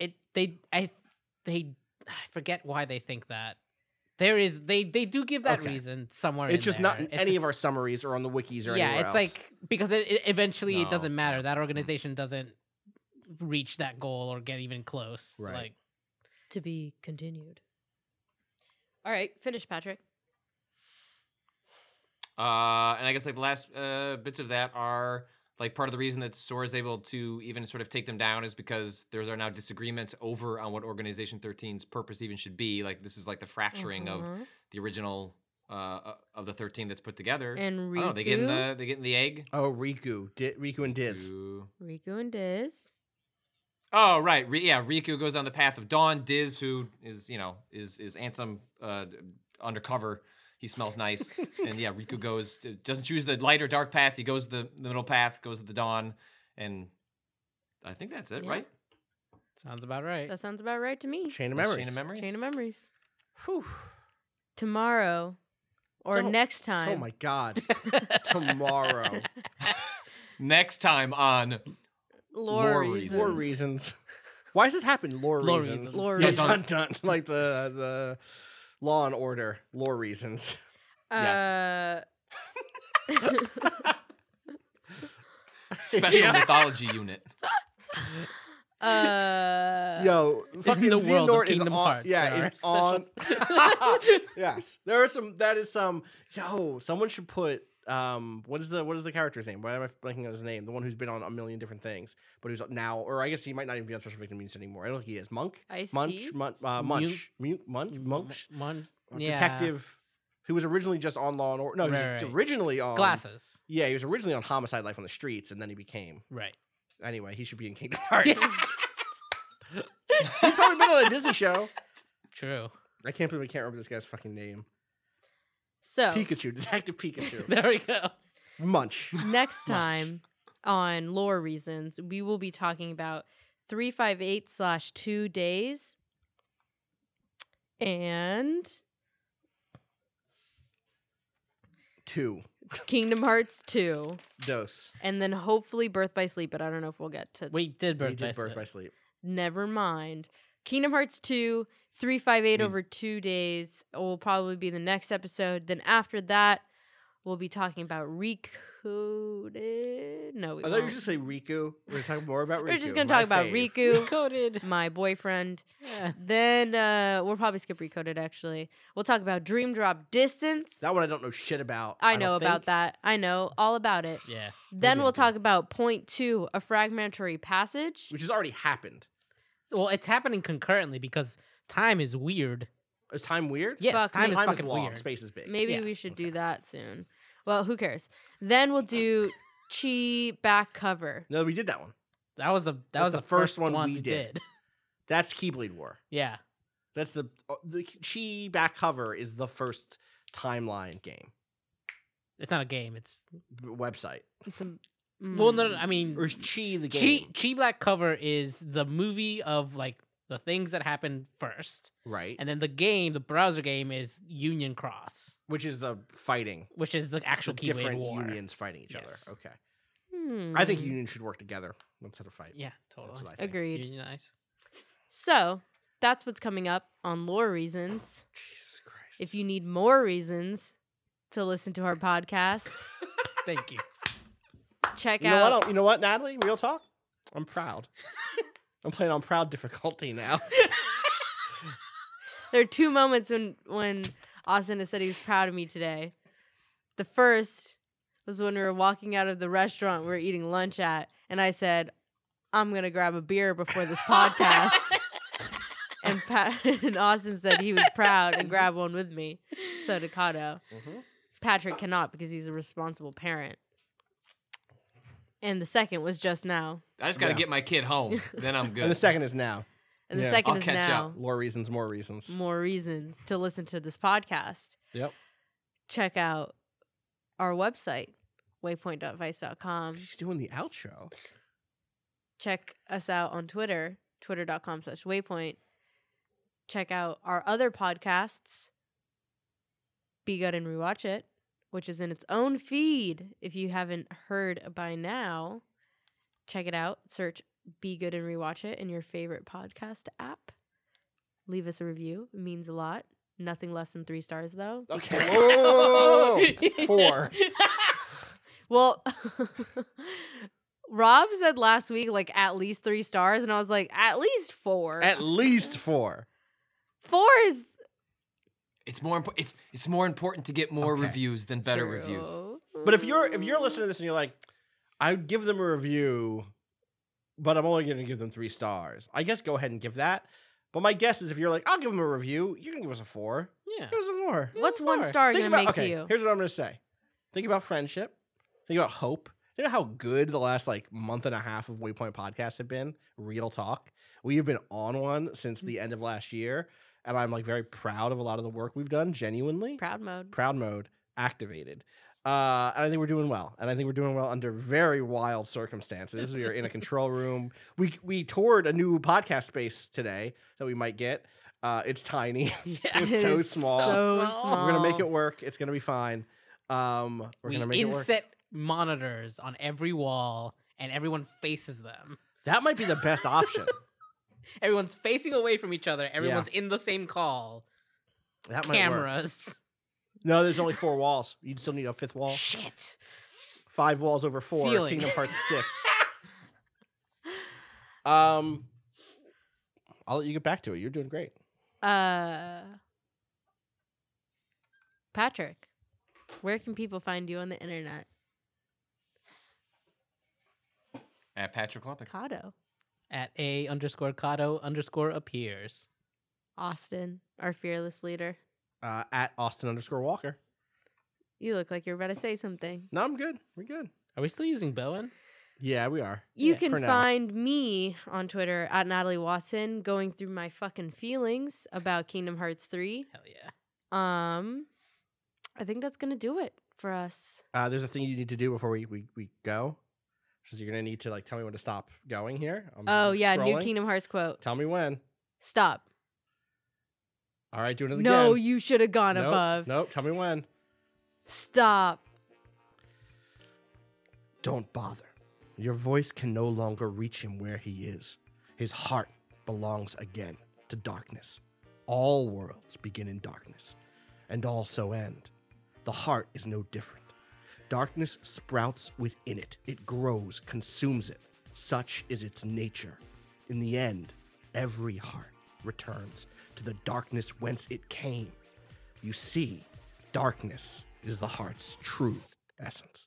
[SPEAKER 3] It they I they I forget why they think that. There is they they do give that
[SPEAKER 1] Okay.
[SPEAKER 3] reason somewhere.
[SPEAKER 1] it's
[SPEAKER 3] in
[SPEAKER 1] just
[SPEAKER 3] there.
[SPEAKER 1] not in
[SPEAKER 3] It's
[SPEAKER 1] any of our
[SPEAKER 3] just-
[SPEAKER 1] summaries or on the wikis or
[SPEAKER 3] yeah,
[SPEAKER 1] anywhere
[SPEAKER 3] it's
[SPEAKER 1] else.
[SPEAKER 3] like because it, it- eventually
[SPEAKER 2] No,
[SPEAKER 3] it doesn't matter.
[SPEAKER 2] no.
[SPEAKER 3] That organization doesn't reach that goal or get even close.
[SPEAKER 1] Right.
[SPEAKER 3] Like
[SPEAKER 4] to be continued. All right, finish, Patrick.
[SPEAKER 2] Uh, and I guess like the last uh, bits of that are like part of the reason that Sora is able to even sort of take them down is because there are now disagreements over on what Organization 13's purpose even should be. Like this is like the fracturing of
[SPEAKER 4] Uh-huh.
[SPEAKER 2] the original uh, of the 13 that's put together.
[SPEAKER 4] and
[SPEAKER 2] I
[SPEAKER 4] Riku.
[SPEAKER 2] don't know, they get in the they get in the egg.
[SPEAKER 1] oh Riku, Di- Riku and Diz.
[SPEAKER 2] Ooh.
[SPEAKER 4] Riku and Diz.
[SPEAKER 2] Oh right, Ri- yeah. Riku goes on the path of dawn. Diz, who is you know is is handsome uh, undercover. He smells nice, and yeah, Riku goes doesn't choose the light or dark path. He goes the, the middle path, goes to the dawn, and I think that's it,
[SPEAKER 4] Yeah.
[SPEAKER 2] right?
[SPEAKER 3] sounds about right.
[SPEAKER 4] That sounds about right to me.
[SPEAKER 1] Chain of
[SPEAKER 2] That's
[SPEAKER 1] Memories.
[SPEAKER 2] Chain of memories.
[SPEAKER 4] Chain of memories.
[SPEAKER 1] Whew.
[SPEAKER 4] Tomorrow or
[SPEAKER 1] Don't-
[SPEAKER 4] next time.
[SPEAKER 1] Oh my god. Tomorrow.
[SPEAKER 2] Next time on
[SPEAKER 4] Lore
[SPEAKER 2] Lore
[SPEAKER 4] reasons.
[SPEAKER 1] Four reasons. Why does this happen? Lore,
[SPEAKER 3] Lore
[SPEAKER 1] reasons.
[SPEAKER 3] reasons.
[SPEAKER 4] Lore
[SPEAKER 1] yeah,
[SPEAKER 4] reasons.
[SPEAKER 1] dun, dun, like the the Law and Order lore reasons.
[SPEAKER 4] Uh,
[SPEAKER 2] Special
[SPEAKER 1] Yeah.
[SPEAKER 2] mythology unit.
[SPEAKER 4] uh,
[SPEAKER 1] Yo, fucking
[SPEAKER 3] the world of
[SPEAKER 1] Xehanort is
[SPEAKER 3] Kingdom
[SPEAKER 1] on.
[SPEAKER 3] Hearts,
[SPEAKER 1] yeah,
[SPEAKER 3] there
[SPEAKER 1] is
[SPEAKER 3] are
[SPEAKER 1] on. yes, there are some. That is some. Yo, someone should put. Um, what is the what is the character's name? Why am I blanking on his name? The one who's been on a million different things, but who's now, or I guess he might not even be on Special Victim Units anymore. I don't think he is. Monk,
[SPEAKER 4] Ice-T?
[SPEAKER 1] Munch, Munch, uh, Munch, Mute, Munch, Munch,
[SPEAKER 3] One
[SPEAKER 1] or
[SPEAKER 3] yeah.
[SPEAKER 1] detective, who was originally just on Law and Order. No, he was
[SPEAKER 3] Right, right.
[SPEAKER 1] originally on
[SPEAKER 3] Glasses.
[SPEAKER 1] Yeah, he was originally on Homicide: Life on the Streets, and then he became.
[SPEAKER 3] Right.
[SPEAKER 1] Anyway, he should be in Kingdom Hearts. He's probably been on a Disney show.
[SPEAKER 3] True.
[SPEAKER 1] I can't believe I can't remember this guy's fucking name.
[SPEAKER 4] so
[SPEAKER 1] Pikachu, Detective Pikachu.
[SPEAKER 3] There we go.
[SPEAKER 1] Munch.
[SPEAKER 4] next time on lore reasons, we will be talking about three five eight slash two days and
[SPEAKER 1] Two.
[SPEAKER 4] Kingdom Hearts two,
[SPEAKER 1] Dose.
[SPEAKER 4] and then hopefully Birth by Sleep. But I don't know if we'll get to.
[SPEAKER 3] We did
[SPEAKER 1] We
[SPEAKER 3] birth.
[SPEAKER 1] did Birth
[SPEAKER 3] Sleep.
[SPEAKER 1] by Sleep.
[SPEAKER 4] Never mind. Kingdom Hearts two three five
[SPEAKER 1] Mm.
[SPEAKER 4] eight over two days will probably be the next episode. Then after that, we'll be talking about recoded. No, we
[SPEAKER 1] I thought you
[SPEAKER 4] won't.
[SPEAKER 1] were just say Riku. We're gonna talk more about Riku.
[SPEAKER 4] We're just gonna talk about Riku.
[SPEAKER 3] Coded.
[SPEAKER 4] my boyfriend.
[SPEAKER 3] Yeah.
[SPEAKER 4] Then uh, we'll probably skip recoded. Actually, we'll talk about Dream Drop Distance.
[SPEAKER 1] That one I don't know shit about.
[SPEAKER 4] I
[SPEAKER 1] don't
[SPEAKER 4] know about
[SPEAKER 1] think.
[SPEAKER 4] that. I know all about it.
[SPEAKER 3] Yeah.
[SPEAKER 4] Then
[SPEAKER 1] maybe I
[SPEAKER 4] we'll
[SPEAKER 1] do.
[SPEAKER 4] talk about point two, a fragmentary passage.
[SPEAKER 1] Which has already happened.
[SPEAKER 3] So, well, it's happening concurrently because time is weird.
[SPEAKER 1] Is time weird?
[SPEAKER 3] Yes,
[SPEAKER 4] Fuck
[SPEAKER 3] time
[SPEAKER 4] me.
[SPEAKER 3] is
[SPEAKER 1] Time is
[SPEAKER 3] fucking
[SPEAKER 1] long.
[SPEAKER 3] weird.
[SPEAKER 1] Space is big.
[SPEAKER 4] Maybe
[SPEAKER 3] Yeah,
[SPEAKER 4] we should do that soon. Well, who cares? Then we'll do Chi back cover.
[SPEAKER 1] No, we did that one.
[SPEAKER 3] That was the that
[SPEAKER 1] That's
[SPEAKER 3] was
[SPEAKER 1] the
[SPEAKER 3] the,
[SPEAKER 1] first one we
[SPEAKER 3] we
[SPEAKER 1] did.
[SPEAKER 3] did.
[SPEAKER 1] That's Keyblade War.
[SPEAKER 3] yeah.
[SPEAKER 1] That's the uh, the Chi back cover is the first timeline game
[SPEAKER 3] It's not a game. It's
[SPEAKER 1] b- website.
[SPEAKER 3] well, no, no I mean,
[SPEAKER 1] Hmm. Or is Chi the
[SPEAKER 3] Chi
[SPEAKER 1] game?
[SPEAKER 3] Chi Black cover is the movie of like the things that happened first,
[SPEAKER 1] Right.
[SPEAKER 3] and then the game, the browser game, is Union Cross,
[SPEAKER 1] Which is the fighting.
[SPEAKER 3] which is the actual
[SPEAKER 1] the
[SPEAKER 3] Keyblade
[SPEAKER 1] different
[SPEAKER 3] War.
[SPEAKER 1] unions fighting each
[SPEAKER 3] Yes.
[SPEAKER 1] other. Okay.
[SPEAKER 4] Hmm.
[SPEAKER 1] I think unions should work together instead of fight.
[SPEAKER 3] Yeah, totally.
[SPEAKER 1] what I think.
[SPEAKER 4] agreed.
[SPEAKER 3] Unionize.
[SPEAKER 4] So that's what's coming up on lore reasons.
[SPEAKER 1] Jesus Christ.
[SPEAKER 4] If you need more reasons to listen to our podcast,
[SPEAKER 3] Thank you.
[SPEAKER 4] check
[SPEAKER 1] You know,
[SPEAKER 4] out.
[SPEAKER 1] what, you know what, Natalie? Real talk. I'm proud. I'm playing on proud difficulty now.
[SPEAKER 4] There are two moments when when Austin has said he was proud of me today. The first was when we were walking out of the restaurant we were eating lunch at, and I said, "I'm gonna grab a beer before this podcast." and Pat and Austin said he was proud and grabbed one with me. So did Kato.
[SPEAKER 2] Mm-hmm.
[SPEAKER 4] Patrick cannot because he's a responsible parent. And the second was just now,
[SPEAKER 2] I just got to
[SPEAKER 1] Yeah.
[SPEAKER 2] get my kid home. Then I'm good.
[SPEAKER 1] And the second is now.
[SPEAKER 4] and the
[SPEAKER 1] Yeah.
[SPEAKER 4] 2nd
[SPEAKER 2] I'll
[SPEAKER 4] is
[SPEAKER 2] catch
[SPEAKER 4] now.
[SPEAKER 2] up.
[SPEAKER 1] More reasons, more reasons.
[SPEAKER 4] more reasons to listen to this podcast,
[SPEAKER 1] Yep.
[SPEAKER 4] check out our website, waypoint.vice.com.
[SPEAKER 1] She's doing the outro.
[SPEAKER 4] Check us out on Twitter, twitter.com slash waypoint. Check out our other podcasts, Be Good and Rewatch It, which is in its own feed. If you haven't heard by now, check it out. Search Be Good and Rewatch It in your favorite podcast app. Leave us a review. It means a lot. Nothing less than three stars, though.
[SPEAKER 1] Okay. whoa, whoa, whoa, whoa, whoa. Four.
[SPEAKER 4] Well, Rob said last week like at least three stars, and I was like, at least four.
[SPEAKER 1] At least four.
[SPEAKER 4] four is
[SPEAKER 2] It's more impo- it's it's more important to get more
[SPEAKER 1] Okay.
[SPEAKER 2] reviews than better reviews.
[SPEAKER 4] true.
[SPEAKER 1] But if you're if you're listening to this and you're like, I would give them a review, but I'm only gonna give them three stars. I guess go ahead and give that. But my guess is if you're like, I'll give them a review, you can give us a four.
[SPEAKER 3] Yeah.
[SPEAKER 1] Give us a four.
[SPEAKER 4] what's one
[SPEAKER 3] Four.
[SPEAKER 4] star
[SPEAKER 1] Think
[SPEAKER 4] gonna
[SPEAKER 1] about
[SPEAKER 4] make
[SPEAKER 1] okay.
[SPEAKER 4] to you?
[SPEAKER 1] Here's what I'm gonna say. Think about friendship. Think about hope. Think about how good the last like month and a half of Waypoint podcasts have been. Real talk. We have been on one since the end of last year, and I'm like very proud of a lot of the work we've done. Genuinely,
[SPEAKER 4] Proud mode.
[SPEAKER 1] proud mode activated. Uh, and I think we're doing well. And I think we're doing well under very wild circumstances. We are in a control room. We we toured a new podcast space today that we might get. Uh, it's tiny. it's
[SPEAKER 4] It
[SPEAKER 1] so
[SPEAKER 4] is
[SPEAKER 1] small.
[SPEAKER 4] So
[SPEAKER 3] Small.
[SPEAKER 4] small.
[SPEAKER 1] We're gonna make it work. It's gonna be fine. Um, we're
[SPEAKER 3] we
[SPEAKER 1] gonna make it work.
[SPEAKER 3] inset monitors on every wall, and everyone faces them.
[SPEAKER 1] That might be the best option.
[SPEAKER 3] Everyone's facing away from each other. Everyone's in the same call.
[SPEAKER 1] That might work.
[SPEAKER 3] Cameras.
[SPEAKER 1] No, there's only four walls. You'd still need a fifth wall.
[SPEAKER 3] Shit.
[SPEAKER 1] Five walls over four.
[SPEAKER 3] Ceiling.
[SPEAKER 1] Kingdom Hearts six. um, I'll let you get back to it. You're doing great.
[SPEAKER 4] Uh, Patrick, where can people find you on the internet?
[SPEAKER 2] At Patrick Lumpick.
[SPEAKER 4] Cotto,
[SPEAKER 3] At a underscore Kato underscore appears.
[SPEAKER 4] Austin, our fearless leader.
[SPEAKER 1] Uh, at Austin underscore Walker.
[SPEAKER 4] You look like you're about to say something.
[SPEAKER 1] No, I'm good. We're good.
[SPEAKER 3] Are we still using Bowen?
[SPEAKER 1] Yeah, we are.
[SPEAKER 4] You
[SPEAKER 3] Yeah,
[SPEAKER 4] can
[SPEAKER 1] for now.
[SPEAKER 4] find me on Twitter at Natalie Watson going through my fucking feelings about Kingdom Hearts 3.
[SPEAKER 3] Hell yeah.
[SPEAKER 4] Um I think that's going to do it for us.
[SPEAKER 1] Uh, there's a thing you need to do before we we, we go. So you're gonna need to like tell me when to stop going here. I'm
[SPEAKER 4] Oh yeah, new
[SPEAKER 1] scrolling.
[SPEAKER 4] Kingdom Hearts quote.
[SPEAKER 1] Tell me when.
[SPEAKER 4] Stop.
[SPEAKER 1] All right, doing it again.
[SPEAKER 4] No, you should have gone
[SPEAKER 1] Nope,
[SPEAKER 4] above.
[SPEAKER 1] Nope. Tell me when.
[SPEAKER 4] Stop.
[SPEAKER 1] Don't bother. Your voice can no longer reach him where he is. His heart belongs again to darkness. All worlds begin in darkness, and all so end. The heart is no different. Darkness sprouts within it, it grows, consumes it. Such is its nature. In the end, every heart returns to the darkness whence it came. You see, darkness is the heart's true essence.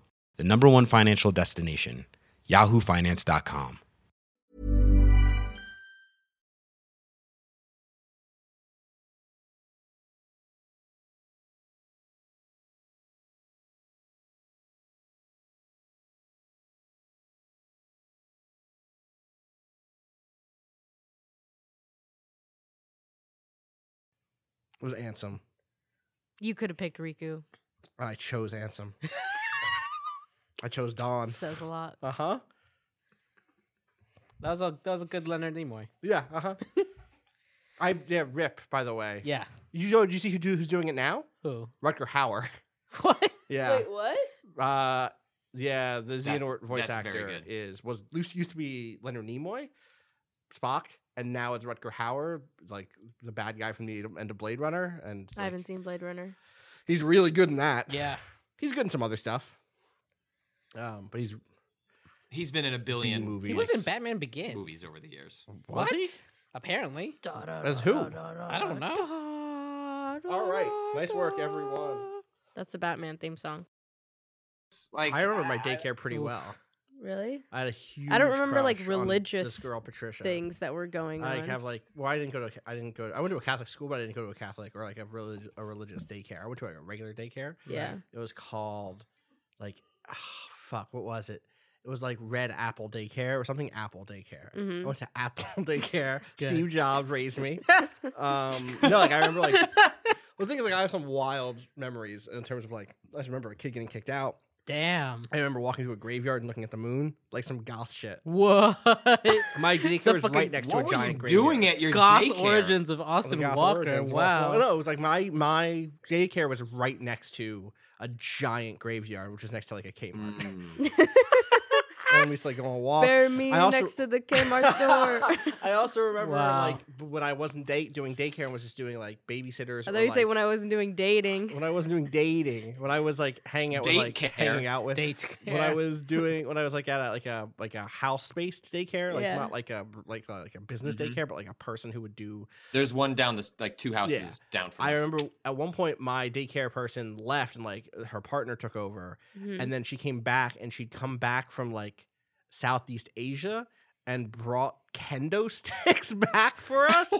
[SPEAKER 5] the number one financial destination, yahoofinance.com.
[SPEAKER 1] It was Ansem.
[SPEAKER 4] You could have picked Riku.
[SPEAKER 1] I chose Ansem. I chose Dawn.
[SPEAKER 4] Says a lot.
[SPEAKER 1] Uh huh.
[SPEAKER 3] That was a that was a good Leonard Nimoy.
[SPEAKER 1] Yeah. Uh huh. I yeah. Rip. By the way.
[SPEAKER 3] Yeah.
[SPEAKER 1] You know? Do you see who do, who's doing it now?
[SPEAKER 3] Who?
[SPEAKER 1] Rutger Hauer.
[SPEAKER 3] What?
[SPEAKER 1] Yeah.
[SPEAKER 4] what?
[SPEAKER 1] Uh. Yeah. The
[SPEAKER 2] That's-
[SPEAKER 1] Xehanort voice
[SPEAKER 2] that's very
[SPEAKER 1] actor
[SPEAKER 2] good.
[SPEAKER 1] is was used used to be Leonard Nimoy, Spock, and now it's Rutger Hauer, like the bad guy from the end of Blade Runner, and
[SPEAKER 4] I
[SPEAKER 1] like,
[SPEAKER 4] haven't seen Blade Runner.
[SPEAKER 1] he's really good in that.
[SPEAKER 3] Yeah.
[SPEAKER 1] He's good in some other stuff. Um, but he's
[SPEAKER 2] He's been in a billion
[SPEAKER 1] B movies.
[SPEAKER 3] He was in Batman Begins.
[SPEAKER 2] movies over the years.
[SPEAKER 1] Was he?
[SPEAKER 3] Apparently.
[SPEAKER 1] As who?
[SPEAKER 3] I don't know.
[SPEAKER 1] All
[SPEAKER 4] Oh
[SPEAKER 1] right. Nice work, everyone.
[SPEAKER 4] That's the Batman theme song.
[SPEAKER 2] Like
[SPEAKER 1] I remember my daycare pretty
[SPEAKER 3] Oof.
[SPEAKER 1] well.
[SPEAKER 4] Really?
[SPEAKER 1] I had a huge.
[SPEAKER 4] don't remember, like,
[SPEAKER 1] crush on
[SPEAKER 4] religious
[SPEAKER 1] this girl Patricia.
[SPEAKER 4] Things that were going
[SPEAKER 1] I
[SPEAKER 4] on.
[SPEAKER 1] have like well, I didn't go to I didn't go. I went to a Catholic school, but I didn't go to a Catholic or like a religious a religious daycare. I went to like a regular daycare.
[SPEAKER 4] yeah.
[SPEAKER 1] It was called like ah, fuck. What was it? It was like Red Apple Daycare or something. Apple Daycare.
[SPEAKER 4] Mhm.
[SPEAKER 1] I went to Apple Daycare.
[SPEAKER 3] Good.
[SPEAKER 1] Steve Jobs raised me. um, no, like I remember like the thing is like I have some wild memories in terms of like I just remember a kid getting kicked out.
[SPEAKER 3] Damn.
[SPEAKER 1] I remember walking to a graveyard and looking at the moon, like some goth shit.
[SPEAKER 3] What?
[SPEAKER 1] My daycare was right next to a
[SPEAKER 2] what
[SPEAKER 1] giant
[SPEAKER 2] were you
[SPEAKER 1] graveyard.
[SPEAKER 2] doing at your
[SPEAKER 3] Goth
[SPEAKER 2] daycare?
[SPEAKER 3] origins of Austin
[SPEAKER 1] Goth
[SPEAKER 3] Walker.
[SPEAKER 1] origins of
[SPEAKER 3] wow.
[SPEAKER 1] Austin- No, it was like my my daycare was right next to a giant graveyard, which was next to like a Kmart.
[SPEAKER 2] Mm.
[SPEAKER 1] and we used to like go on walks.
[SPEAKER 4] Bear me
[SPEAKER 1] I also,
[SPEAKER 4] next to the Kmart store.
[SPEAKER 1] I also remember
[SPEAKER 3] Wow.
[SPEAKER 1] like when I wasn't date doing daycare and was just doing like babysitters.
[SPEAKER 4] I
[SPEAKER 1] or,
[SPEAKER 4] thought you say
[SPEAKER 1] like,
[SPEAKER 4] when I wasn't doing dating.
[SPEAKER 1] when I wasn't doing dating, when I was like hanging out with like
[SPEAKER 2] Daycare.
[SPEAKER 1] hanging out with
[SPEAKER 3] Date
[SPEAKER 1] when I was doing when I was like at a, like a like a house based daycare, like
[SPEAKER 4] Yeah.
[SPEAKER 1] not like a like a, like a business
[SPEAKER 2] Mhm.
[SPEAKER 1] daycare, but like a person who would do.
[SPEAKER 2] There's one down this like two houses down from
[SPEAKER 1] I
[SPEAKER 2] us.
[SPEAKER 1] remember at one point my daycare person left and like her partner took over,
[SPEAKER 4] Mhm.
[SPEAKER 1] and then she came back and she'd come back from like Southeast Asia and brought kendo sticks back for us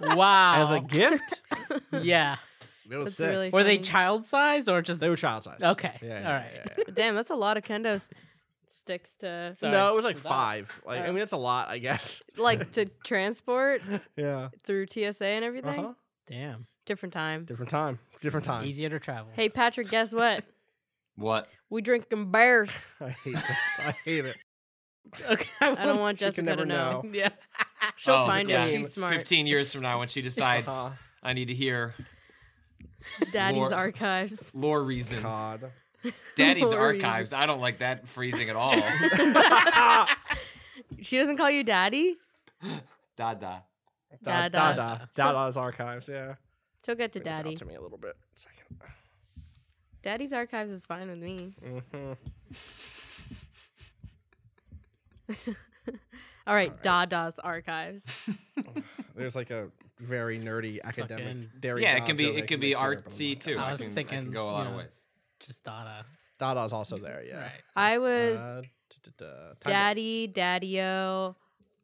[SPEAKER 3] wow.
[SPEAKER 1] as a gift.
[SPEAKER 3] yeah.
[SPEAKER 1] It was
[SPEAKER 4] That's
[SPEAKER 1] sick.
[SPEAKER 4] really
[SPEAKER 3] Were they
[SPEAKER 4] funny.
[SPEAKER 3] child sized or just
[SPEAKER 1] They were child sized.
[SPEAKER 3] okay?
[SPEAKER 1] um, Yeah,
[SPEAKER 3] All
[SPEAKER 1] yeah,
[SPEAKER 3] right.
[SPEAKER 1] yeah, yeah.
[SPEAKER 4] Damn, that's a lot of kendo s- sticks to
[SPEAKER 3] Sorry.
[SPEAKER 1] No, it was like
[SPEAKER 3] Was that-
[SPEAKER 1] five. Like, I
[SPEAKER 4] Uh.
[SPEAKER 3] Alright.
[SPEAKER 1] mean, that's a lot, I guess.
[SPEAKER 4] like to transport
[SPEAKER 1] Yeah.
[SPEAKER 4] through TSA and everything.
[SPEAKER 1] Uh-huh.
[SPEAKER 3] Damn.
[SPEAKER 4] Different time.
[SPEAKER 1] Different time. Different time.
[SPEAKER 3] Easier to travel.
[SPEAKER 4] Hey Patrick, guess what?
[SPEAKER 2] what?
[SPEAKER 4] We drinking bears.
[SPEAKER 1] I hate this. I hate it.
[SPEAKER 3] Okay, I
[SPEAKER 4] I don't
[SPEAKER 3] won't-
[SPEAKER 4] want
[SPEAKER 1] She can
[SPEAKER 4] Jessica
[SPEAKER 1] never
[SPEAKER 4] to know.
[SPEAKER 1] know.
[SPEAKER 3] Yeah.
[SPEAKER 4] She'll
[SPEAKER 2] Oh,
[SPEAKER 4] find
[SPEAKER 2] yeah.
[SPEAKER 4] it. She's smart.
[SPEAKER 2] Fifteen years from now, when she decides
[SPEAKER 1] Uh,
[SPEAKER 2] I need to hear
[SPEAKER 4] Daddy's
[SPEAKER 2] Lord.
[SPEAKER 4] archives.
[SPEAKER 2] lore reasons,
[SPEAKER 1] God.
[SPEAKER 2] Daddy's
[SPEAKER 4] Lore
[SPEAKER 2] archives. I don't like that phrasing at all.
[SPEAKER 4] She doesn't call you daddy.
[SPEAKER 2] Dada.
[SPEAKER 1] Da, da,
[SPEAKER 4] Da, da.
[SPEAKER 1] da. Dada's archives, yeah.
[SPEAKER 4] She'll get to
[SPEAKER 1] Bring this out
[SPEAKER 4] daddy.
[SPEAKER 1] to me a little bit. Second.
[SPEAKER 4] Daddy's archives is fine with me.
[SPEAKER 1] hmm
[SPEAKER 4] All right, Dada's archives.
[SPEAKER 1] There's like a very nerdy academic
[SPEAKER 3] Fucking-
[SPEAKER 1] dairy.
[SPEAKER 2] Yeah, it
[SPEAKER 1] dog
[SPEAKER 2] can be
[SPEAKER 1] joke I
[SPEAKER 2] it can be
[SPEAKER 1] make here, but I'm "Ah,
[SPEAKER 2] artsy
[SPEAKER 1] not-
[SPEAKER 2] too.
[SPEAKER 3] I
[SPEAKER 2] I
[SPEAKER 3] was
[SPEAKER 2] can, I
[SPEAKER 3] thinking,
[SPEAKER 2] can go a
[SPEAKER 3] you
[SPEAKER 2] lot of
[SPEAKER 3] know,
[SPEAKER 2] ways.
[SPEAKER 3] Just Dada.
[SPEAKER 1] Dada's also there, yeah.
[SPEAKER 3] Right.
[SPEAKER 4] I was
[SPEAKER 1] Uh, da, da, da. Time
[SPEAKER 4] daddy, daddy-o,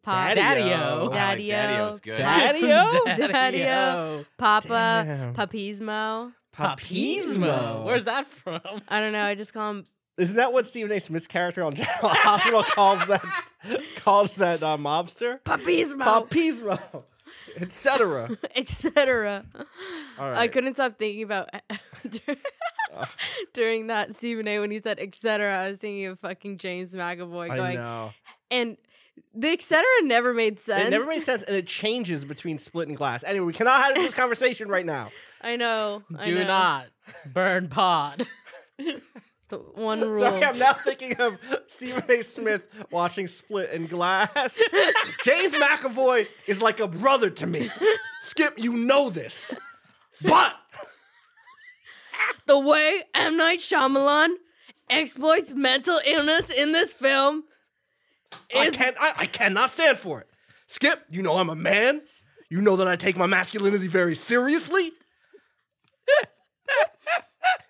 [SPEAKER 4] pop,
[SPEAKER 1] Daddy-o.
[SPEAKER 2] I like
[SPEAKER 4] Daddy-o.
[SPEAKER 2] Daddy-o's good.
[SPEAKER 1] Daddy-
[SPEAKER 4] Daddy-o. papa,
[SPEAKER 1] Damn.
[SPEAKER 4] papismo.
[SPEAKER 3] Papismo. Where's that from?
[SPEAKER 4] I don't know. I just call him.
[SPEAKER 1] Isn't that what Stephen A. Smith's character on General Hospital calls that calls that uh, mobster?
[SPEAKER 4] Papismo,
[SPEAKER 1] Papismo, etc.
[SPEAKER 4] etc.
[SPEAKER 1] All
[SPEAKER 4] I
[SPEAKER 1] right.
[SPEAKER 4] couldn't stop thinking about during that Stephen A. when he said etc. I was thinking of fucking James McAvoy
[SPEAKER 1] I
[SPEAKER 4] going
[SPEAKER 1] know.
[SPEAKER 4] and the etc. never made sense.
[SPEAKER 1] It never made sense, and it changes between split and glass. Anyway, we cannot have this conversation right now.
[SPEAKER 4] I know. I
[SPEAKER 3] Do
[SPEAKER 4] know.
[SPEAKER 3] not burn pod.
[SPEAKER 4] The one rule.
[SPEAKER 1] Sorry, I'm now thinking of Stephen A. Smith watching Split and Glass. James McAvoy is like a brother to me. Skip, you know this, but
[SPEAKER 4] the way M Night Shyamalan exploits mental illness in this film
[SPEAKER 1] I
[SPEAKER 4] is
[SPEAKER 1] can't. I, I cannot stand for it. Skip, you know I'm a man. You know that I take my masculinity very seriously.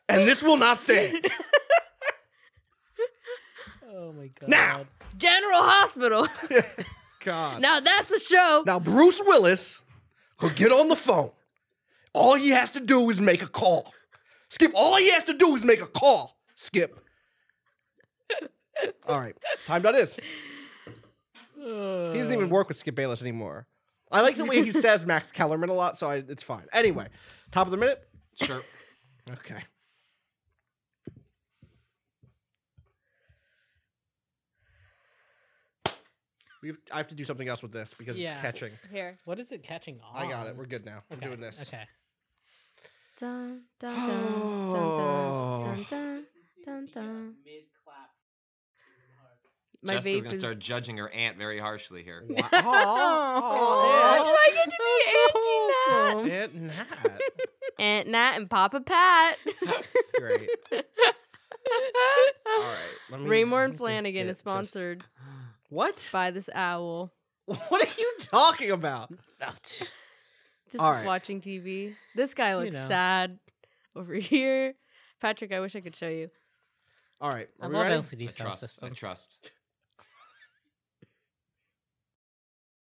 [SPEAKER 1] and this will not stand.
[SPEAKER 3] Oh my god.
[SPEAKER 1] Now.
[SPEAKER 4] General Hospital.
[SPEAKER 1] God.
[SPEAKER 4] now that's a show.
[SPEAKER 1] Now Bruce Willis could get on the phone. All he has to do is make a call. Skip, all he has to do is make a call. Skip. all right. Time dot is. He doesn't even work with Skip Bayless anymore. I like the way he says Max Kellerman a lot, so I, it's fine. Anyway, top of the minute.
[SPEAKER 2] Sure.
[SPEAKER 1] Okay. We've, I have to do something else with this because
[SPEAKER 3] Yeah.
[SPEAKER 1] it's catching.
[SPEAKER 4] Here.
[SPEAKER 3] What is it catching on?
[SPEAKER 1] I got it. We're good now.
[SPEAKER 3] Okay,
[SPEAKER 1] We're doing this.
[SPEAKER 3] Okay.
[SPEAKER 4] Dun, dun, dun,
[SPEAKER 1] Oh.
[SPEAKER 4] dun, dun, dun, dun, dun. My
[SPEAKER 2] Jessica's
[SPEAKER 4] vape
[SPEAKER 2] gonna
[SPEAKER 4] is...
[SPEAKER 2] start judging her aunt very harshly here.
[SPEAKER 1] Wow. Aw,
[SPEAKER 4] Why do I get to be Auntie
[SPEAKER 1] Aunt
[SPEAKER 4] Nat?
[SPEAKER 1] Nat.
[SPEAKER 4] Aunt Nat and Papa Pat.
[SPEAKER 1] Great. All right. Let me-
[SPEAKER 4] Raymore
[SPEAKER 1] let
[SPEAKER 4] and
[SPEAKER 1] me
[SPEAKER 4] Flanagan
[SPEAKER 1] get
[SPEAKER 4] is
[SPEAKER 1] just-
[SPEAKER 4] sponsored
[SPEAKER 1] What?
[SPEAKER 4] by this owl.
[SPEAKER 1] What are you talking about?
[SPEAKER 3] Ouch.
[SPEAKER 4] Just
[SPEAKER 1] All right.
[SPEAKER 4] watching TV. This guy looks
[SPEAKER 3] know.
[SPEAKER 4] sad over here. Patrick, I wish I could show you.
[SPEAKER 1] All right.
[SPEAKER 3] I
[SPEAKER 1] Are we
[SPEAKER 3] love
[SPEAKER 1] ready?
[SPEAKER 3] LCD
[SPEAKER 2] I
[SPEAKER 3] sound
[SPEAKER 2] trust. I
[SPEAKER 3] system.
[SPEAKER 2] trust.